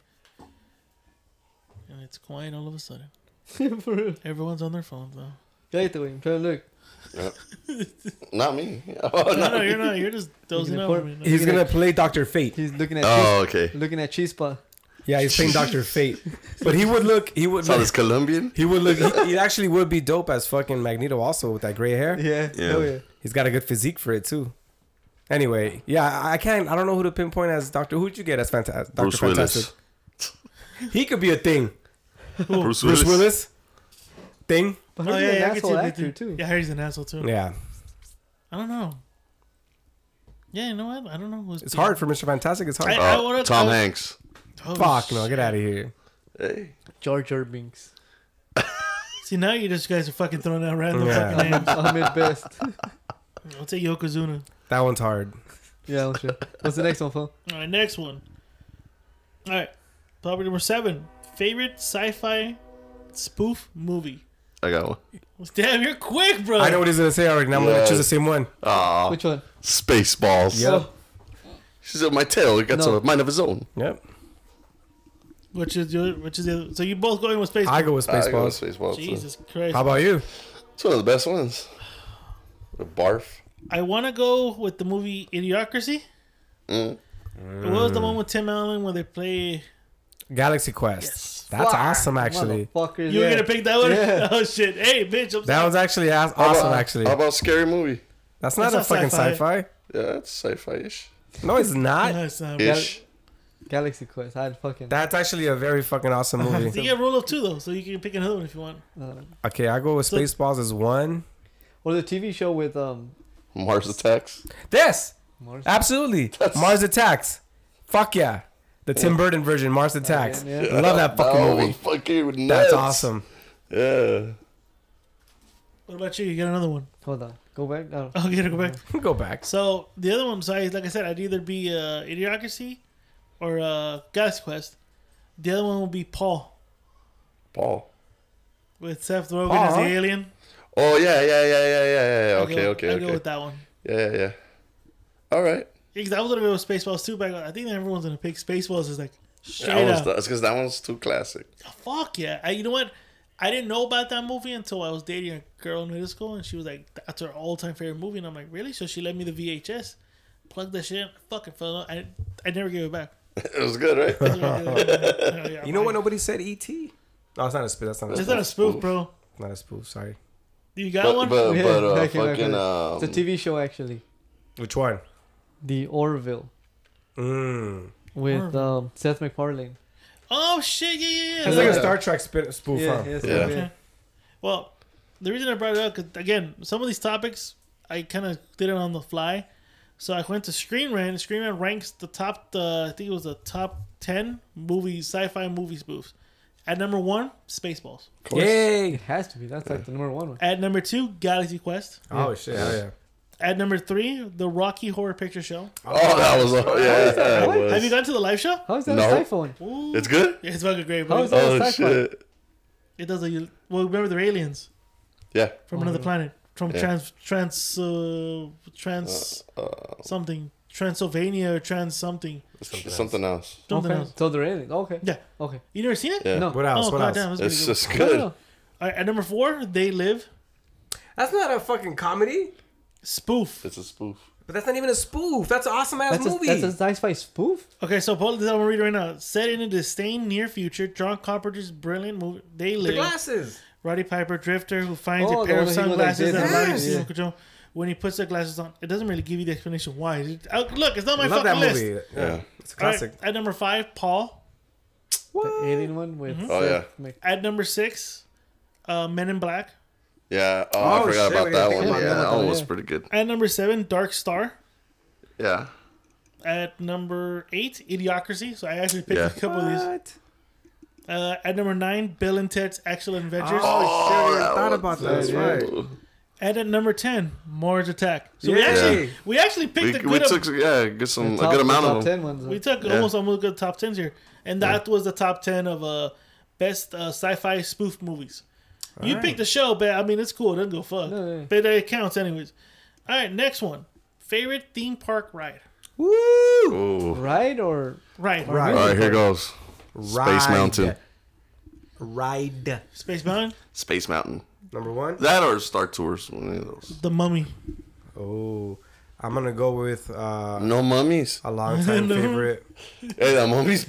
Speaker 4: And it's quiet all of a sudden.
Speaker 3: [LAUGHS] For real.
Speaker 4: Everyone's on their phones though.
Speaker 1: [LAUGHS]
Speaker 3: Right away. I'm trying to look.
Speaker 2: Not me. [LAUGHS] Oh,
Speaker 4: No, no, you're not. You're just dozing
Speaker 3: Looking
Speaker 4: out.
Speaker 3: for-
Speaker 4: I mean,
Speaker 1: He's
Speaker 3: gonna
Speaker 1: gonna play Doctor Fate.
Speaker 3: He's looking at.
Speaker 2: Oh, okay.
Speaker 3: Chis- Looking at Chispa.
Speaker 1: Yeah, he's playing [LAUGHS] Doctor Fate. But he would look. He would.
Speaker 2: Saw
Speaker 1: look-
Speaker 2: this Colombian.
Speaker 1: He would look. He, he actually would be dope as fucking Magneto, also with that gray hair.
Speaker 3: Yeah.
Speaker 2: Yeah.
Speaker 3: Oh yeah.
Speaker 1: He's got a good physique for it too. Anyway, yeah, I- I can't. I don't know who to pinpoint as Doctor. Who'd you get as Fantastic? Doctor
Speaker 2: Bruce Willis.
Speaker 1: He could be a thing.
Speaker 2: Bruce
Speaker 1: Bruce
Speaker 2: Willis.
Speaker 1: Willis. Thing.
Speaker 3: But
Speaker 4: oh
Speaker 3: he's
Speaker 4: yeah,
Speaker 3: an
Speaker 4: yeah, I could see
Speaker 3: asshole
Speaker 4: it,
Speaker 3: actor
Speaker 4: dude.
Speaker 3: too.
Speaker 4: Yeah, Harry's an asshole too.
Speaker 1: Yeah,
Speaker 4: I don't know. Yeah, you know what? I don't know. Who's
Speaker 1: it's hard for Mister Fantastic. It's hard.
Speaker 4: I-
Speaker 2: Uh,
Speaker 4: wanna-
Speaker 2: Tom
Speaker 4: I-
Speaker 2: Hanks.
Speaker 4: Oh,
Speaker 1: Fuck
Speaker 4: sh-
Speaker 1: no, get out of here.
Speaker 2: Hey.
Speaker 3: George Urbinks.
Speaker 4: See now you just guys are fucking throwing out random
Speaker 1: Yeah.
Speaker 4: fucking
Speaker 1: [LAUGHS]
Speaker 4: names.
Speaker 3: [LAUGHS] Ahmed Best. [LAUGHS]
Speaker 4: I'll take Yokozuna.
Speaker 1: That one's hard.
Speaker 3: Yeah. I'm sure. What's the next one, fool?
Speaker 4: All right, next one. All right, topic number seven: favorite sci-fi spoof movie.
Speaker 2: I got one.
Speaker 4: Damn, you're quick, bro.
Speaker 1: I know what he's gonna say already. Now I'm gonna
Speaker 2: Yeah.
Speaker 1: choose the same one.
Speaker 2: Ah,
Speaker 3: Which one?
Speaker 2: Spaceballs.
Speaker 1: Yeah.
Speaker 3: Oh,
Speaker 2: She's on my tail. It got
Speaker 3: No.
Speaker 2: a mind of his own.
Speaker 1: Yep.
Speaker 4: Which is your? Which is the? other- So you both going with space?
Speaker 1: I go with
Speaker 2: I go with
Speaker 1: Spaceballs.
Speaker 2: Spaceballs. too.
Speaker 4: Jesus Christ!
Speaker 1: How about you?
Speaker 2: It's one of the best ones. The barf.
Speaker 4: I want to go with the movie Idiocracy.
Speaker 2: Mm.
Speaker 4: What was the one with Tim Allen where they play?
Speaker 1: Galaxy Quest.
Speaker 4: Yes.
Speaker 1: That's awesome, actually.
Speaker 3: Motherfuckers,
Speaker 4: You
Speaker 3: yeah.
Speaker 4: were gonna pick that one?
Speaker 3: Yeah.
Speaker 4: [LAUGHS] Oh shit! Hey, bitch! I'm
Speaker 1: That
Speaker 4: sorry.
Speaker 1: one's actually as-
Speaker 2: How
Speaker 1: awesome.
Speaker 2: about-
Speaker 1: Actually,
Speaker 2: How about scary movie?
Speaker 1: that's not
Speaker 4: It's
Speaker 1: a
Speaker 4: not
Speaker 1: fucking
Speaker 4: sci-fi.
Speaker 1: sci-fi.
Speaker 2: Yeah, it's sci-fi-ish.
Speaker 1: No, it's not.
Speaker 4: [LAUGHS] No, it's not.
Speaker 2: Ish.
Speaker 3: Galaxy Quest. I'd fucking.
Speaker 1: That's actually a very fucking awesome
Speaker 4: So [LAUGHS]
Speaker 1: movie.
Speaker 4: you get a rule of two though, so you can pick another one if you want.
Speaker 3: Uh,
Speaker 1: Okay, I go with
Speaker 4: So-
Speaker 1: Spaceballs as one.
Speaker 3: or the TV show with um.
Speaker 2: Mars Attacks.
Speaker 1: Yes,
Speaker 3: Morris.
Speaker 1: absolutely. Mars Attacks. Fuck yeah, the Tim Burton version, Mars Attacks.
Speaker 3: yeah, yeah.
Speaker 1: Love that fucking
Speaker 2: That
Speaker 1: movie.
Speaker 2: was fucking
Speaker 1: That's
Speaker 2: nuts.
Speaker 1: awesome. [LAUGHS]
Speaker 2: Yeah.
Speaker 4: What about you? You get another one. [LAUGHS]
Speaker 3: Hold on. Go back. No.
Speaker 4: Oh, you gotta go back.
Speaker 1: Go back.
Speaker 4: So the other one, so I, like I said, I'd either be uh, Idiocracy or uh, Galaxy Quest. The other one would be Paul
Speaker 2: Paul.
Speaker 4: with Seth Rogen
Speaker 1: Paul,
Speaker 4: as the
Speaker 1: huh?
Speaker 4: alien.
Speaker 2: Oh yeah, yeah, yeah, yeah, yeah, yeah.
Speaker 4: I'll
Speaker 2: Okay,
Speaker 4: go-
Speaker 2: okay,
Speaker 4: I'll go
Speaker 2: okay.
Speaker 4: with that one.
Speaker 2: Yeah, yeah, yeah. All right.
Speaker 4: Because I was gonna go with Spaceballs too, but I go- I think everyone's gonna pick Spaceballs as like
Speaker 2: That
Speaker 4: straight
Speaker 2: one's,
Speaker 4: up.
Speaker 2: that's because that one's too classic. [LAUGHS]
Speaker 4: Fuck yeah! I, you know what? I didn't know about that movie until I was dating a girl in middle school, and she was like, "That's her all-time favorite movie," and I'm like, "Really?" So she lent me the VHS, plugged that shit in, fucking fell. I I never gave it back.
Speaker 2: It was good, right?
Speaker 1: [LAUGHS] You know what? Nobody said ET. No, it's not a spoof. That's not a
Speaker 4: It's
Speaker 1: spoof.
Speaker 4: not a spoof, bro.
Speaker 1: Not a spoof. Sorry.
Speaker 4: You got
Speaker 2: but
Speaker 4: one?
Speaker 2: but,
Speaker 3: Yeah,
Speaker 2: but uh,
Speaker 3: back in, back
Speaker 2: fucking
Speaker 3: in.
Speaker 2: um,
Speaker 3: It's a TV show actually.
Speaker 1: Which one?
Speaker 3: The Orville
Speaker 1: Mm.
Speaker 3: with
Speaker 4: Orville.
Speaker 3: um, Seth MacFarlane.
Speaker 4: oh shit! Yeah, yeah, yeah.
Speaker 1: It's like a
Speaker 2: Yeah.
Speaker 1: Star Trek spin- spoof. huh?
Speaker 3: yes,
Speaker 2: Yeah.
Speaker 4: Okay. Well, the reason I brought it up, 'cause, again, some of these topics I kind of did it on the fly. So I went to Screen Rant. Screen Rant ranks the top, uh, I think it was the top ten movies, sci-fi movie spoofs. At number one, Spaceballs.
Speaker 2: of course.
Speaker 1: Yay!
Speaker 3: It has to be. That's like the number one one.
Speaker 4: At number two, Galaxy Quest.
Speaker 1: Oh shit! hell yeah.
Speaker 4: At number three, The Rocky Horror Picture Show.
Speaker 2: Oh, that was yeah, yeah, that
Speaker 3: What?
Speaker 2: was.
Speaker 4: Have you gone to the live show?
Speaker 3: How is that
Speaker 2: No.
Speaker 3: a iPhone?
Speaker 4: Ooh.
Speaker 2: It's good.
Speaker 4: Yeah, it's fucking great,
Speaker 3: How
Speaker 4: bro.
Speaker 3: is that?
Speaker 2: Oh
Speaker 3: sci-fi.
Speaker 2: shit.
Speaker 4: It does a well. Remember they're aliens
Speaker 2: Yeah.
Speaker 4: from another planet, from
Speaker 2: Mm-hmm. Yeah. Uh,
Speaker 4: trans trans uh, trans something Transylvania or trans something
Speaker 2: Something, something else.
Speaker 4: something
Speaker 3: okay.
Speaker 4: else.
Speaker 3: So they're aliens. Okay.
Speaker 4: Yeah,
Speaker 3: Okay.
Speaker 4: you never seen it?
Speaker 2: Yeah.
Speaker 3: No.
Speaker 1: What else?
Speaker 4: Oh
Speaker 1: what else?
Speaker 4: goddamn, that's
Speaker 2: It's
Speaker 4: pretty good.
Speaker 2: just
Speaker 4: Oh.
Speaker 3: No,
Speaker 2: good.
Speaker 3: no, no.
Speaker 4: All right, at number four, they live.
Speaker 5: That's not a fucking comedy.
Speaker 4: Spoof.
Speaker 2: It's a spoof.
Speaker 5: But that's not even a spoof. That's an awesome ass
Speaker 3: That's a,
Speaker 5: movie.
Speaker 3: that's a sci-fi spoof.
Speaker 4: Okay, so Paul, this is what I'm reading right now. Set in a disdained near future, John Carpenter's brilliant movie, They
Speaker 5: the
Speaker 4: Live.
Speaker 5: glasses.
Speaker 4: Roddy Piper, drifter who finds
Speaker 3: Oh,
Speaker 4: a
Speaker 3: the
Speaker 4: pair of
Speaker 3: one that he looked
Speaker 4: sunglasses
Speaker 3: like
Speaker 4: that
Speaker 3: this.
Speaker 4: allow you to
Speaker 3: Yes.
Speaker 4: see
Speaker 3: Yeah.
Speaker 4: remote control. When he puts the glasses on, it doesn't really give you the explanation why. It- oh, look, it's not my
Speaker 1: I love that
Speaker 4: fucking list.
Speaker 1: movie. Yeah.
Speaker 2: Yeah.
Speaker 1: It's a
Speaker 4: All right,
Speaker 1: classic.
Speaker 4: at number five, Paul.
Speaker 3: The alien one with.
Speaker 2: Oh, yeah.
Speaker 3: Mc-
Speaker 4: At number six, uh, Men in Black.
Speaker 2: Yeah. Oh,
Speaker 5: Oh,
Speaker 2: I forgot
Speaker 5: shit, we
Speaker 2: about
Speaker 5: didn't
Speaker 2: that
Speaker 5: think
Speaker 2: one.
Speaker 3: about
Speaker 2: Yeah,
Speaker 3: that
Speaker 2: that
Speaker 3: one,
Speaker 2: one was
Speaker 3: yeah.
Speaker 2: pretty good.
Speaker 4: At number seven, Dark Star.
Speaker 2: Yeah.
Speaker 4: At number eight, Idiocracy. So I actually picked
Speaker 2: Yeah.
Speaker 4: a couple of these.
Speaker 5: What?
Speaker 4: Uh, at number nine, Bill and Ted's Excellent Adventures.
Speaker 5: Oh, shit, I even
Speaker 2: that
Speaker 5: thought
Speaker 2: was-
Speaker 5: about that.
Speaker 2: that's
Speaker 5: That's right.
Speaker 4: And at number ten, Moore's Attack. So we
Speaker 5: Yeah.
Speaker 4: actually we actually
Speaker 2: We,
Speaker 4: picked a
Speaker 2: we
Speaker 4: good.
Speaker 2: took yeah, get some
Speaker 3: top-
Speaker 2: a good amount
Speaker 3: top
Speaker 2: of them.
Speaker 3: ten ones.
Speaker 4: We took
Speaker 2: Yeah.
Speaker 4: almost almost good top tens here, and that was the top ten of uh best uh, sci-fi spoof movies. you picked the show, but I mean it's cool. It doesn't go fuck,
Speaker 3: No, yeah.
Speaker 4: but it counts anyways. All right, next one. Favorite theme park ride.
Speaker 1: Woo!
Speaker 2: Ooh.
Speaker 3: right or
Speaker 4: Right,
Speaker 1: Right.
Speaker 2: All right, here goes. Space
Speaker 1: Ride.
Speaker 2: Mountain.
Speaker 5: Ride.
Speaker 4: Space Mountain,
Speaker 2: Space Mountain.
Speaker 1: Number one.
Speaker 2: That or Star Tours. One of those.
Speaker 4: The Mummy.
Speaker 1: Oh, I'm gonna go with uh,
Speaker 2: No mummies.
Speaker 1: a long time favorite.
Speaker 2: Hey, that mummies.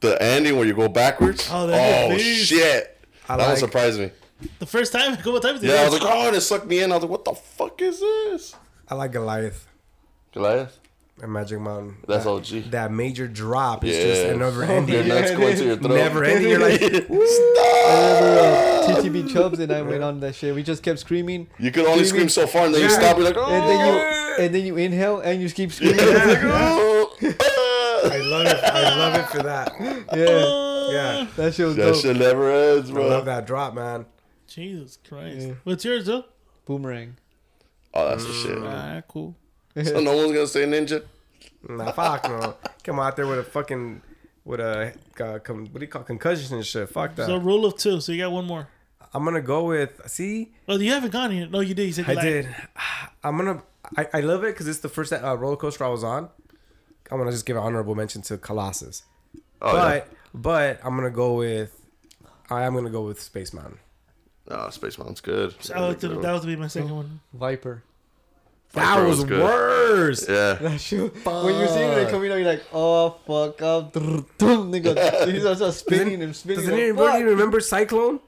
Speaker 2: The ending where you go backwards.
Speaker 4: Oh,
Speaker 2: Oh,
Speaker 4: that is beast.
Speaker 2: shit.
Speaker 1: I
Speaker 2: that one
Speaker 1: like-
Speaker 2: surprised me.
Speaker 4: The first time, [LAUGHS] a couple times.
Speaker 2: Yeah, I was like, oh, and it sucked me in. I was like, what the fuck is this?
Speaker 1: I like Goliath
Speaker 2: Goliath.
Speaker 1: and Magic Mountain.
Speaker 2: That's
Speaker 1: that,
Speaker 2: OG.
Speaker 1: That major drop is just
Speaker 2: Yeah.
Speaker 1: another
Speaker 2: Your
Speaker 1: ending.
Speaker 2: nuts going to your throat.
Speaker 1: Never ending. You're like,
Speaker 2: [LAUGHS]
Speaker 3: I remember uh, TTB Chubbs and I went on that shit. We just kept screaming.
Speaker 2: You could only scream so far, and then you
Speaker 1: Yeah.
Speaker 2: stop. You're like,
Speaker 3: And
Speaker 2: oh.
Speaker 3: then you and then you inhale and you keep screaming.
Speaker 2: "Oh!"
Speaker 1: [LAUGHS] I love it. I love it for that.
Speaker 3: [LAUGHS] yeah,
Speaker 4: Oh,
Speaker 1: Yeah,
Speaker 3: that shit was
Speaker 2: that
Speaker 3: dope.
Speaker 2: shit never ends,
Speaker 1: I
Speaker 2: bro.
Speaker 1: love that drop, man.
Speaker 4: Jesus Christ.
Speaker 3: Yeah.
Speaker 4: What's yours, though?
Speaker 3: Boomerang.
Speaker 2: Oh, that's the
Speaker 1: Mm.
Speaker 2: shit.
Speaker 4: Ah, cool.
Speaker 2: So no one's gonna say ninja.
Speaker 1: Nah, fuck no. Come out there with a fucking with a uh, con- what do you call it? concussion and shit. Fuck
Speaker 4: So
Speaker 1: that.
Speaker 4: rule of two. So you got one more.
Speaker 1: I'm gonna go with see.
Speaker 4: Oh, you haven't gone yet. No, you did. You said you
Speaker 1: I
Speaker 4: liked-
Speaker 1: did. [SIGHS] I'm gonna. I, I love it because it's the first uh, roller coaster I was on. I'm gonna just give an honorable mention to Colossus,
Speaker 2: Oh, yeah.
Speaker 1: but but I'm gonna go with. I am gonna go with Space Mountain.
Speaker 2: Oh, Space Mountain's good.
Speaker 4: Oh, that that was to be my second one.
Speaker 3: Viper.
Speaker 1: That was worse.
Speaker 2: Yeah.
Speaker 3: That shit. [LAUGHS] When you see it coming out, you're like, oh fuck up. [LAUGHS]
Speaker 2: [LAUGHS]
Speaker 3: Nigga, he starts spinning and spinning.
Speaker 1: Does
Speaker 3: like,
Speaker 1: anybody
Speaker 3: fuck.
Speaker 1: remember Cyclone?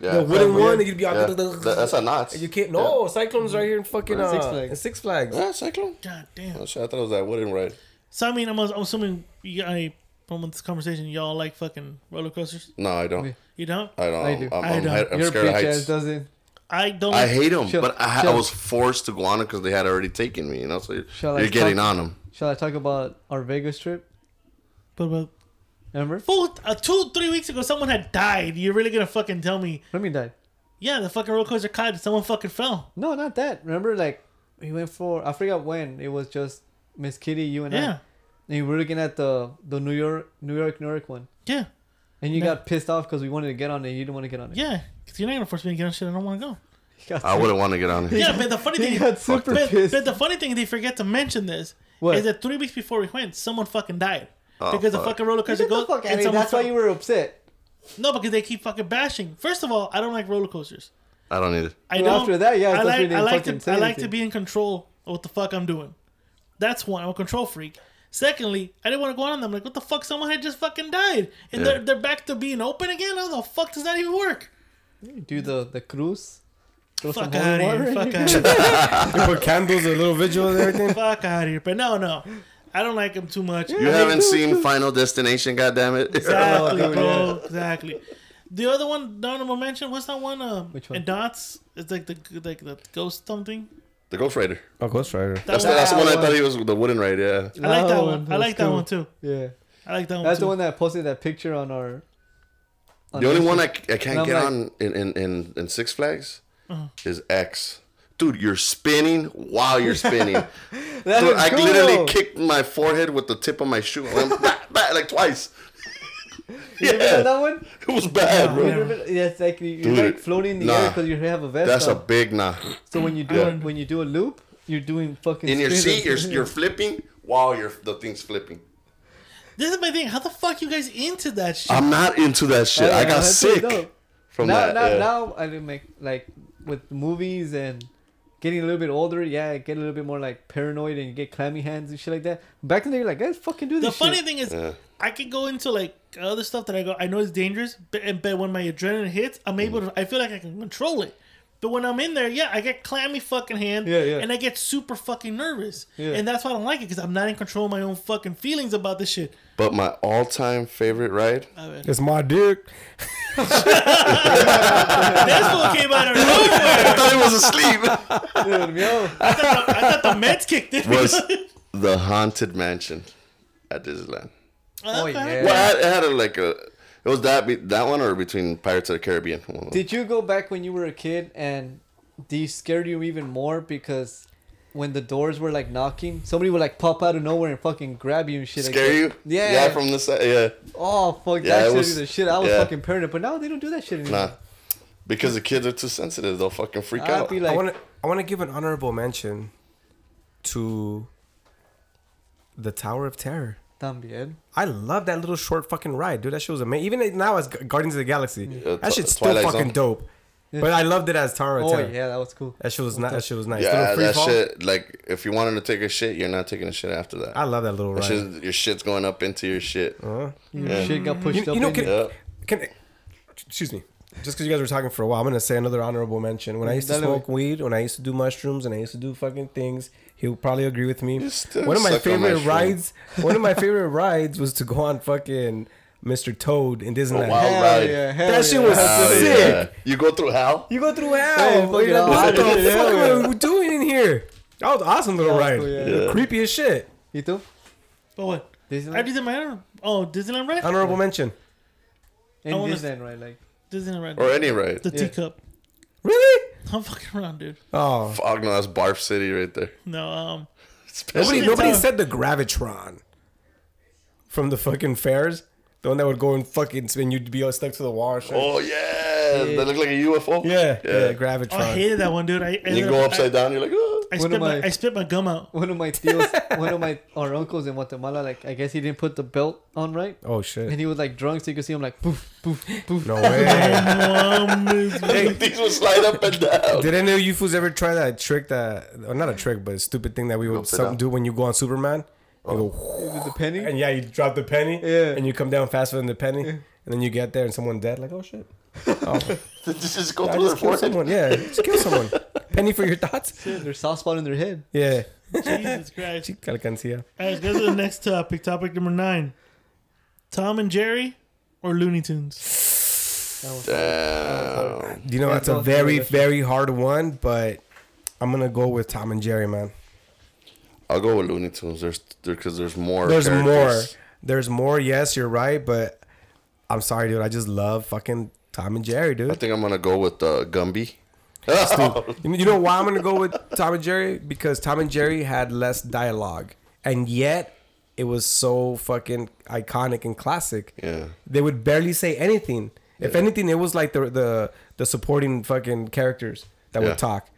Speaker 2: yeah.
Speaker 1: The wooden
Speaker 2: Yeah.
Speaker 1: one that you'd be
Speaker 2: Yeah.
Speaker 1: out.
Speaker 2: That- That's a knots.
Speaker 1: You can't. No, Cyclone's right here in fucking uh,
Speaker 3: Six
Speaker 1: Six
Speaker 3: Flags.
Speaker 1: Flags. Six Flags.
Speaker 2: Ah, Cyclone.
Speaker 4: God damn.
Speaker 2: Oh, shit, I thought it was that wooden ride.
Speaker 4: So I mean, I'm, I'm assuming you, I, from this conversation, y'all like fucking roller coasters.
Speaker 2: No, I don't.
Speaker 4: You don't?
Speaker 2: I don't.
Speaker 3: I do.
Speaker 2: I'm,
Speaker 4: I
Speaker 2: I'm,
Speaker 4: don't.
Speaker 2: head- I'm
Speaker 3: Your
Speaker 2: scared
Speaker 3: bitch
Speaker 2: of
Speaker 3: ass
Speaker 2: heights.
Speaker 3: doesn't.
Speaker 4: I don't.
Speaker 2: I hate them,
Speaker 3: Shall-
Speaker 2: but I, ha- I
Speaker 3: shall-
Speaker 2: was forced to go on them because they had already taken me. You know, so you're,
Speaker 3: Shall I
Speaker 2: you're getting
Speaker 3: talk-
Speaker 2: on them.
Speaker 3: Shall I talk about our Vegas trip?
Speaker 4: but, but
Speaker 3: Remember?
Speaker 4: fool, uh, two, three weeks ago, someone had died. You're really gonna fucking tell me?
Speaker 3: Let me die.
Speaker 4: Yeah, the fucking roller coaster caught. Someone fucking fell.
Speaker 3: No, not that. Remember, like we went for I forgot when. It was just Miss Kitty, you and I.
Speaker 4: Yeah,
Speaker 3: And you were looking at the the New York New York New York one.
Speaker 4: yeah,
Speaker 3: And you
Speaker 4: No.
Speaker 3: got pissed off because we wanted to get on it. and You didn't want to get on it.
Speaker 4: yeah. Cause you're not gonna force me to get on shit. I don't want to go.
Speaker 3: He [LAUGHS] got,
Speaker 2: I wouldn't want to get on it.
Speaker 4: Yeah, but the funny
Speaker 3: he
Speaker 4: thing,
Speaker 3: got
Speaker 4: but,
Speaker 3: super
Speaker 4: but
Speaker 3: pissed.
Speaker 4: the funny thing, they forget to mention this. is
Speaker 3: What?
Speaker 4: that three weeks before we went, someone fucking died.
Speaker 2: Oh,
Speaker 4: because the
Speaker 2: fuck.
Speaker 4: fucking roller coaster
Speaker 3: Get the
Speaker 4: goes.
Speaker 3: fuck out
Speaker 4: and
Speaker 3: of here.
Speaker 4: someone
Speaker 3: That's why
Speaker 4: fell.
Speaker 3: you were upset.
Speaker 4: No, because they keep fucking bashing. First of all, I don't like roller coasters.
Speaker 2: I don't need it.
Speaker 4: I
Speaker 3: Well,
Speaker 4: don't.
Speaker 3: after that, yeah,
Speaker 4: I
Speaker 3: that's when
Speaker 4: like,
Speaker 3: they
Speaker 4: I like
Speaker 3: fucking
Speaker 4: to
Speaker 3: say
Speaker 4: I like to
Speaker 3: anything.
Speaker 4: be in control of what the fuck I'm doing. That's one. I'm a control freak. Secondly, I didn't want to go on them. Like, what the fuck? Someone had just fucking died, and
Speaker 2: Yeah.
Speaker 4: they're they're back to being open again. How the fuck does that even work?
Speaker 3: Do the the cruise. Throw
Speaker 4: Fuck
Speaker 3: holy
Speaker 4: out
Speaker 3: water
Speaker 4: here.
Speaker 3: in
Speaker 4: Fuck
Speaker 3: your-
Speaker 4: out
Speaker 3: [LAUGHS]
Speaker 4: here.
Speaker 1: You put candles, a little vigil, and everything. [LAUGHS]
Speaker 4: Fuck out here. But no, no, I don't like them too much.
Speaker 2: You haven't seen Final Destination, goddammit.
Speaker 4: [LAUGHS] Exactly,
Speaker 3: Oh, dude,
Speaker 4: bro. Exactly. The other one, no honorable mention. What's that one? Um,
Speaker 3: Which one?
Speaker 4: And dots. It's like the like the ghost something.
Speaker 2: the Ghost Rider.
Speaker 1: Oh, Ghost Rider.
Speaker 4: That
Speaker 2: That's,
Speaker 4: one,
Speaker 2: the, that's the one I
Speaker 3: one.
Speaker 2: thought he was the wooden ride. Yeah.
Speaker 4: I like that
Speaker 3: [LAUGHS] Oh,
Speaker 4: one. I
Speaker 3: that's
Speaker 4: like that
Speaker 3: cool.
Speaker 4: one too.
Speaker 3: Yeah,
Speaker 4: I like that one.
Speaker 3: that's
Speaker 4: too.
Speaker 3: the one that posted that picture on our. on
Speaker 2: The only
Speaker 3: Instagram.
Speaker 2: one I, c- I can't
Speaker 3: I'm
Speaker 2: get
Speaker 3: like- Uh-huh.
Speaker 2: on in, in, in, in Six Flags is X. Dude, you're spinning while you're spinning.
Speaker 3: [LAUGHS] [LAUGHS] That
Speaker 2: Dude,
Speaker 3: looks
Speaker 2: I
Speaker 3: cool.
Speaker 2: literally kicked my forehead with the tip of my shoe. I
Speaker 3: [LAUGHS]
Speaker 2: went bah, bah, like twice.
Speaker 3: You
Speaker 2: [LAUGHS]
Speaker 3: remember
Speaker 2: Yeah,
Speaker 3: that one?
Speaker 2: it was bad,
Speaker 3: You
Speaker 2: bro.
Speaker 3: remember? Yeah, it's like you- you're
Speaker 2: Dude,
Speaker 3: like floating in the air
Speaker 2: nah.
Speaker 3: because you have a vest
Speaker 2: That's a
Speaker 3: on.
Speaker 2: big nah.
Speaker 3: so when you do
Speaker 2: Yeah.
Speaker 3: a, when you do a loop, you're doing fucking.
Speaker 2: In your
Speaker 3: spins.
Speaker 2: seat, you're
Speaker 3: [LAUGHS]
Speaker 2: you're flipping while you're the thing's flipping.
Speaker 4: This is my thing. How the fuck you guys into that shit?
Speaker 2: I'm not into that shit.
Speaker 3: Oh,
Speaker 2: I
Speaker 3: yeah,
Speaker 2: got
Speaker 3: that's pretty
Speaker 2: sick
Speaker 3: dope.
Speaker 2: from
Speaker 3: now,
Speaker 2: that.
Speaker 3: now,
Speaker 2: yeah.
Speaker 3: now I didn't make like with movies and getting a little bit older, yeah, I get a little bit more like paranoid and you get clammy hands and shit like that. Back in the day, you're like, let's fucking do
Speaker 4: The
Speaker 3: this.
Speaker 4: funny
Speaker 3: [LAUGHS] shit.
Speaker 4: thing is,
Speaker 2: Yeah.
Speaker 4: I can go into like other stuff that I go, I know it's dangerous, but, and- but when my adrenaline hits, I'm able
Speaker 2: Mm.
Speaker 4: to, I feel like I can control it. But when I'm in there, yeah, I get clammy fucking hand,
Speaker 3: Yeah, yeah.
Speaker 4: and I get super fucking nervous,
Speaker 3: Yeah.
Speaker 4: and that's why I don't like it because I'm not in control of my own fucking feelings about this shit.
Speaker 2: But my all-time favorite ride.
Speaker 4: I mean,
Speaker 1: It's my dick.
Speaker 4: this one came out of nowhere.
Speaker 2: [LAUGHS] I thought it was asleep.
Speaker 3: Dude, yo.
Speaker 4: I thought, the- I thought the meds kicked in.
Speaker 2: [LAUGHS] was the haunted mansion at Disneyland.
Speaker 3: Oh,
Speaker 4: Okay. [LAUGHS]
Speaker 3: yeah.
Speaker 2: Well, it had, it had a, like a. It was that be, that one or between Pirates of the Caribbean. One of them.
Speaker 3: Did you go back when you were a kid and these scared you even more because when the doors were like knocking, somebody would like pop out of nowhere and fucking grab you and shit. like
Speaker 2: Scare
Speaker 3: that.
Speaker 2: you?
Speaker 3: Yeah.
Speaker 2: Yeah, from the side. Yeah,
Speaker 3: Oh fuck!
Speaker 2: Yeah, it
Speaker 3: that shit
Speaker 2: was-
Speaker 3: was the shit. I was
Speaker 2: yeah.
Speaker 3: fucking paranoid, but now they don't do that shit anymore.
Speaker 2: nah. Because the kids are too sensitive, they'll fucking freak
Speaker 3: I'd
Speaker 2: out.
Speaker 3: be
Speaker 1: I
Speaker 3: like,
Speaker 1: want to. I want to give an honorable mention to the Tower of Terror.
Speaker 3: también.
Speaker 1: I love that little short fucking ride, dude. That shit was amazing. Even now as Gu- Guardians of the Galaxy,
Speaker 2: Yeah,
Speaker 1: that
Speaker 2: Tw-
Speaker 1: shit's still
Speaker 2: Twilight
Speaker 1: fucking
Speaker 2: Zone.
Speaker 1: dope. But I loved it as Tower of
Speaker 3: Oh
Speaker 1: Terror.
Speaker 3: yeah, that was cool.
Speaker 1: That shit was not. That shit was nice.
Speaker 2: yeah,
Speaker 1: Little free
Speaker 2: that
Speaker 1: fall.
Speaker 2: shit. Like, if you wanted to take a shit, you're not taking a shit after that.
Speaker 1: I love that little ride.
Speaker 2: That shit- your shit's going up into your shit.
Speaker 1: Huh?
Speaker 2: Yeah.
Speaker 3: Shit got pushed
Speaker 1: You,
Speaker 3: up.
Speaker 1: you know,
Speaker 3: in
Speaker 1: can,
Speaker 3: there.
Speaker 2: Yep.
Speaker 1: can excuse me. Just because you guys were talking for a while, I'm gonna say another honorable mention. When I used to
Speaker 3: Dale,
Speaker 1: smoke weed, when I used to do mushrooms, and I used to do fucking things, he'll probably agree with me.
Speaker 2: still
Speaker 1: One of my
Speaker 2: suck on
Speaker 1: favorite
Speaker 2: mushroom.
Speaker 1: rides, one of my favorite rides was to go on fucking Mr. Toad in Disneyland.
Speaker 2: Oh, wow.
Speaker 3: hell
Speaker 2: Alright.
Speaker 3: yeah, hell
Speaker 1: That shit
Speaker 3: yeah.
Speaker 1: was
Speaker 2: Hell
Speaker 1: sick.
Speaker 2: yeah. You go through hell?
Speaker 1: You go through
Speaker 3: Hey,
Speaker 1: hell.
Speaker 3: fucking
Speaker 1: You're like, what the
Speaker 3: hell. Yeah,
Speaker 1: fuck
Speaker 3: yeah.
Speaker 1: are we doing in here? That was an awesome little
Speaker 3: That was
Speaker 1: ride.
Speaker 3: cool, yeah.
Speaker 2: Yeah.
Speaker 1: Creepy as shit.
Speaker 3: You too?
Speaker 4: But what? I
Speaker 3: Disneyland.
Speaker 4: did my own. Oh, Disneyland ride.
Speaker 1: Honorable mention.
Speaker 3: In
Speaker 4: I wanna-
Speaker 3: Disneyland, right? Like,
Speaker 4: Disneyland ride.
Speaker 2: Or any ride?
Speaker 4: the
Speaker 3: Yeah.
Speaker 4: teacup.
Speaker 1: Really?
Speaker 4: I'm fucking around, dude.
Speaker 1: Oh,
Speaker 2: Fuck no, that's Barf City right there.
Speaker 4: No, um,
Speaker 1: Nobody,
Speaker 4: Shit,
Speaker 1: nobody
Speaker 4: dog.
Speaker 1: said the Gravitron from the fucking fairs. The one that would go and fucking spin, you'd be all stuck to the wall. and shit.
Speaker 2: Oh yeah, they look like a UFO.
Speaker 1: yeah, yeah,
Speaker 2: yeah.
Speaker 1: Gravitron.
Speaker 4: oh, I hated that one, dude. I, I
Speaker 2: And you
Speaker 4: ended
Speaker 2: go
Speaker 4: up-
Speaker 2: upside down, you're like, oh.
Speaker 4: I, I
Speaker 3: One
Speaker 4: spit
Speaker 3: of
Speaker 4: my,
Speaker 3: my-
Speaker 4: I spit my gum out. [LAUGHS]
Speaker 3: one of my tios, one of my our uncles in Guatemala, like I guess he didn't put the belt on right,
Speaker 1: oh
Speaker 3: and
Speaker 1: shit!
Speaker 3: he was like drunk, so you could see him like poof, poof, poof.
Speaker 1: No
Speaker 3: [LAUGHS]
Speaker 1: way!
Speaker 2: [LAUGHS] These will slide up and
Speaker 1: [LAUGHS]
Speaker 2: down.
Speaker 1: Did any of you fools ever try that trick that, or not a trick, but a stupid thing that we would
Speaker 2: sit
Speaker 1: some
Speaker 2: down.
Speaker 1: do when you go on Superman? You go,
Speaker 3: With the penny.
Speaker 1: and yeah, you drop the penny,
Speaker 3: Yeah.
Speaker 1: and you come down faster than the penny, and then you get there and someone dead. Like, oh shit!
Speaker 2: Just go
Speaker 1: I
Speaker 2: through their
Speaker 1: just killed
Speaker 2: forehead.
Speaker 1: someone. Yeah, just kill someone. penny for your thoughts.
Speaker 3: Their soft spot in their head.
Speaker 1: Yeah.
Speaker 4: Jesus Christ.
Speaker 1: Chica alcancía.
Speaker 4: All right, go to the next topic. Topic number nine Tom and Jerry or Looney Tunes?
Speaker 2: Damn.
Speaker 1: You know, that's a
Speaker 3: both
Speaker 1: very,
Speaker 3: delicious.
Speaker 1: very hard one, but I'm gonna go with Tom and Jerry, man.
Speaker 2: I'll go with Looney Tunes. There's because there's more.
Speaker 1: There's more.
Speaker 2: characters.
Speaker 1: There's more. Yes, you're right, but I'm sorry, dude. I just love fucking Tom and Jerry,
Speaker 2: I
Speaker 1: dude.
Speaker 2: think I'm gonna go with uh, Gumby. Oh.
Speaker 1: You you know why I'm gonna go with Tom and Jerry? Because Tom and Jerry had less dialogue, and yet it was so fucking iconic and classic.
Speaker 2: Yeah.
Speaker 1: They would barely say anything. If anything, it was like the the the supporting fucking characters that
Speaker 2: Yeah.
Speaker 1: would talk.
Speaker 2: [LAUGHS]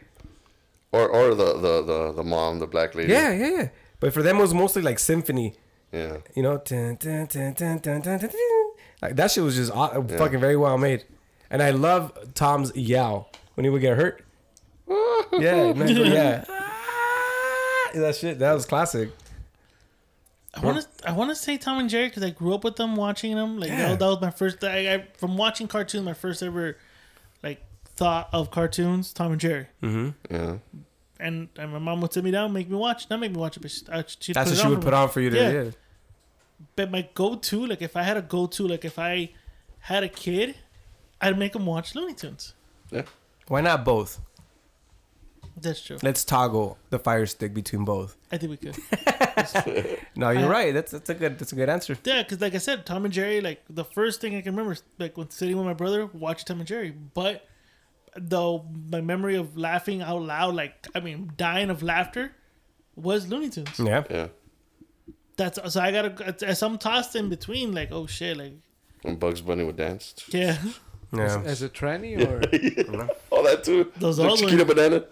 Speaker 2: Or or the, the, the, the mom, the black lady.
Speaker 1: Yeah, yeah, yeah. But for them, it was mostly like symphony.
Speaker 2: Yeah.
Speaker 1: You know, dun, dun, dun, dun, dun, dun, dun, dun. like that shit was just aw- fucking very well made, and I love Tom's yowl when he would get [LAUGHS] hurt. yeah, man, yeah. [LAUGHS] Ah, that shit, that was classic.
Speaker 4: I want to I want to say Tom and Jerry because I grew up with them watching them. Like
Speaker 1: Yeah.
Speaker 4: that, that was my first. I, I from watching cartoons, my first ever like thought of cartoons. Tom and Jerry.
Speaker 1: Hmm.
Speaker 2: Yeah.
Speaker 4: And, and my mom would sit me down, make me watch. Not make me watch it, but she, uh, she'd
Speaker 1: That's what
Speaker 4: put it
Speaker 1: she
Speaker 4: on
Speaker 1: would
Speaker 4: for
Speaker 1: put
Speaker 4: me.
Speaker 1: on for you to.
Speaker 4: Yeah.
Speaker 1: Yeah.
Speaker 4: But my go-to, like if I had a go-to, like if I had a kid, I'd make them watch Looney Tunes.
Speaker 1: Why not both?
Speaker 4: That's true.
Speaker 1: Let's toggle the fire stick between both.
Speaker 4: I think we could.
Speaker 1: No, you're
Speaker 4: I-
Speaker 1: right. That's that's a good that's a good answer.
Speaker 4: Yeah, because like I said, Tom and Jerry, like the first thing I can remember, is, like when sitting with my brother, watch Tom and Jerry. But though my memory of laughing out loud, like I mean, dying of laughter, was Looney Tunes.
Speaker 1: Yeah.
Speaker 2: Yeah.
Speaker 4: That's so I gotta. So I'm tossed in between, like oh shit, like
Speaker 2: When Bugs Bunny would dance.
Speaker 4: yeah, [LAUGHS]
Speaker 1: Yeah.
Speaker 3: As a tranny or
Speaker 2: All that too.
Speaker 4: Those
Speaker 2: The
Speaker 4: other
Speaker 2: Chiquita banana.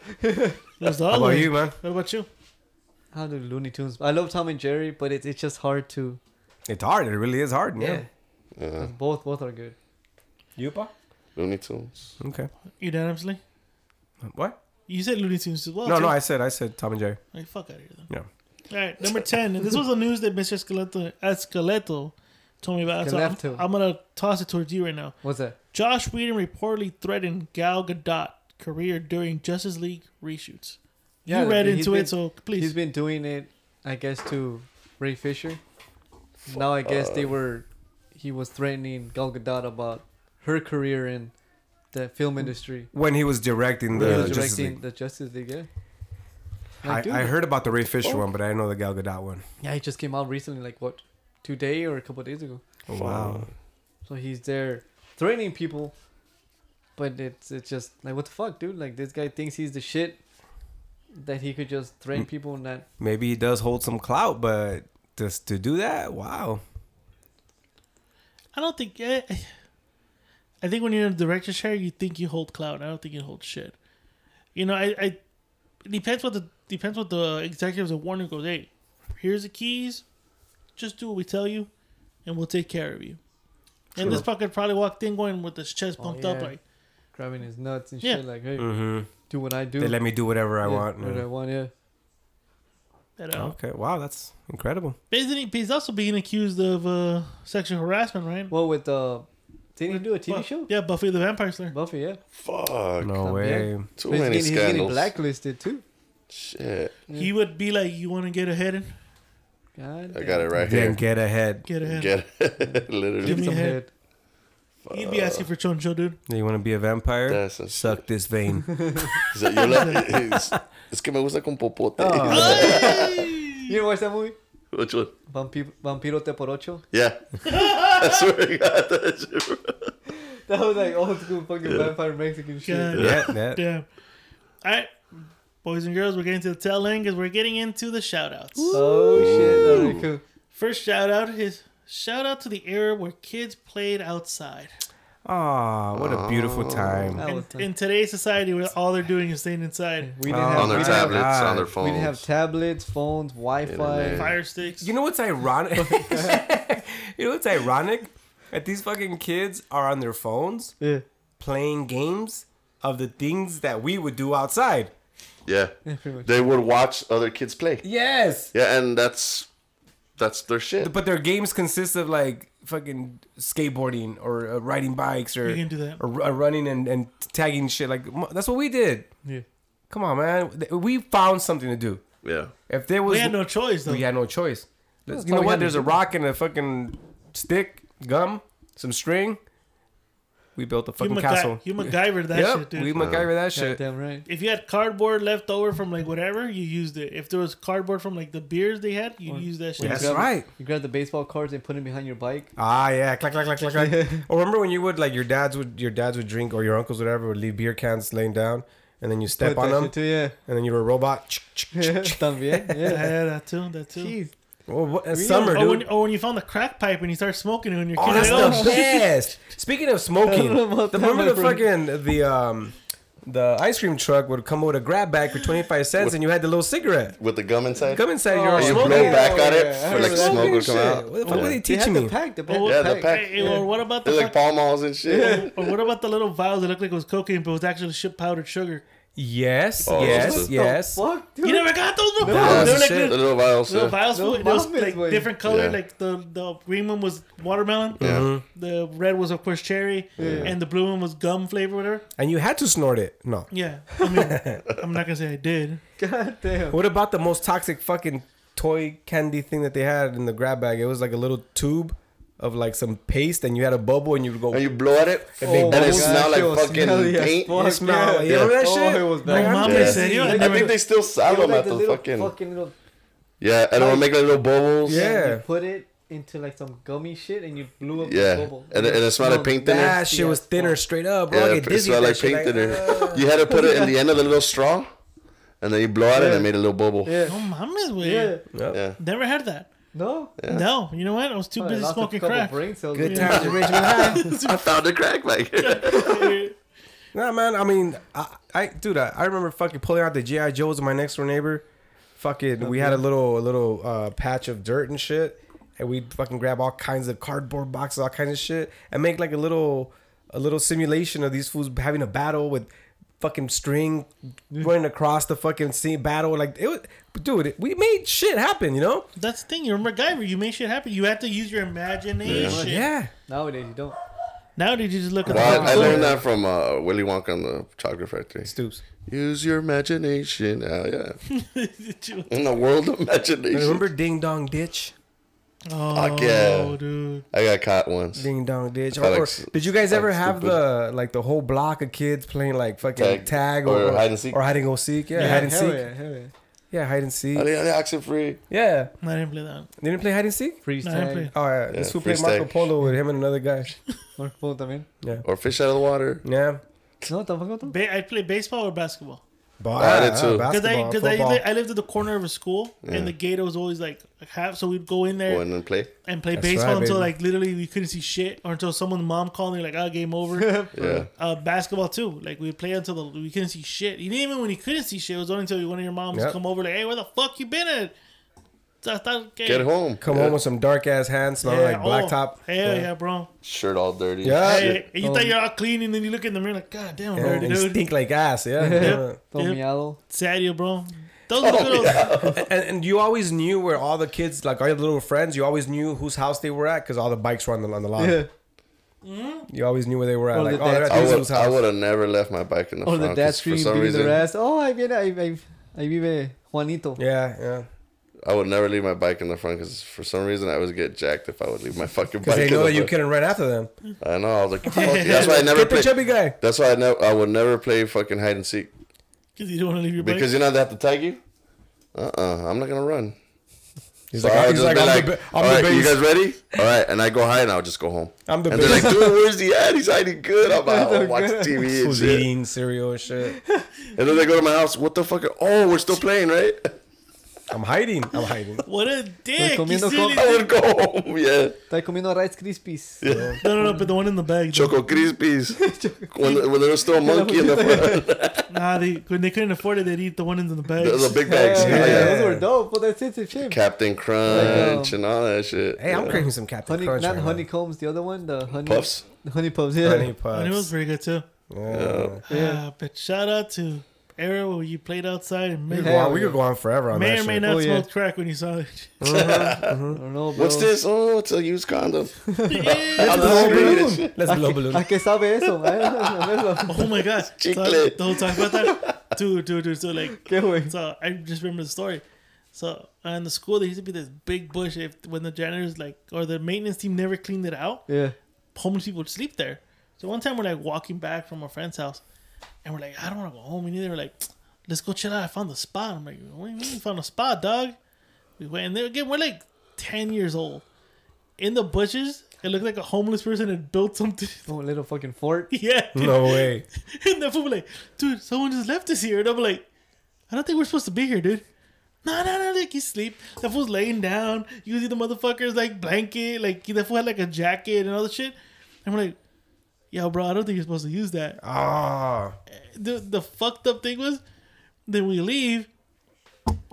Speaker 4: that's the
Speaker 1: How
Speaker 4: other
Speaker 1: about
Speaker 4: one.
Speaker 1: you, man?
Speaker 4: What about you?
Speaker 3: how do Looney Tunes? I love Tom and Jerry, but it's it's just hard to.
Speaker 1: It's hard. It really is hard. Yeah.
Speaker 3: Yeah. Both both are good.
Speaker 1: You pa?
Speaker 2: Looney Tunes.
Speaker 1: Okay.
Speaker 4: Unanimously.
Speaker 1: What?
Speaker 4: You said Looney Tunes as well.
Speaker 1: No,
Speaker 4: too.
Speaker 1: no, I said I said Tom and Jerry.
Speaker 4: Like, fuck out of here, though.
Speaker 1: Yeah.
Speaker 4: All right, number 10. And this was the news that Mr. Esqueleto, Esqueleto told me about. So I'm,
Speaker 3: Esqueleto.
Speaker 4: I'm going to toss it towards you right now.
Speaker 3: What's that?
Speaker 4: Josh Whedon reportedly threatened Gal Gadot career during Justice League reshoots.
Speaker 3: Yeah,
Speaker 4: you read
Speaker 3: he's
Speaker 4: into
Speaker 3: been-
Speaker 4: it, so
Speaker 3: He's
Speaker 4: please.
Speaker 3: been doing it, I guess, to Ray Fisher. Now I guess they were, he was threatening Gal Gadot about her career in the
Speaker 1: Mm.
Speaker 3: film industry.
Speaker 1: When he was directing the
Speaker 3: he was
Speaker 1: Justice
Speaker 3: directing
Speaker 1: League.
Speaker 3: the Justice League. Yeah.
Speaker 1: I,
Speaker 3: Like, dude,
Speaker 1: I heard about the Ray Fisher one, but I didn't know the Gal Gadot one.
Speaker 3: Yeah, he just came out recently, like what, today or a couple of days ago.
Speaker 1: Oh, Wow.
Speaker 3: So he's there threatening people, but it's it's just like what the fuck, dude? Like this guy thinks he's the shit that he could just threaten
Speaker 1: Mm.
Speaker 3: people and that.
Speaker 1: Maybe he does hold some clout, but just to do that, wow.
Speaker 4: I don't think. I, I think when you're in a director's chair, you think you hold clout. I don't think you hold shit. You know, I. I it depends what the depends what the executives at Warner goes. Hey, here's the keys. Just do what we tell you, and we'll take care of you. And this fucker probably walked in going with his chest
Speaker 3: Oh,
Speaker 4: pumped up,
Speaker 3: yeah.
Speaker 4: like
Speaker 3: Grabbing his nuts and
Speaker 4: Yeah.
Speaker 3: shit, like, hey,
Speaker 1: Mm-hmm.
Speaker 3: do what I do.
Speaker 1: They let me do whatever I
Speaker 3: Yeah,
Speaker 1: want.
Speaker 3: What I want, yeah.
Speaker 4: that. Uh,
Speaker 1: Okay. Wow, that's incredible.
Speaker 4: Isn't he, he's also being accused of uh, sexual harassment, right?
Speaker 3: Well, with uh, didn't he do a TV
Speaker 4: Bu-
Speaker 3: show?
Speaker 4: Yeah, Buffy the Vampire Slayer.
Speaker 3: Buffy, yeah.
Speaker 2: Fuck.
Speaker 1: No
Speaker 3: Yeah.
Speaker 1: way.
Speaker 2: Too
Speaker 3: But he's,
Speaker 2: many
Speaker 3: getting, he's getting
Speaker 2: scandals.
Speaker 3: blacklisted too.
Speaker 2: Shit.
Speaker 4: He would be like, "You want to get ahead and
Speaker 3: God,
Speaker 2: I got it right
Speaker 1: Then
Speaker 2: here.
Speaker 1: get ahead.
Speaker 4: get ahead."
Speaker 2: Get it. [LAUGHS]
Speaker 4: Give
Speaker 2: Literally.
Speaker 4: me
Speaker 3: some
Speaker 4: head.
Speaker 3: head.
Speaker 4: He'd be asking for choncho, dude. [LAUGHS]
Speaker 1: You want to be a vampire?
Speaker 2: That's some
Speaker 1: Suck this vein.
Speaker 2: O sea, yo la- es, es que me gusta con popote.
Speaker 3: Oh. You ever watch that movie?
Speaker 2: Which one?
Speaker 3: Vampiro, Vampiro Te Por Ocho.
Speaker 2: Yeah. [LAUGHS] I swear to God, that shit-
Speaker 3: [LAUGHS] That was like old school fucking vampire Mexican shit.
Speaker 4: God
Speaker 1: yeah, that.
Speaker 4: damn. All right, boys and girls, we're getting to the tail end because we're getting into the shout outs.
Speaker 3: Oh shit! All right, cool.
Speaker 4: First shout out is shout out to the era where kids played outside.
Speaker 1: Aw, what a beautiful time.
Speaker 3: That
Speaker 4: In,
Speaker 3: was
Speaker 4: in today's society, where all they're doing is staying inside,
Speaker 3: We didn't
Speaker 1: Oh,
Speaker 3: have
Speaker 2: on their
Speaker 3: we didn't have-
Speaker 2: tablets, on their
Speaker 3: We
Speaker 2: phones.
Speaker 3: didn't have tablets, phones, Wi-Fi.
Speaker 2: Internet.
Speaker 4: fire sticks.
Speaker 1: You know what's ironic? [LAUGHS] you know what's ironic? That these fucking kids are on their phones
Speaker 3: Yeah,
Speaker 1: playing games of the things that we would do outside.
Speaker 2: yeah.
Speaker 3: pretty much.
Speaker 2: They would watch other kids play.
Speaker 1: Yes.
Speaker 2: Yeah, and that's that's their shit.
Speaker 1: But their games consist of like fucking skateboarding or uh, riding bikes or
Speaker 4: You can do that.
Speaker 1: or, uh, running and, and tagging shit. Like mo- that's what we did.
Speaker 3: Yeah.
Speaker 1: Come on, man. Th- We found something to do.
Speaker 2: Yeah.
Speaker 1: If there was,
Speaker 4: We had no choice though.
Speaker 1: we had no choice.
Speaker 3: that's
Speaker 1: you know
Speaker 3: all we
Speaker 1: what?
Speaker 3: had to
Speaker 1: There's a
Speaker 3: do.
Speaker 1: rock and a fucking stick, gum, some string. We built a
Speaker 4: you,
Speaker 1: fucking
Speaker 4: MacGy-
Speaker 1: castle.
Speaker 4: you MacGyver that
Speaker 1: yep,
Speaker 4: shit, dude.
Speaker 1: we MacGyver that shit.
Speaker 3: Damn right.
Speaker 4: if you had cardboard left over from like whatever, you used it. If there was cardboard from like the beers they had, you use that shit.
Speaker 1: That's
Speaker 3: grab-
Speaker 1: right.
Speaker 3: You grab the baseball cards and put them behind your bike.
Speaker 1: Ah, yeah, clack, clack, clack, clack, clack.
Speaker 3: [LAUGHS]
Speaker 1: or remember when you would like your dad's would your dad's would drink or your uncles whatever would leave beer cans laying down, and then you step
Speaker 3: Put
Speaker 1: on
Speaker 3: that
Speaker 1: them,
Speaker 3: shit too, yeah. [LAUGHS]
Speaker 1: and then you were a robot.
Speaker 3: También,
Speaker 4: I
Speaker 3: yeah.
Speaker 4: had that too. That too.
Speaker 3: Jeez.
Speaker 1: Oh, what, it's summer,
Speaker 4: oh, when,
Speaker 1: dude.
Speaker 4: oh, when you found the crack pipe and you start smoking it, and your
Speaker 1: Oh,
Speaker 4: kid's
Speaker 1: that's
Speaker 4: like,
Speaker 1: the
Speaker 4: [LAUGHS] "Oh, shit."
Speaker 1: best. Speaking of smoking,
Speaker 3: [LAUGHS] I don't know about
Speaker 1: the,
Speaker 3: that,
Speaker 1: remember
Speaker 3: my
Speaker 1: the fucking the um the ice cream truck would come with a grab bag for twenty five cents, and you had the little cigarette.
Speaker 2: With the gum inside.
Speaker 1: Come inside,
Speaker 3: Oh,
Speaker 1: you're all
Speaker 2: and you
Speaker 1: smoking.
Speaker 2: blow back
Speaker 3: Oh,
Speaker 2: at it,
Speaker 3: yeah, I
Speaker 2: for, like
Speaker 3: remember that.
Speaker 2: smoke will
Speaker 1: Smoking
Speaker 2: come
Speaker 1: shit.
Speaker 2: out.
Speaker 1: What the fuck were they
Speaker 3: They had
Speaker 1: teaching
Speaker 3: the
Speaker 1: me?
Speaker 3: pack, the pack.
Speaker 4: Oh,
Speaker 2: Yeah,
Speaker 4: hey,
Speaker 2: the pack.
Speaker 4: hey, Or what about the
Speaker 2: They're like
Speaker 4: fuck-
Speaker 2: palm malls and shit.
Speaker 4: [LAUGHS] or what about the little vials that looked like it was cocaine, but it was actually shit powdered sugar?
Speaker 1: Yes,
Speaker 2: Oh,
Speaker 1: yes,
Speaker 2: what the
Speaker 1: yes.
Speaker 3: Fuck, dude.
Speaker 4: You never got those? No,
Speaker 1: Yeah,
Speaker 4: they were like
Speaker 1: shit.
Speaker 2: The
Speaker 4: little,
Speaker 2: little vials.
Speaker 4: little
Speaker 2: Yeah.
Speaker 4: vials.
Speaker 3: Little
Speaker 4: full- It was
Speaker 3: muffins,
Speaker 4: like
Speaker 3: boy.
Speaker 4: different color.
Speaker 2: Yeah.
Speaker 4: Like the the green one was watermelon.
Speaker 2: Yeah.
Speaker 4: The red was of course cherry, and the blue one was gum flavor, whatever.
Speaker 1: And you had to snort it. No.
Speaker 4: Yeah, I mean, I'm not gonna say I did.
Speaker 3: God damn.
Speaker 1: What about the most toxic fucking toy candy thing that they had in the grab bag? It was like a little tube of like some paste, and you had a bubble, and you would go.
Speaker 2: And you blow at it,
Speaker 1: they
Speaker 3: Oh
Speaker 2: and it
Speaker 1: bubble-
Speaker 2: smelled
Speaker 3: it was
Speaker 2: like fucking
Speaker 3: smelly as
Speaker 2: paint.
Speaker 3: fuck,
Speaker 1: It smelled-
Speaker 3: yeah.
Speaker 1: you remember that
Speaker 3: Oh,
Speaker 1: shit?
Speaker 3: it was
Speaker 1: Like,
Speaker 3: bad.
Speaker 1: I'm
Speaker 4: Mama
Speaker 1: just-
Speaker 4: said, you know,
Speaker 2: I
Speaker 4: never-
Speaker 2: think they still sell
Speaker 3: It was
Speaker 2: them
Speaker 3: like
Speaker 2: at
Speaker 3: the
Speaker 2: the
Speaker 3: little
Speaker 2: fucking.
Speaker 3: fucking little.
Speaker 2: Yeah, and it'll make like little bubbles.
Speaker 1: Yeah.
Speaker 3: You put it into like some gummy shit and you blew up
Speaker 2: Yeah,
Speaker 3: the bubble.
Speaker 2: and it- and it smelled like paint thinner?
Speaker 1: That shit was thinner, straight up. Bro.
Speaker 2: Yeah,
Speaker 1: I
Speaker 2: it
Speaker 1: get dizzy.
Speaker 2: smelled
Speaker 1: with
Speaker 2: like
Speaker 1: that shit,
Speaker 2: paint thinner.
Speaker 1: uh,
Speaker 2: you had to put it in the end of the little straw, and then you blow at it, and it made a little bubble. Yeah.
Speaker 3: Yeah.
Speaker 4: Oh, mama's way.
Speaker 3: Yeah.
Speaker 2: yeah.
Speaker 4: [LAUGHS] Never had that.
Speaker 3: No?
Speaker 4: No, you know what? I was too
Speaker 3: I
Speaker 4: busy
Speaker 3: lost a
Speaker 4: smoking
Speaker 3: couple
Speaker 4: crack.
Speaker 3: brain cells.
Speaker 1: Good
Speaker 3: Yeah.
Speaker 1: times, at Richmond [LAUGHS] High.
Speaker 2: I found the crack back here.
Speaker 1: Nah, man. I mean, I, I dude, I, I remember fucking pulling out the GI Joes of my next door neighbor. Fucking, we had a little a little uh, patch of dirt and shit, and we'd fucking grab all kinds of cardboard boxes, all kinds of shit, and make like a little a little simulation of these fools having a battle with fucking string running across the fucking scene battle. Like it was, dude, we made shit happen. You know?
Speaker 4: [LAUGHS] That's the thing. You're MacGyver. You make shit happen. You have to use your imagination.
Speaker 1: Yeah.
Speaker 3: Nowadays, you don't.
Speaker 4: Now did you just look at
Speaker 2: Well,
Speaker 4: the [LAUGHS]
Speaker 2: I, I learned that from uh, Willy Wonka and the Chocolate Factory.
Speaker 1: Stoops.
Speaker 2: Use your imagination. Oh, yeah.
Speaker 4: that.
Speaker 2: In the world of imagination.
Speaker 1: Remember Ding Dong Ditch?
Speaker 2: [LAUGHS]
Speaker 4: oh,
Speaker 2: Fuck yeah.
Speaker 4: dude.
Speaker 2: I got caught once.
Speaker 1: Ding Dong Ditch. Or,
Speaker 2: Kinda
Speaker 1: or-
Speaker 2: like s-
Speaker 1: did you guys ever
Speaker 2: like
Speaker 1: have
Speaker 2: stupid.
Speaker 1: the like the whole block of kids playing like fucking tag,
Speaker 2: Tag. Or hide and seek.
Speaker 1: or hide and go seek? Yeah, hide and
Speaker 3: hell
Speaker 1: seek.
Speaker 3: Yeah,
Speaker 1: Yeah.
Speaker 3: hell yeah.
Speaker 1: hide and seek.
Speaker 2: I didn't- I didn't action free.
Speaker 1: Yeah,
Speaker 4: I didn't play that. One.
Speaker 1: they didn't play hide and seek.
Speaker 3: Freeze
Speaker 4: No, I didn't
Speaker 3: tag.
Speaker 4: play.
Speaker 1: Oh, yeah. this
Speaker 2: Yeah,
Speaker 1: who played
Speaker 2: freeze
Speaker 1: Marco
Speaker 2: tag.
Speaker 1: Polo with him and another guy.
Speaker 3: Marco Polo también.
Speaker 2: Or fish out of the water.
Speaker 1: Yeah,
Speaker 3: No, tampoco tú.
Speaker 4: Ba- I played baseball or basketball.
Speaker 1: Ball,
Speaker 2: I did too.
Speaker 4: Because I,
Speaker 1: basketball,
Speaker 4: cause I,
Speaker 1: football.
Speaker 4: li- I lived at the corner of a school, and the gate was always like half. So we'd go in there
Speaker 2: Go in and play.
Speaker 4: and play
Speaker 1: That's
Speaker 4: baseball
Speaker 1: right,
Speaker 4: until
Speaker 1: baby.
Speaker 4: like literally we couldn't see shit, or until someone's mom called and they're like, "Ah, game over."
Speaker 2: [LAUGHS] Yeah.
Speaker 4: uh, basketball too. Like we'd play until the, we couldn't see shit. Even even when you couldn't see shit, it was only until one of your moms
Speaker 1: Yep.
Speaker 4: come over like, "Hey, where the fuck you been at?" So I thought, okay.
Speaker 2: Get home.
Speaker 1: Come
Speaker 2: yeah.
Speaker 1: home with some dark ass hands, smelling like
Speaker 4: oh,
Speaker 1: blacktop.
Speaker 4: Hell yeah, bro.
Speaker 2: Shirt all dirty.
Speaker 1: Yeah.
Speaker 2: Shit.
Speaker 4: Hey, and you thought you're all clean, and then you look in the mirror like, "God damn,
Speaker 1: Yeah,
Speaker 4: bro,
Speaker 1: and you
Speaker 4: dude,
Speaker 1: stink like ass.
Speaker 4: [LAUGHS]
Speaker 1: Yeah.
Speaker 4: Yep.
Speaker 3: Todo miado.
Speaker 4: sad you, bro." Those
Speaker 2: Oh,
Speaker 4: are good. [LAUGHS]
Speaker 1: and, and you always knew where all the kids, like all your little friends, you always knew whose house they were at because all the bikes were on the, on the lawn.
Speaker 3: Yeah.
Speaker 1: You always knew where they were at.
Speaker 3: Or
Speaker 1: like,
Speaker 3: the
Speaker 1: oh, they're
Speaker 3: dad's-
Speaker 1: at
Speaker 2: I
Speaker 1: Diesel's
Speaker 2: would, I
Speaker 1: house.
Speaker 2: would have never left my bike in the
Speaker 3: Or
Speaker 2: front.
Speaker 3: Oh, the
Speaker 2: 'cause
Speaker 3: dad
Speaker 2: for
Speaker 3: screaming,
Speaker 2: some
Speaker 3: beating
Speaker 2: reason,
Speaker 3: their ass. Oh, ahí viene, ahí, ahí, ahí vive Juanito.
Speaker 1: Yeah, yeah.
Speaker 2: I would never leave my bike in the front because for some reason I always get jacked if I would leave my fucking bike.
Speaker 1: Because they
Speaker 2: in
Speaker 1: know
Speaker 2: the
Speaker 1: that you
Speaker 2: front.
Speaker 1: couldn't run after them.
Speaker 2: I know. I was
Speaker 1: [LAUGHS]
Speaker 2: like, fuck. you. that's why I
Speaker 1: Get
Speaker 2: never
Speaker 1: the
Speaker 2: played.
Speaker 1: chubby guy.
Speaker 2: That's why I never. I would never play fucking hide and seek
Speaker 4: Because you don't want to leave your
Speaker 2: because you know they have to tag you. Uh uh-uh, uh, i am not gonna run.
Speaker 1: He's
Speaker 2: So
Speaker 1: like,
Speaker 2: I
Speaker 1: I'm,
Speaker 2: would
Speaker 1: he's like,
Speaker 2: just be
Speaker 1: I'm,
Speaker 2: like,
Speaker 1: the, ba-
Speaker 2: all
Speaker 1: I'm the
Speaker 2: right, you
Speaker 1: base.
Speaker 2: guys ready? All right, and I go hide and I'll just go home.
Speaker 1: [LAUGHS] I'm the
Speaker 2: and they're like,
Speaker 1: base.
Speaker 2: dude, where's the ad? He's hiding good.
Speaker 1: [LAUGHS]
Speaker 2: I'm out I'll watch TV and
Speaker 1: Who's
Speaker 2: shit.
Speaker 1: eating cereal and shit?
Speaker 2: And then they go to my house. What the fuck? Oh, we're still playing, right?
Speaker 1: I'm hiding. I'm hiding.
Speaker 4: What a dick! You
Speaker 3: comiendo
Speaker 4: silly
Speaker 2: I
Speaker 4: dick.
Speaker 2: would go home. Yeah.
Speaker 3: Está comiendo Rice Krispies.
Speaker 4: [LAUGHS] No, no, no, but the one in the bag. though.
Speaker 2: Choco [LAUGHS] Crispies. when, when there was still a monkey [LAUGHS] in the front,
Speaker 4: Nah, they when they couldn't afford it, they'd eat the ones in the bag.
Speaker 2: the, the big bags.
Speaker 3: Yeah,
Speaker 2: Yeah.
Speaker 3: Those were dope, but that's it. It's a shame.
Speaker 2: Captain Crunch and all that shit.
Speaker 1: Hey, I'm
Speaker 2: Yeah.
Speaker 1: craving some Captain
Speaker 3: honey,
Speaker 1: Crunch.
Speaker 3: not
Speaker 1: right now.
Speaker 3: honeycombs, the other one, the honey
Speaker 2: Puffs.
Speaker 3: The honey puffs, yeah.
Speaker 1: Honey
Speaker 4: and it was
Speaker 1: puffs.
Speaker 4: pretty good too.
Speaker 1: Yeah.
Speaker 4: Yeah, but shout out to era where you played outside and may,
Speaker 1: Wow, we could go on forever on
Speaker 4: may
Speaker 1: that
Speaker 4: or may
Speaker 1: shit.
Speaker 4: not
Speaker 3: Oh, yeah.
Speaker 4: smoke crack when you saw it. [LAUGHS]
Speaker 3: I don't know, bro.
Speaker 2: What's this? Oh, it's a used [LAUGHS] condom.
Speaker 4: Yeah.
Speaker 2: I'm not gonna eat it.
Speaker 1: Let's blow balloon.
Speaker 3: ¿A qué sabe eso, man? [LAUGHS]
Speaker 4: oh my god! So,
Speaker 2: Chicle.
Speaker 4: don't talk about that, dude, dude, dude. So like,
Speaker 3: ¿Qué, güey?
Speaker 4: so I just remember the story. So uh, in the school, there used to be this big bush. If when the janitors like or the maintenance team never cleaned it out,
Speaker 3: Yeah.
Speaker 4: homeless people would sleep there. So one time we're like walking back from our friend's house, and we're like, I don't want to go home. And they were like, let's go chill out. I found the spot. I'm like, what do you mean you found a spot, dog? We went in there again. We're like ten years old. In the bushes, it looked like a homeless person had built something. [LAUGHS]
Speaker 3: Oh, little fucking fort.
Speaker 4: yeah, dude.
Speaker 1: No way.
Speaker 4: [LAUGHS] and the fool were like, dude, someone just left us here. And I'm like, I don't think we're supposed to be here, dude. No, no, no, like you sleep. That fool's laying down, using the motherfucker's like blanket, like that fool had like a jacket and all the shit. And we're like, yo, bro, I don't think you're supposed to use that.
Speaker 1: Ah.
Speaker 4: The, the fucked up thing was, then we leave,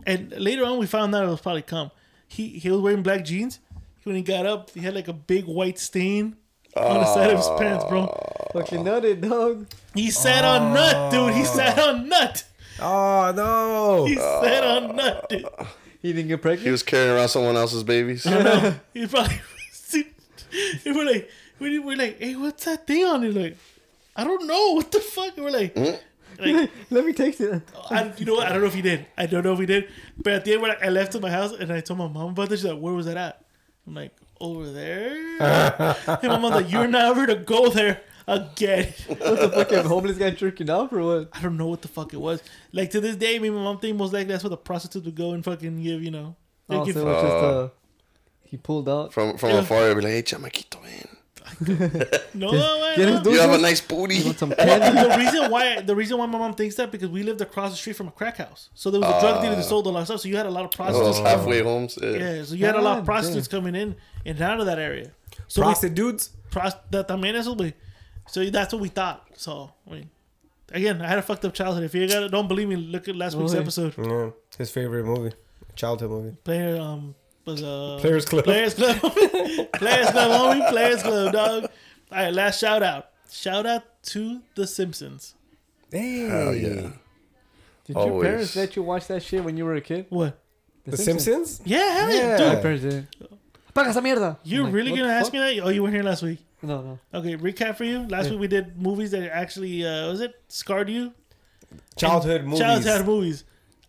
Speaker 4: and later on we found out it was probably cum. He he was wearing black jeans. When he got up, he had like a big white stain on the side of his pants, bro.
Speaker 3: Fucking nutted, dog.
Speaker 4: He sat on nut, dude. He sat on nut.
Speaker 1: Oh
Speaker 4: He
Speaker 1: no!
Speaker 4: sat
Speaker 3: Uh.
Speaker 4: on nut, dude.
Speaker 3: He didn't get
Speaker 2: He
Speaker 3: pregnant. [LAUGHS]
Speaker 2: was carrying around someone else's babies.
Speaker 4: [LAUGHS] He probably and we're like, we we're like, hey, what's that thing on it? Like, I don't know. What the fuck? And we're like, like
Speaker 3: Let me take it.
Speaker 4: I, you know what? I don't know if he did. I don't know if he did. But at the end, we're like, I left to my house and I told my mom about this. She's like, where was that at? I'm like, over there. and my mom's like, you're not ever to go there again.
Speaker 3: What the fucking homeless guy jerking off or what?
Speaker 4: I don't know what the fuck it was. Like to this day, me and my mom think most likely that's where the prostitutes would go and fucking give, you know. they
Speaker 3: Oh, so
Speaker 4: give-
Speaker 3: it was just uh, he pulled out.
Speaker 2: From from afar, I'd be like, hey, chamaquito, man.
Speaker 4: no, I
Speaker 3: Get his
Speaker 4: don't-
Speaker 2: You have a
Speaker 3: dude.
Speaker 2: nice booty.
Speaker 3: Some
Speaker 4: And
Speaker 3: candy.
Speaker 4: the reason why the reason why my mom thinks that because we lived across the street from a crack house, so there was a drug dealer that sold a lot of stuff. So you had a lot of
Speaker 2: [LAUGHS]
Speaker 4: prostitutes.
Speaker 2: Those halfway homes. Yeah.
Speaker 4: Yeah, so you had a lot of
Speaker 3: God
Speaker 4: prostitutes coming in and out of that area. So we,
Speaker 1: Prostitutes.
Speaker 4: pros- that también eso, güey. So that's what we thought. So I mean, again, I had a fucked up childhood. If you got don't believe me, look at last week's
Speaker 3: Really?
Speaker 4: episode.
Speaker 1: Yeah, his favorite movie, childhood movie.
Speaker 4: Player um was uh
Speaker 1: Players Club.
Speaker 4: Players Club. [LAUGHS] Players Club, homie. Players Club, dog. All right, last shout out. Shout out to The Simpsons.
Speaker 1: Hey,
Speaker 2: Hell yeah.
Speaker 3: Did your
Speaker 2: Always.
Speaker 3: parents let you watch that shit when you were a kid?
Speaker 4: What?
Speaker 1: The Simpsons?
Speaker 4: Yeah, hell yeah,
Speaker 1: Yeah.
Speaker 4: dude.
Speaker 3: My parents didn't. Apaga esa mierda.
Speaker 4: You're
Speaker 3: I'm like,
Speaker 4: really
Speaker 3: what
Speaker 4: gonna
Speaker 3: the
Speaker 4: ask
Speaker 3: fuck?
Speaker 4: me that? Oh, you weren't here last week.
Speaker 3: No, no.
Speaker 4: Okay, recap for you. Last week we did movies that actually uh, was it scarred you?
Speaker 1: Childhood movies.
Speaker 4: Childhood movies.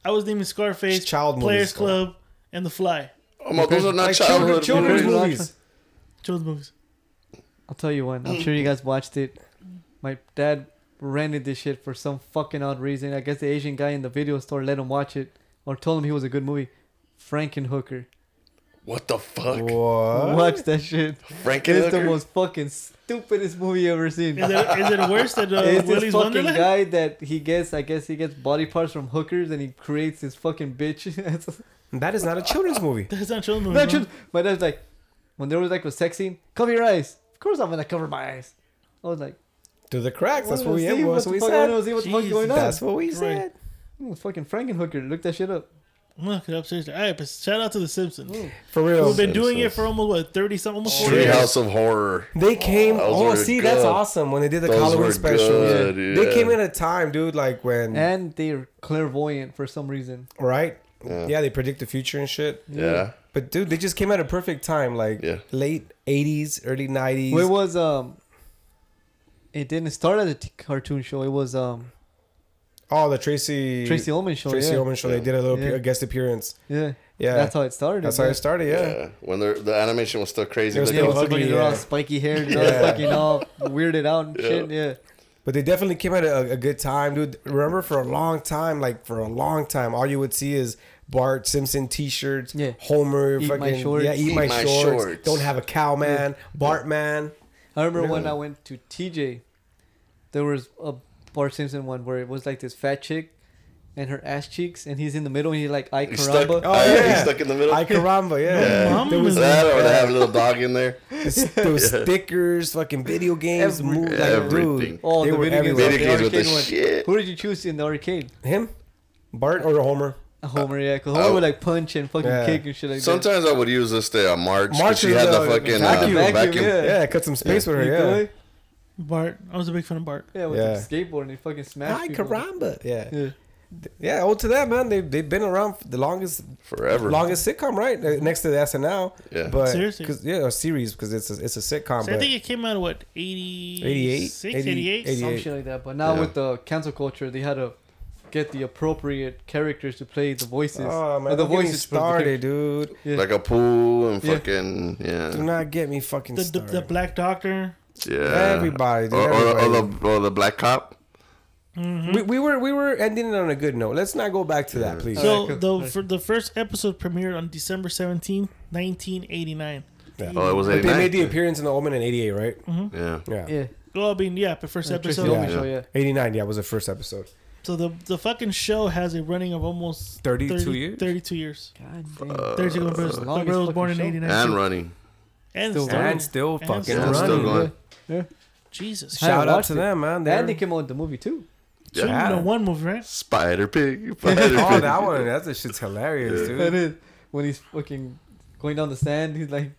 Speaker 4: I was naming Scarface,
Speaker 1: Child movies,
Speaker 4: Players
Speaker 1: though.
Speaker 4: Club, and The Fly.
Speaker 2: Oh my, those are not
Speaker 1: Like children,
Speaker 2: childhood.
Speaker 1: children's
Speaker 3: movies.
Speaker 1: movies.
Speaker 4: Children's movies.
Speaker 3: I'll tell you one. I'm sure
Speaker 1: Mm.
Speaker 3: you guys watched it. My dad rented this shit for some fucking odd reason. I guess the Asian guy in the video store let him watch it or told him he was a good movie. Frankenhooker.
Speaker 2: What the fuck?
Speaker 1: What?
Speaker 3: Watch that shit. It's the
Speaker 2: Frankenhooker.
Speaker 3: most fucking stupidest movie you ever seen.
Speaker 4: Is it, is it worse
Speaker 3: [LAUGHS]
Speaker 4: than uh,
Speaker 3: it's this
Speaker 4: Willy's
Speaker 3: fucking
Speaker 4: Wonderland?
Speaker 3: guy that he gets, I guess he gets body parts from hookers and he creates his fucking bitch. [LAUGHS] That's-
Speaker 4: Uh-huh.
Speaker 1: That is not a children's movie.
Speaker 4: [LAUGHS] That's not children's movies.
Speaker 3: Not
Speaker 4: no.
Speaker 3: just- my dad's like, when there was like a sex scene, cover your eyes. Of course I'm gonna cover my eyes. I was like,
Speaker 1: To the cracks. That's
Speaker 3: I wanna
Speaker 1: what we,
Speaker 3: see
Speaker 1: that's
Speaker 3: the
Speaker 1: what we
Speaker 3: fuck- I
Speaker 1: said.
Speaker 3: wanna see what the fuck's going on.
Speaker 1: That's what we said.
Speaker 3: Mm, fucking Frankenhooker. Look that shit up.
Speaker 4: I'm gonna look it up seriously. All right, but shout out to The Simpsons.
Speaker 3: Oh.
Speaker 1: For real.
Speaker 4: We've been
Speaker 2: Simpsons.
Speaker 4: doing it for almost what thirty something, almost forty years.
Speaker 2: Treehouse of Horror.
Speaker 1: They came.
Speaker 2: those
Speaker 1: Oh,
Speaker 2: were
Speaker 1: see, that's
Speaker 2: good.
Speaker 1: awesome. When they did the
Speaker 2: Those
Speaker 1: Halloween
Speaker 2: were
Speaker 1: special,
Speaker 2: good,
Speaker 1: they
Speaker 2: yeah.
Speaker 1: came at a time, dude. Like when,
Speaker 3: And they're clairvoyant for some reason.
Speaker 1: right? Yeah. they predict the future and shit.
Speaker 2: Yeah.
Speaker 1: But dude, they just came at a perfect time, like
Speaker 2: Yeah.
Speaker 1: late '80s, early '90s.
Speaker 3: Well, it was um, it didn't start as a t- cartoon show. It was um
Speaker 1: oh, the Tracy
Speaker 3: Tracy Ullman show.
Speaker 1: Tracy
Speaker 3: yeah.
Speaker 1: Ullman show. They did a little
Speaker 3: Yeah.
Speaker 1: pe- a guest appearance.
Speaker 3: Yeah.
Speaker 1: Yeah,
Speaker 3: that's how it started.
Speaker 1: That's how it
Speaker 3: man.
Speaker 1: started.
Speaker 2: Yeah.
Speaker 1: Yeah,
Speaker 2: When the the animation was still crazy.
Speaker 1: It was
Speaker 3: Yeah,
Speaker 1: Still
Speaker 3: when
Speaker 1: ugly,
Speaker 3: somebody- they're all
Speaker 1: yeah.
Speaker 3: spiky haired, they're all
Speaker 1: Yeah. [LAUGHS]
Speaker 3: fucking all weirded out and shit. Yeah,
Speaker 1: but they definitely came at a, a good time, dude. Remember, for a long time, like for a long time, all you would see is Bart Simpson T-shirts,
Speaker 3: Yeah.
Speaker 1: Homer,
Speaker 3: Eat my
Speaker 1: fucking
Speaker 3: shorts.
Speaker 1: yeah, eat, my,
Speaker 2: my
Speaker 1: shorts.
Speaker 2: shorts.
Speaker 1: Don't have a cow, man. Bart,
Speaker 2: [LAUGHS]
Speaker 1: man.
Speaker 3: I remember when
Speaker 2: Yeah.
Speaker 3: I went to TJ, there was a Bart Simpson one where it was like this fat chick and her ass cheeks, and he's in the middle and he's like, I
Speaker 2: He's stuck,
Speaker 3: caramba.
Speaker 1: Oh,
Speaker 2: uh, he's
Speaker 1: yeah.
Speaker 2: stuck in the middle.
Speaker 1: I caramba, yeah.
Speaker 4: Mom
Speaker 1: There was,
Speaker 4: was-
Speaker 2: that or they have a little dog in there.
Speaker 1: there was stickers, fucking video games,
Speaker 3: Every-
Speaker 1: movies, like,
Speaker 2: Everything.
Speaker 1: dude.
Speaker 3: Oh,
Speaker 1: they
Speaker 3: the
Speaker 1: were
Speaker 3: video games,
Speaker 1: everywhere.
Speaker 2: Video
Speaker 3: the
Speaker 2: games with
Speaker 3: arcade
Speaker 2: the
Speaker 3: one.
Speaker 2: shit.
Speaker 3: Who did you choose in the arcade?
Speaker 1: Him, Bart, or Homer.
Speaker 3: Homer, yeah, 'cause Homer
Speaker 2: oh.
Speaker 3: would like punch and fucking
Speaker 1: Yeah.
Speaker 3: kick and shit like that.
Speaker 2: Sometimes I would use this day on March. 'cause
Speaker 1: March
Speaker 2: she
Speaker 1: is
Speaker 2: had the
Speaker 1: a
Speaker 2: fucking
Speaker 1: vacuum.
Speaker 2: uh,
Speaker 3: Vacuum,
Speaker 2: vacuum.
Speaker 3: yeah.
Speaker 1: Yeah, cut some space with
Speaker 3: You
Speaker 1: her. Yeah,
Speaker 3: feel me?
Speaker 4: Bart, I was a big fan of Bart.
Speaker 3: Yeah, with
Speaker 1: Yeah.
Speaker 3: the skateboard and he fucking smashed
Speaker 1: hi
Speaker 3: people.
Speaker 1: caramba. Yeah,
Speaker 3: Yeah.
Speaker 1: yeah. Old to that, man. They they've been around for the longest,
Speaker 2: Forever.
Speaker 1: longest sitcom, right? Uh, Next to the SNL.
Speaker 2: Yeah.
Speaker 1: but
Speaker 4: Seriously.
Speaker 1: 'cause- yeah, a series because it's a, it's a sitcom.
Speaker 4: So I
Speaker 1: but
Speaker 4: think it came out of what 88?
Speaker 1: 88?
Speaker 4: 88?
Speaker 1: 80 88.
Speaker 3: Some shit like that. But now
Speaker 2: Yeah.
Speaker 3: with the cancel culture, they had to get the appropriate characters to play the voices.
Speaker 1: oh
Speaker 3: or
Speaker 1: man,
Speaker 3: the
Speaker 1: the voice
Speaker 3: for the
Speaker 1: started,
Speaker 3: characters.
Speaker 1: dude.
Speaker 3: Yeah.
Speaker 2: Like a pool and
Speaker 3: Yeah.
Speaker 2: fucking yeah.
Speaker 1: Do not get me fucking
Speaker 4: The, the,
Speaker 1: started.
Speaker 4: the Black Doctor.
Speaker 2: Yeah.
Speaker 1: Everybody, dude,
Speaker 2: Or, or, or,
Speaker 1: everybody.
Speaker 2: the, or the black cop.
Speaker 3: Mhm.
Speaker 1: we, we were we were ending it on a good note. Let's not go back to that, please.
Speaker 4: So
Speaker 3: Alright, cool.
Speaker 4: the
Speaker 3: Alright.
Speaker 4: for the first episode premiered on December 17th, 1989.
Speaker 2: Oh, it was
Speaker 1: But
Speaker 2: 89.
Speaker 1: they made the appearance in the Omen in '88, right?
Speaker 2: yeah.
Speaker 1: Yeah.
Speaker 3: Mm-hmm. Yeah.
Speaker 4: Well, I mean, yeah, the first
Speaker 3: The Tracy
Speaker 4: episode.
Speaker 3: Ullman
Speaker 1: Yeah.
Speaker 3: show, yeah.
Speaker 1: '89, yeah, was the first episode.
Speaker 4: So the the fucking show has a running of almost
Speaker 1: 32
Speaker 4: 30
Speaker 1: years?
Speaker 4: 32 years.
Speaker 3: God damn.
Speaker 4: 32 my brother-
Speaker 3: Uh, the
Speaker 4: my brother was
Speaker 3: longest
Speaker 4: born in
Speaker 3: fucking show.
Speaker 4: 89.
Speaker 2: And
Speaker 4: too.
Speaker 2: running.
Speaker 4: And
Speaker 3: Still
Speaker 4: still.
Speaker 3: running.
Speaker 1: still
Speaker 4: And fucking
Speaker 2: Yeah, still
Speaker 3: running.
Speaker 2: going.
Speaker 4: Jesus.
Speaker 3: Huh?
Speaker 1: Shout out
Speaker 3: watched
Speaker 1: to
Speaker 3: it.
Speaker 1: them, man. They're-
Speaker 3: And
Speaker 1: [LAUGHS]
Speaker 3: they came out with the movie too.
Speaker 4: Shouldn't have been a one movie, right?
Speaker 1: [LAUGHS]
Speaker 2: Spider pig. Spider
Speaker 1: oh,
Speaker 2: [LAUGHS] pig.
Speaker 1: that one. That's that shit's hilarious,
Speaker 3: [LAUGHS] That
Speaker 1: dude.
Speaker 3: is when he's fucking going down the sand. He's like,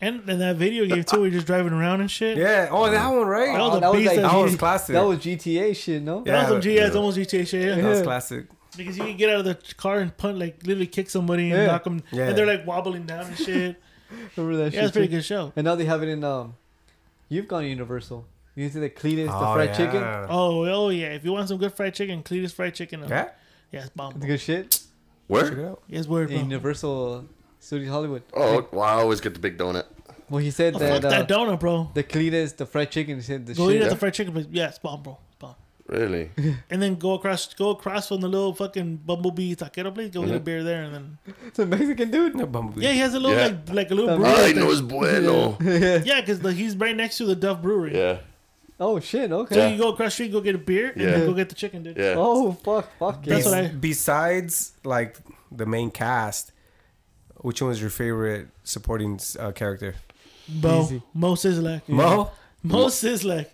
Speaker 4: And, and that video game too, where you're just driving around and shit.
Speaker 1: Yeah. Oh, that one, right?
Speaker 4: That was a
Speaker 3: that was
Speaker 4: beast
Speaker 3: like
Speaker 4: that
Speaker 1: that
Speaker 4: he-
Speaker 1: was classic.
Speaker 3: that was GTA shit, no?
Speaker 1: Yeah,
Speaker 4: that was
Speaker 1: but-
Speaker 4: some GS, almost GTA shit. Yeah.
Speaker 1: That was classic.
Speaker 4: Because you can get out of the car and punt, like literally kick somebody and
Speaker 3: Yeah.
Speaker 4: knock them,
Speaker 1: Yeah.
Speaker 4: and they're like wobbling down and shit.
Speaker 3: Remember that
Speaker 4: yeah,
Speaker 3: shit?
Speaker 4: it's a pretty
Speaker 3: too?
Speaker 4: good show.
Speaker 3: And now they have it in um, you've gone Universal. You see the Cletus,
Speaker 1: Oh,
Speaker 3: the fried
Speaker 1: yeah.
Speaker 3: chicken.
Speaker 4: Oh, oh yeah. If you want some good fried chicken, Cletus fried chicken. uh,
Speaker 1: Yeah.
Speaker 4: yeah, it's bomb.
Speaker 3: It's good shit.
Speaker 1: Check it
Speaker 2: Where?
Speaker 1: out.
Speaker 4: It's word, bro.
Speaker 3: Universal Studio Hollywood.
Speaker 2: Oh, well, I always get the big donut.
Speaker 3: Well, he said
Speaker 4: Oh,
Speaker 3: that,
Speaker 4: fuck
Speaker 3: uh,
Speaker 4: that donut, bro.
Speaker 3: the Cletus, the fried chicken. He said the
Speaker 4: Go eat
Speaker 3: shit.
Speaker 4: at the fried chicken place. Yeah, it's bomb, bro. It's bomb.
Speaker 2: Really?
Speaker 4: And then go across, go across from the little fucking bumblebee taquero place. Go get a beer there, and then
Speaker 3: It's a Mexican dude. [LAUGHS]
Speaker 1: No bumblebee.
Speaker 4: yeah, he has a little
Speaker 2: Yeah.
Speaker 4: like like a little
Speaker 3: That
Speaker 4: brewery.
Speaker 2: I
Speaker 4: thing.
Speaker 2: know it's bueno.
Speaker 4: Yeah, because he's right next to the Duff Brewery.
Speaker 2: Yeah.
Speaker 3: Oh shit. Okay.
Speaker 4: So
Speaker 2: Yeah.
Speaker 4: you go across the street, go get a beer, and
Speaker 2: Yeah.
Speaker 4: then go get the chicken, dude.
Speaker 2: Yeah.
Speaker 3: Oh fuck. Fuck yeah.
Speaker 4: That's what I-
Speaker 1: Besides, like the main cast, which one was your favorite supporting uh, character?
Speaker 4: Bo,
Speaker 3: Easy.
Speaker 4: Mo Sizzlak.
Speaker 1: Mo.
Speaker 4: Mo Sizzlak.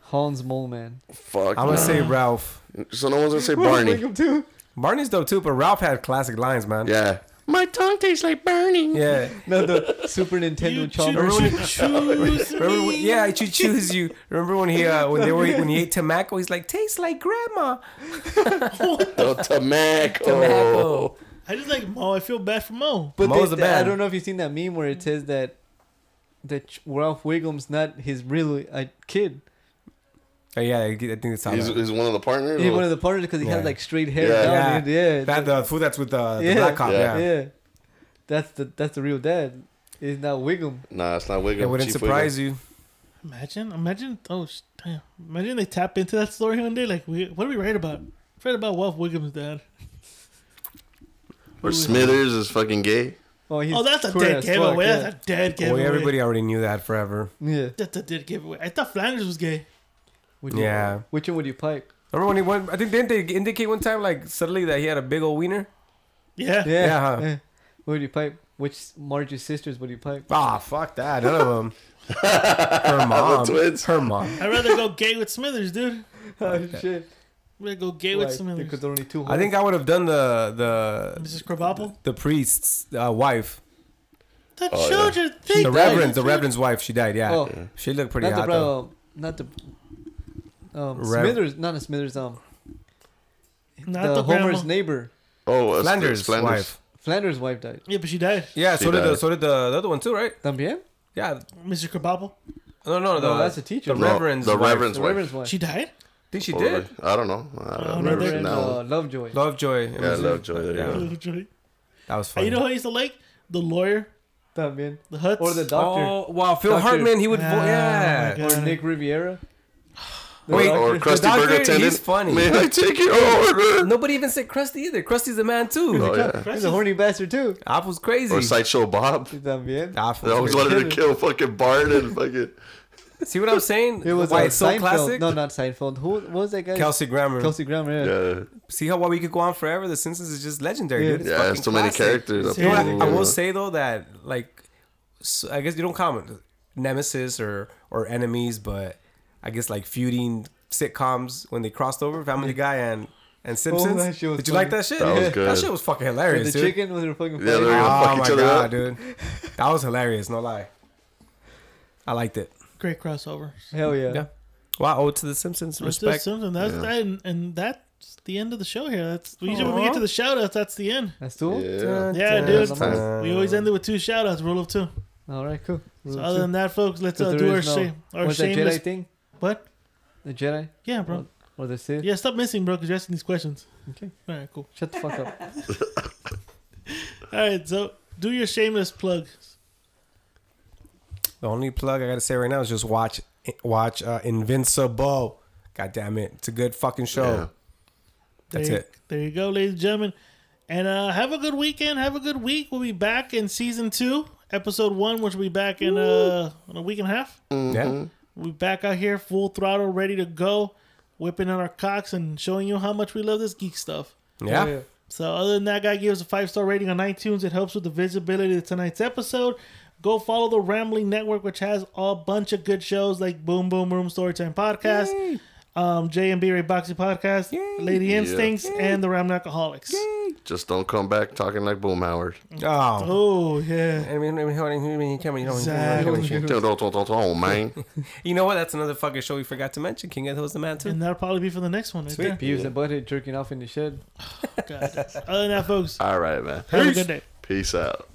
Speaker 4: [LAUGHS]
Speaker 3: Hans Moleman.
Speaker 2: Fuck.
Speaker 1: I'm gonna
Speaker 2: no.
Speaker 1: say Ralph.
Speaker 2: so no one's gonna say
Speaker 3: Wake
Speaker 2: Barney.
Speaker 3: up too.
Speaker 1: Barney's dope too, but Ralph had classic lines, man.
Speaker 2: Yeah. My tongue tastes like burning.
Speaker 1: Yeah.
Speaker 3: No, the Super
Speaker 4: [LAUGHS]
Speaker 3: Nintendo
Speaker 4: You
Speaker 3: chopper.
Speaker 4: choose, choose
Speaker 1: Remember,
Speaker 4: me.
Speaker 1: when- yeah, I choo- choose you. Remember when he uh, when they were when he ate tobacco, he's like tastes like grandma.
Speaker 2: The Oh, tobacco.
Speaker 1: Tobacco.
Speaker 4: I just like Mo. I feel bad for Mo.
Speaker 3: But
Speaker 1: Mo's
Speaker 3: they,
Speaker 1: a
Speaker 3: I
Speaker 1: man.
Speaker 3: don't know if you've seen that meme where it says that that Ch- Ralph Wiggum's not his real uh, kid.
Speaker 1: Oh, yeah, I g- I think it's how
Speaker 2: He's,
Speaker 1: that.
Speaker 2: he's one of the partners.
Speaker 3: He's
Speaker 2: or-
Speaker 3: one of the partners because he
Speaker 1: Yeah.
Speaker 3: had like straight hair.
Speaker 2: Yeah.
Speaker 3: Yeah,
Speaker 1: Yeah.
Speaker 3: down, yeah, yeah.
Speaker 1: that the food that's with the, the
Speaker 3: Yeah.
Speaker 1: black cop.
Speaker 2: Yeah.
Speaker 1: Yeah.
Speaker 3: yeah. That's the that's the real dad. It's not Wiggum.
Speaker 2: nah, it's not Wiggle.
Speaker 1: It wouldn't
Speaker 2: Chief
Speaker 1: surprise you.
Speaker 4: Imagine, imagine. Oh, sh- damn! Imagine they tap into that story one day. Like, we, what are we right about? Right about Wolf Wiggum's dad.
Speaker 2: Wiggle. Or Smithers is fucking gay.
Speaker 3: Oh, he's
Speaker 4: oh, that's a
Speaker 3: queer
Speaker 4: dead
Speaker 3: as
Speaker 4: giveaway.
Speaker 3: fuck,
Speaker 4: That's a dead
Speaker 1: Well,
Speaker 4: giveaway.
Speaker 1: everybody already knew that forever.
Speaker 3: Yeah. yeah.
Speaker 4: That's a dead giveaway. I thought Flanders was gay.
Speaker 3: Would you-
Speaker 1: Yeah.
Speaker 3: Which one would
Speaker 1: [LAUGHS]
Speaker 3: you pipe?
Speaker 1: Remember when he went? I think didn't they indicate one time like suddenly that he had a big old wiener?
Speaker 4: Yeah.
Speaker 3: Yeah.
Speaker 1: Yeah, huh?
Speaker 3: yeah. What would you pipe? Which Margie's sisters would you pipe?
Speaker 1: Ah, fuck that. None of
Speaker 2: [LAUGHS]
Speaker 1: them. Her mom.
Speaker 2: twins.
Speaker 1: Her mom.
Speaker 4: I'd rather go gay with Smithers, dude.
Speaker 3: [LAUGHS] Oh shit!
Speaker 4: I'd rather go gay
Speaker 3: Like,
Speaker 4: with Smithers.
Speaker 3: because there are only two.
Speaker 1: I think I would have done the the
Speaker 4: Mrs. Krabappel.
Speaker 1: the priest's uh, wife,
Speaker 4: The
Speaker 2: Oh, yeah.
Speaker 4: children think
Speaker 1: the
Speaker 4: that-
Speaker 1: reverend, the reverend's wife. She died. Yeah,
Speaker 3: Oh.
Speaker 1: she looked pretty
Speaker 3: not the
Speaker 1: hot though.
Speaker 3: bro, not the um,
Speaker 1: Rev-
Speaker 3: Smithers, not a Smithers. Um,
Speaker 4: Not
Speaker 3: the,
Speaker 4: the,
Speaker 3: Homer's
Speaker 4: grandma.
Speaker 3: neighbor,
Speaker 2: Oh, uh,
Speaker 1: Flanders, wife.
Speaker 3: Flanders' wife died.
Speaker 4: Yeah, but she died.
Speaker 1: Yeah,
Speaker 2: She
Speaker 1: so did the,
Speaker 2: died.
Speaker 1: so did the, the other one too, right?
Speaker 3: También?
Speaker 1: Yeah,
Speaker 4: Mrs. Krabappel.
Speaker 1: no, no, the,
Speaker 3: No, that's a teacher.
Speaker 1: The
Speaker 3: No,
Speaker 1: reverend's
Speaker 2: the
Speaker 1: wife.
Speaker 2: reverend's
Speaker 3: The
Speaker 2: wife.
Speaker 3: Reverend's wife.
Speaker 4: She
Speaker 1: I
Speaker 4: died.
Speaker 1: think she
Speaker 2: Probably.
Speaker 1: did.
Speaker 2: I don't know. I don't
Speaker 4: Oh,
Speaker 2: know.
Speaker 4: no,
Speaker 2: Never
Speaker 4: they're
Speaker 2: seen
Speaker 4: in
Speaker 2: that
Speaker 3: uh,
Speaker 2: one.
Speaker 3: Lovejoy.
Speaker 1: Lovejoy.
Speaker 2: Yeah, Lovejoy, there you
Speaker 4: [LAUGHS]
Speaker 1: Yeah.
Speaker 2: go.
Speaker 4: Literally.
Speaker 1: That was
Speaker 4: Uh,
Speaker 1: funny.
Speaker 4: You know who I used to like? The lawyer,
Speaker 3: También.
Speaker 4: the Huts,
Speaker 3: Or the doctor.
Speaker 1: Oh wow, Phil
Speaker 3: Doctor.
Speaker 1: Hartman. He would. vo-
Speaker 4: Ah, my
Speaker 1: yeah.
Speaker 4: God.
Speaker 3: Or Nick Riviera. The
Speaker 1: Wait,
Speaker 3: doctor.
Speaker 2: Or Krusty
Speaker 1: doctor,
Speaker 2: Burger
Speaker 1: he's
Speaker 2: attendant.
Speaker 1: funny.
Speaker 2: May I
Speaker 1: [LAUGHS]
Speaker 2: take your order?
Speaker 1: Nobody even said Krusty either. Krusty's the man too.
Speaker 2: Oh, yeah.
Speaker 3: He's a horny bastard too.
Speaker 1: Apple's crazy.
Speaker 2: Or Sideshow Bob.
Speaker 3: También.
Speaker 1: Apple's
Speaker 2: They always
Speaker 1: crazy.
Speaker 2: wanted to kill fucking Bart and
Speaker 1: [LAUGHS]
Speaker 2: fucking.
Speaker 1: See what I'm saying?
Speaker 3: It was
Speaker 1: Why
Speaker 3: uh,
Speaker 1: it's so
Speaker 3: Seinfeld.
Speaker 1: classic?
Speaker 3: No, not Seinfeld. Who what was that guy?
Speaker 1: Kelsey Grammer.
Speaker 3: Kelsey Grammer. Yeah.
Speaker 2: Yeah.
Speaker 1: See how why we could go on forever? The Simpsons is just legendary,
Speaker 3: Yeah.
Speaker 1: dude. It's
Speaker 2: Yeah,
Speaker 1: fucking
Speaker 2: it's too many
Speaker 1: classic.
Speaker 2: characters. that
Speaker 1: You know what?
Speaker 2: people-
Speaker 1: I will say though that like, s I I guess you don't comment nemesis or or enemies, but I guess like feuding sitcoms when they crossed over Family Guy and and Simpsons.
Speaker 3: Oh, that shit was
Speaker 1: Did you
Speaker 3: funny.
Speaker 1: like that shit?
Speaker 2: That was
Speaker 1: That
Speaker 2: good.
Speaker 1: shit was fucking
Speaker 3: And
Speaker 1: hilarious,
Speaker 3: the
Speaker 1: dude.
Speaker 3: chicken was a fucking
Speaker 2: Yeah,
Speaker 3: fight.
Speaker 2: they're- gonna
Speaker 1: oh
Speaker 2: fuck
Speaker 1: my
Speaker 2: each other
Speaker 1: god,
Speaker 2: up.
Speaker 1: dude, that was hilarious. No lie, I liked it.
Speaker 4: great crossover.
Speaker 3: Hell yeah.
Speaker 1: Yeah. Wow, ode to the Simpsons.
Speaker 4: That's just
Speaker 1: Respect.
Speaker 4: something. That's
Speaker 2: Yeah.
Speaker 4: and, and that's the end of the show here. That's we usually when we get to the shout outs, that's the end.
Speaker 3: That's cool.
Speaker 2: Yeah.
Speaker 4: Yeah,
Speaker 1: Dun,
Speaker 4: dude.
Speaker 1: dun, dun.
Speaker 4: we always end it with two shout outs, rule of two.
Speaker 3: All right, cool.
Speaker 4: So other than that, folks, let's
Speaker 3: So
Speaker 4: uh,
Speaker 3: there
Speaker 4: do our,
Speaker 3: is no-
Speaker 4: shame, our
Speaker 3: What's that
Speaker 4: shameless.
Speaker 3: Jedi thing?
Speaker 4: What?
Speaker 3: The Jedi
Speaker 4: Yeah, bro.
Speaker 3: or the Sith?
Speaker 4: Yeah, stop missing, bro, because you're asking these questions.
Speaker 3: Okay.
Speaker 4: All right, cool.
Speaker 3: Shut the fuck up.
Speaker 4: All right, so do your shameless plug.
Speaker 1: The only plug I gotta say right now is just watch watch uh, Invincible. God damn it, it's a good fucking show.
Speaker 2: Yeah.
Speaker 1: That's
Speaker 4: there,
Speaker 1: it.
Speaker 4: There you go, ladies and gentlemen. And uh, have a good weekend. Have a good week. We'll be back in season two, episode one, which will be back in, uh, in a week and a half.
Speaker 1: Yeah,
Speaker 4: We'll be back out here, full throttle, ready to go, whipping on our cocks and showing you how much we love this geek stuff.
Speaker 1: yeah.
Speaker 3: Oh, yeah.
Speaker 4: So, other than that, guy, give us a five star rating on iTunes. It helps with the visibility of tonight's episode. Go follow the Rambling Network, which has a bunch of good shows like Boom Boom Room Storytime Podcast, um, J and B Ray Boxy Podcast, Lady Instincts, and the Rambling Alcoholics.
Speaker 2: Just don't come back talking like Boom Howard.
Speaker 1: Oh.
Speaker 4: Oh yeah,
Speaker 1: I mean, I mean, hold on, you mean, camera, you know,
Speaker 4: Exactly.
Speaker 2: Don't- don't- don't- [LAUGHS] don't- don't, Oh, man.
Speaker 1: You know what? That's another fucking show we forgot to mention. King of the Hills, the man too.
Speaker 4: and that'll probably be for the next one. Right there.
Speaker 3: Beavis and Butthead jerking off in the shed.
Speaker 4: God. Other than that, folks,
Speaker 2: All right, man.
Speaker 4: have a good day.
Speaker 2: Peace out.